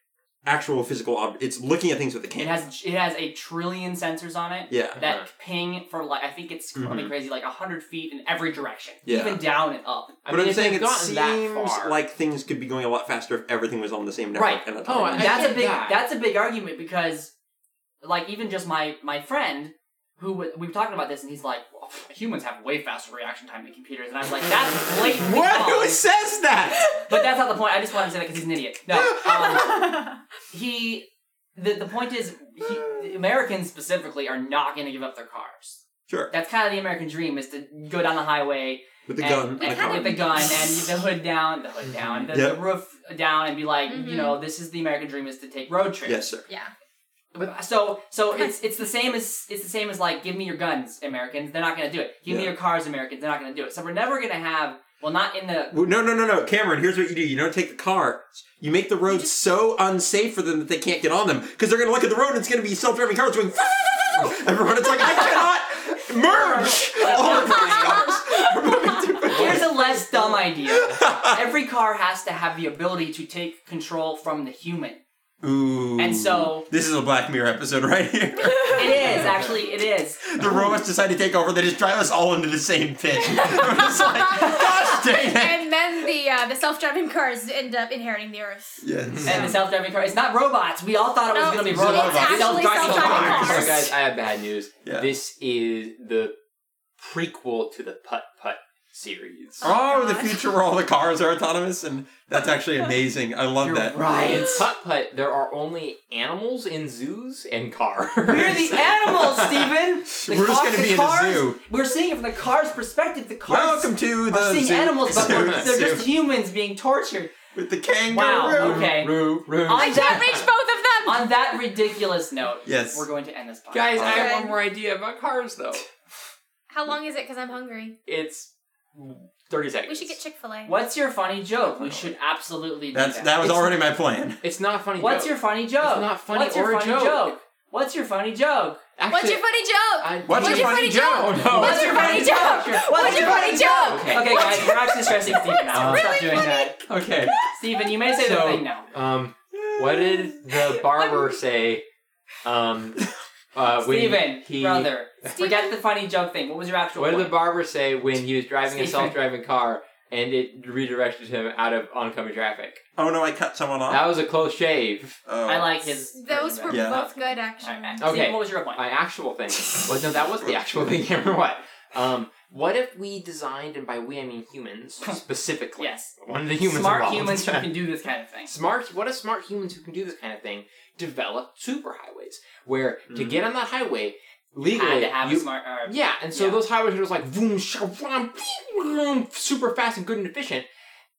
[SPEAKER 4] actual physical. Ob- it's looking at things with the
[SPEAKER 2] It
[SPEAKER 4] camera.
[SPEAKER 2] has it has a trillion sensors on it
[SPEAKER 4] yeah,
[SPEAKER 2] that ping for like I think it's something
[SPEAKER 4] Mhm.
[SPEAKER 2] crazy like hundred feet in every direction,
[SPEAKER 4] Yeah.
[SPEAKER 2] even down and up.
[SPEAKER 1] I
[SPEAKER 4] but
[SPEAKER 1] mean,
[SPEAKER 4] I'm
[SPEAKER 1] if
[SPEAKER 4] saying
[SPEAKER 1] they've
[SPEAKER 4] it
[SPEAKER 1] gotten
[SPEAKER 4] seems
[SPEAKER 1] that far,
[SPEAKER 4] like things could be going a lot faster if everything was on the same network.
[SPEAKER 2] Right.
[SPEAKER 4] And
[SPEAKER 1] Oh, I-
[SPEAKER 2] that's a
[SPEAKER 1] get
[SPEAKER 2] big
[SPEAKER 1] that.
[SPEAKER 2] that's a big argument because like even just my my friend who w- we've talked about this and he's like well, humans have way faster reaction time than computers and I was like that's blatantly
[SPEAKER 4] *laughs*
[SPEAKER 2] wrong.
[SPEAKER 4] Who says that?
[SPEAKER 1] *laughs*
[SPEAKER 2] but that's not the point I just wanted to say that because he's an idiot no um, he the, the point is he, the Americans specifically are not going to give up their cars
[SPEAKER 4] Sure.
[SPEAKER 2] that's kind of the American dream is to go down the highway
[SPEAKER 4] With the
[SPEAKER 2] and-
[SPEAKER 4] gun.
[SPEAKER 2] and
[SPEAKER 4] and the
[SPEAKER 3] kind
[SPEAKER 4] car.
[SPEAKER 2] with the gun and the hood down, the hood down, the,
[SPEAKER 4] Yep.
[SPEAKER 2] the roof down, and be like, you
[SPEAKER 3] Mhm.
[SPEAKER 2] know, this is the American dream is to take road trips.
[SPEAKER 4] Yes, sir.
[SPEAKER 3] yeah.
[SPEAKER 2] But- so so it's it's the same as it's the same as like, give me your guns, Americans. They're not gonna do it. Give me
[SPEAKER 4] Yeah.
[SPEAKER 2] your cars, Americans. They're not gonna do it. So we're never gonna have. Well, not in
[SPEAKER 4] *laughs*
[SPEAKER 2] the.
[SPEAKER 4] Well, no, no, no, no, Cameron. Here's what you do: you don't take the car. You make the roads so unsafe for them that they can't get on them because they're gonna look at the road and it's gonna be self-driving cars going. *laughs* Everyone, it's like I
[SPEAKER 2] *laughs*
[SPEAKER 4] cannot merge Oh, all of these cars.
[SPEAKER 2] Here's a less dumb
[SPEAKER 4] *laughs*
[SPEAKER 2] idea. Every car has to have the ability to take control from the human.
[SPEAKER 4] Ooh.
[SPEAKER 2] And so-
[SPEAKER 4] this is a Black Mirror episode
[SPEAKER 2] *laughs*
[SPEAKER 4] right here.
[SPEAKER 2] It is actually. It is.
[SPEAKER 4] the robots decide to take over. They just drive us all into the same pit. *laughs* I'm just like, *laughs*
[SPEAKER 3] *laughs*
[SPEAKER 4] gosh dang it.
[SPEAKER 3] and then the uh, the self driving cars end up inheriting the earth.
[SPEAKER 4] Yes.
[SPEAKER 2] And the self-driving car. It's not robots. We all thought it was
[SPEAKER 3] No,
[SPEAKER 2] gonna be
[SPEAKER 3] it's
[SPEAKER 2] robots.
[SPEAKER 3] actually self-driving
[SPEAKER 1] Oh,
[SPEAKER 3] cars.
[SPEAKER 1] sorry, guys, I have bad news.
[SPEAKER 4] Yeah.
[SPEAKER 1] This is the prequel to the Putt Putt series.
[SPEAKER 4] Oh, the
[SPEAKER 3] God.
[SPEAKER 4] future where all the cars are autonomous, and that's actually amazing. I love
[SPEAKER 2] You're
[SPEAKER 4] that.
[SPEAKER 1] In
[SPEAKER 2] right.
[SPEAKER 1] Putt Putt, there are only animals in zoos and cars.
[SPEAKER 2] We're the animals,
[SPEAKER 4] *laughs*
[SPEAKER 2] Steven! The
[SPEAKER 4] We're just
[SPEAKER 2] car-
[SPEAKER 4] gonna
[SPEAKER 2] the
[SPEAKER 4] be in a
[SPEAKER 2] cars,
[SPEAKER 4] zoo.
[SPEAKER 2] We're seeing it from the car's perspective. The cars
[SPEAKER 4] Welcome to
[SPEAKER 2] are
[SPEAKER 4] the
[SPEAKER 2] seeing
[SPEAKER 4] zoo. *laughs*
[SPEAKER 2] animals, but
[SPEAKER 1] *laughs*
[SPEAKER 4] zoo,
[SPEAKER 2] they're, they're
[SPEAKER 4] zoo.
[SPEAKER 2] just humans being tortured.
[SPEAKER 4] with the kangaroo.
[SPEAKER 2] Wow,
[SPEAKER 1] *laughs*
[SPEAKER 2] okay.
[SPEAKER 1] Roo, roo.
[SPEAKER 2] I
[SPEAKER 3] *laughs* I can't reach both of them.
[SPEAKER 2] On that ridiculous note,
[SPEAKER 4] Yes.
[SPEAKER 2] we're going to end this podcast.
[SPEAKER 1] *laughs* Guys, I
[SPEAKER 3] Okay.
[SPEAKER 1] have one more idea about cars though.
[SPEAKER 3] How long is it? Because I'm hungry.
[SPEAKER 1] It's thirty seconds.
[SPEAKER 3] We should get Chick Fil A.
[SPEAKER 2] what's your funny joke? We should absolutely do
[SPEAKER 4] That's
[SPEAKER 2] that.
[SPEAKER 4] that was
[SPEAKER 1] It's-
[SPEAKER 4] already my plan. *laughs*
[SPEAKER 1] It's not a funny.
[SPEAKER 2] What's
[SPEAKER 1] joke.
[SPEAKER 2] your funny joke?
[SPEAKER 1] It's not funny
[SPEAKER 2] What's your
[SPEAKER 1] or a
[SPEAKER 2] funny
[SPEAKER 1] joke.
[SPEAKER 2] What's your funny joke?
[SPEAKER 1] Actually,
[SPEAKER 3] What's your funny joke?
[SPEAKER 1] I-
[SPEAKER 4] What's your funny
[SPEAKER 1] Oh, no.
[SPEAKER 3] What's your funny joke? What's your funny joke?
[SPEAKER 2] Okay, guys, we're actually stressing
[SPEAKER 1] *laughs*
[SPEAKER 2] Steven out.
[SPEAKER 1] What's
[SPEAKER 2] Stop doing that.
[SPEAKER 1] Okay.
[SPEAKER 2] Steven, you may say the
[SPEAKER 1] So-
[SPEAKER 2] thing now.
[SPEAKER 1] Um, what did the barber say? Um, uh, when
[SPEAKER 2] Steven,
[SPEAKER 1] he, *laughs*
[SPEAKER 2] brother,
[SPEAKER 3] Steven-
[SPEAKER 2] forget the funny joke thing. What was your actual
[SPEAKER 1] What did the
[SPEAKER 2] point?
[SPEAKER 1] barber say when he was driving a
[SPEAKER 2] Steven.
[SPEAKER 1] self-driving car and it redirected him out of oncoming traffic?
[SPEAKER 4] Oh no, I cut someone off.
[SPEAKER 1] That was a close shave.
[SPEAKER 4] Oh.
[SPEAKER 2] I like his.
[SPEAKER 3] Those were
[SPEAKER 4] Yeah.
[SPEAKER 3] both good,
[SPEAKER 2] All right,
[SPEAKER 3] actually.
[SPEAKER 2] Steven,
[SPEAKER 1] Okay.
[SPEAKER 2] what was your point?
[SPEAKER 1] My actual thing. Well, no, that was the actual thing. *laughs* Remember what? Um, what if we designed, and by we I mean humans specifically.
[SPEAKER 2] yes.
[SPEAKER 1] One of the humans.
[SPEAKER 2] Smart
[SPEAKER 1] involved. *laughs*
[SPEAKER 2] humans who can do this kind of thing.
[SPEAKER 1] smart what if smart humans who can do this kind of thing develop superhighways where
[SPEAKER 4] Mm-hmm.
[SPEAKER 1] to get on that highway
[SPEAKER 2] Had
[SPEAKER 1] legally
[SPEAKER 2] to have
[SPEAKER 1] you-
[SPEAKER 2] a smart. uh, Or,
[SPEAKER 1] yeah and so
[SPEAKER 2] Yeah.
[SPEAKER 1] those highways are just like vroom, sha, vroom, vroom, super fast and good and efficient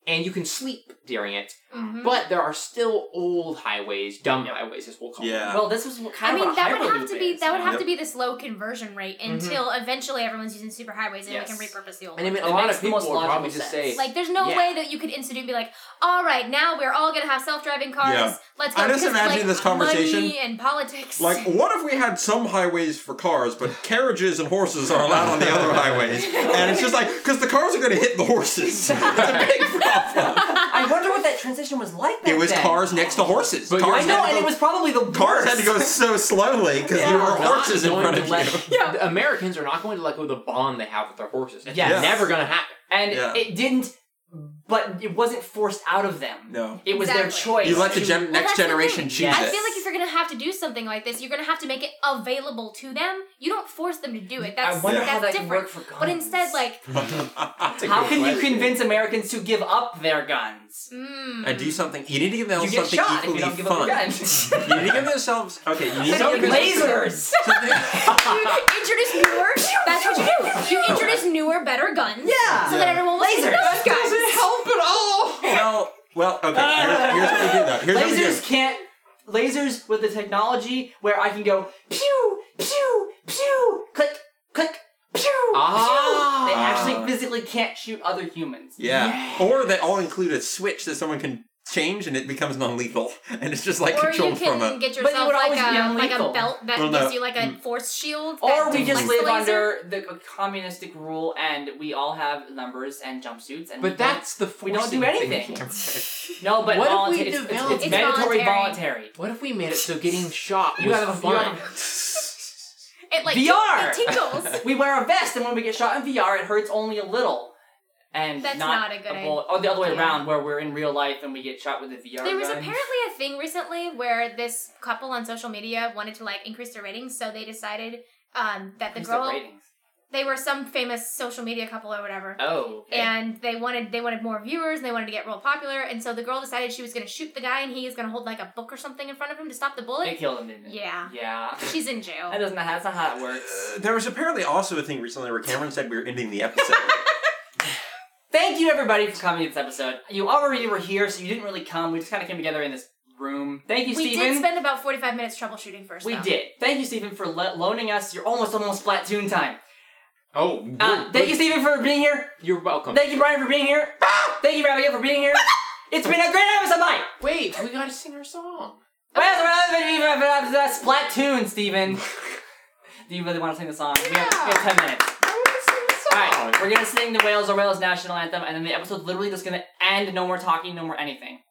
[SPEAKER 1] and you can sleep during it
[SPEAKER 2] Mm-hmm.
[SPEAKER 3] Mhm.
[SPEAKER 1] but there are still old highways dumb
[SPEAKER 2] Yep.
[SPEAKER 1] highways as we'll call
[SPEAKER 4] Yeah.
[SPEAKER 2] Well, this was what kind
[SPEAKER 3] I
[SPEAKER 2] of
[SPEAKER 3] mean,
[SPEAKER 2] what a
[SPEAKER 3] that would have
[SPEAKER 2] Hyperloop
[SPEAKER 3] to be
[SPEAKER 2] is,
[SPEAKER 3] that would
[SPEAKER 2] you
[SPEAKER 3] have
[SPEAKER 2] know?
[SPEAKER 3] to be this low conversion rate until eventually everyone's using superhighways and
[SPEAKER 2] Yes.
[SPEAKER 3] we can repurpose the old.
[SPEAKER 1] them and I mean
[SPEAKER 3] ones.
[SPEAKER 1] a
[SPEAKER 2] It
[SPEAKER 1] lot
[SPEAKER 2] makes
[SPEAKER 1] of
[SPEAKER 2] the
[SPEAKER 1] people
[SPEAKER 2] most
[SPEAKER 1] would probably
[SPEAKER 2] logical
[SPEAKER 1] just
[SPEAKER 2] sense.
[SPEAKER 1] say
[SPEAKER 3] like, there's no
[SPEAKER 1] yeah.
[SPEAKER 3] way that you could institute and be like, all right, now we're all gonna have self-driving cars.
[SPEAKER 4] Yeah.
[SPEAKER 3] Let's go.
[SPEAKER 4] I just
[SPEAKER 3] because,
[SPEAKER 4] imagine
[SPEAKER 3] like,
[SPEAKER 4] this conversation-
[SPEAKER 3] money and politics.
[SPEAKER 4] Like, what if we had some highways for cars, but carriages and horses are allowed on the
[SPEAKER 2] *laughs*
[SPEAKER 4] other highways? And it's just like, because the cars are going to hit the horses. *laughs* It's a big
[SPEAKER 2] *laughs*
[SPEAKER 4] problem.
[SPEAKER 2] I wonder what
[SPEAKER 3] *laughs*
[SPEAKER 2] that transition was like. Back
[SPEAKER 4] It was
[SPEAKER 2] then.
[SPEAKER 4] cars next to horses.
[SPEAKER 1] But
[SPEAKER 4] cars
[SPEAKER 2] I know,
[SPEAKER 4] had to
[SPEAKER 2] and
[SPEAKER 4] go-
[SPEAKER 2] it was probably *laughs* the
[SPEAKER 4] Cars
[SPEAKER 2] worst.
[SPEAKER 4] had to go so slowly because
[SPEAKER 2] Yeah.
[SPEAKER 4] there were
[SPEAKER 1] We're not
[SPEAKER 4] horses in
[SPEAKER 1] going
[SPEAKER 4] front
[SPEAKER 1] to
[SPEAKER 2] *laughs*
[SPEAKER 4] of
[SPEAKER 1] let-
[SPEAKER 4] you.
[SPEAKER 1] the Americans are not going to let go of the bond they have with their horses. It's
[SPEAKER 2] Yes.
[SPEAKER 1] never going to happen.
[SPEAKER 2] and
[SPEAKER 4] Yeah.
[SPEAKER 2] it didn't. But it wasn't forced out of them.
[SPEAKER 4] No.
[SPEAKER 2] It was their
[SPEAKER 3] Exactly.
[SPEAKER 2] choice.
[SPEAKER 4] You let the
[SPEAKER 2] to-
[SPEAKER 4] gen-
[SPEAKER 3] Well,
[SPEAKER 4] next
[SPEAKER 3] that's the
[SPEAKER 4] generation
[SPEAKER 3] thing.
[SPEAKER 4] choose
[SPEAKER 2] Yes.
[SPEAKER 4] it.
[SPEAKER 3] I feel like if you're gonna have to do something like this, you're gonna have to make it available to them. You don't force them to do it. That's
[SPEAKER 2] I wonder
[SPEAKER 4] Yeah.
[SPEAKER 2] how
[SPEAKER 3] that's
[SPEAKER 2] that could
[SPEAKER 3] different.
[SPEAKER 2] work for guns.
[SPEAKER 3] but instead, like,
[SPEAKER 4] *laughs*
[SPEAKER 2] how can you convince Americans to give up their guns?
[SPEAKER 4] *laughs*
[SPEAKER 3] mm,
[SPEAKER 4] and do something. You need to give them
[SPEAKER 2] You get
[SPEAKER 4] something
[SPEAKER 2] shot if
[SPEAKER 4] equally
[SPEAKER 2] you don't give
[SPEAKER 4] fun.
[SPEAKER 2] up *laughs* your guns.
[SPEAKER 4] you need to give themselves. Okay, you need
[SPEAKER 2] So
[SPEAKER 4] to
[SPEAKER 2] *laughs*
[SPEAKER 4] give
[SPEAKER 2] lasers.
[SPEAKER 4] Something,
[SPEAKER 3] introduce newer. That's what you do. You introduce newer, better guns.
[SPEAKER 2] Yeah.
[SPEAKER 3] So that everyone will use
[SPEAKER 2] Lasers.
[SPEAKER 3] those guns.
[SPEAKER 2] help at all.
[SPEAKER 4] well, well, okay. Here's, here's what we do though. Here's what we do.
[SPEAKER 2] lasers can't. Lasers with the technology where I can go pew pew pew click click pew
[SPEAKER 1] Ah.
[SPEAKER 2] pew. They actually physically can't shoot other humans.
[SPEAKER 4] Yeah. Or they all include a switch that someone can change and it becomes non-lethal, and it's just like
[SPEAKER 3] or you
[SPEAKER 4] controlled
[SPEAKER 3] can
[SPEAKER 4] from a.
[SPEAKER 3] get
[SPEAKER 2] But it
[SPEAKER 3] yourself
[SPEAKER 2] would
[SPEAKER 3] like
[SPEAKER 2] always be
[SPEAKER 3] a like a
[SPEAKER 2] unlethal.
[SPEAKER 3] belt that
[SPEAKER 4] Well, no.
[SPEAKER 3] gives you like a
[SPEAKER 4] Mm.
[SPEAKER 3] force shield.
[SPEAKER 2] Or
[SPEAKER 3] that
[SPEAKER 2] we just
[SPEAKER 3] deflects
[SPEAKER 2] live
[SPEAKER 3] the laser.
[SPEAKER 2] under the communistic rule and we all have numbers and jumpsuits and we
[SPEAKER 1] But
[SPEAKER 2] don't-
[SPEAKER 1] that's the
[SPEAKER 2] we don't do
[SPEAKER 1] forcing thing.
[SPEAKER 2] anything.
[SPEAKER 1] *laughs*
[SPEAKER 2] no,
[SPEAKER 1] What
[SPEAKER 2] but
[SPEAKER 1] if we
[SPEAKER 2] volunteer- it's, it's-
[SPEAKER 1] develop-
[SPEAKER 2] it's
[SPEAKER 3] It's
[SPEAKER 2] mandatory
[SPEAKER 3] voluntary.
[SPEAKER 2] voluntary.
[SPEAKER 1] What if we made it so getting shot
[SPEAKER 2] You
[SPEAKER 1] was
[SPEAKER 2] have a
[SPEAKER 1] fun?
[SPEAKER 3] It like *laughs*
[SPEAKER 2] VR.
[SPEAKER 3] It
[SPEAKER 2] *laughs*
[SPEAKER 3] tinkles.
[SPEAKER 2] We wear a vest and when we get shot in VR it hurts only a little. And
[SPEAKER 3] That's
[SPEAKER 2] not,
[SPEAKER 3] not a good
[SPEAKER 2] bullet. Or the other way
[SPEAKER 3] idea.
[SPEAKER 2] around where we're in real life and we get shot with a VR
[SPEAKER 3] there was
[SPEAKER 2] gun.
[SPEAKER 3] apparently a thing recently where this couple on social media wanted to like increase their ratings, so they decided um, that the
[SPEAKER 2] Who's
[SPEAKER 3] girl
[SPEAKER 2] ratings?
[SPEAKER 3] they were some famous social media couple or whatever.
[SPEAKER 2] Oh. okay.
[SPEAKER 3] And they wanted they wanted more viewers and they wanted to get real popular and so the girl decided she was gonna shoot the guy and he is gonna hold like a book or something in front of him to stop the
[SPEAKER 2] They
[SPEAKER 3] bullet.
[SPEAKER 2] killed him, didn't they?
[SPEAKER 3] Yeah.
[SPEAKER 2] Yeah.
[SPEAKER 3] She's in jail.
[SPEAKER 2] That doesn't that's not how it works.
[SPEAKER 5] Uh, there was apparently also a thing recently where Cameron said we were ending the episode.
[SPEAKER 2] Thank you everybody for coming to this episode. You already were here, so you didn't really come. We just kinda came together in this room. Thank you,
[SPEAKER 3] We
[SPEAKER 2] Steven.
[SPEAKER 3] did spend about forty five minutes troubleshooting first.
[SPEAKER 2] We
[SPEAKER 3] though.
[SPEAKER 2] did. Thank you, Stephen, for lo- loaning us. You're almost almost Splatoon time.
[SPEAKER 1] Oh,
[SPEAKER 2] Uh,
[SPEAKER 1] good-
[SPEAKER 2] thank you, Stephen, for being here.
[SPEAKER 1] You're welcome.
[SPEAKER 2] Thank you, Brian, for being here. Thank you, Abigail, for being
[SPEAKER 3] *laughs*
[SPEAKER 2] here. It's been a great episode, Mike.
[SPEAKER 1] Wait, we gotta sing our song.
[SPEAKER 2] Splatoon, Stephen. Do you really want to sing the song? We have, we have ten minutes. All right, we're gonna sing the Wales or Wales national anthem, and then the episode's literally just gonna end. No more talking, no more anything.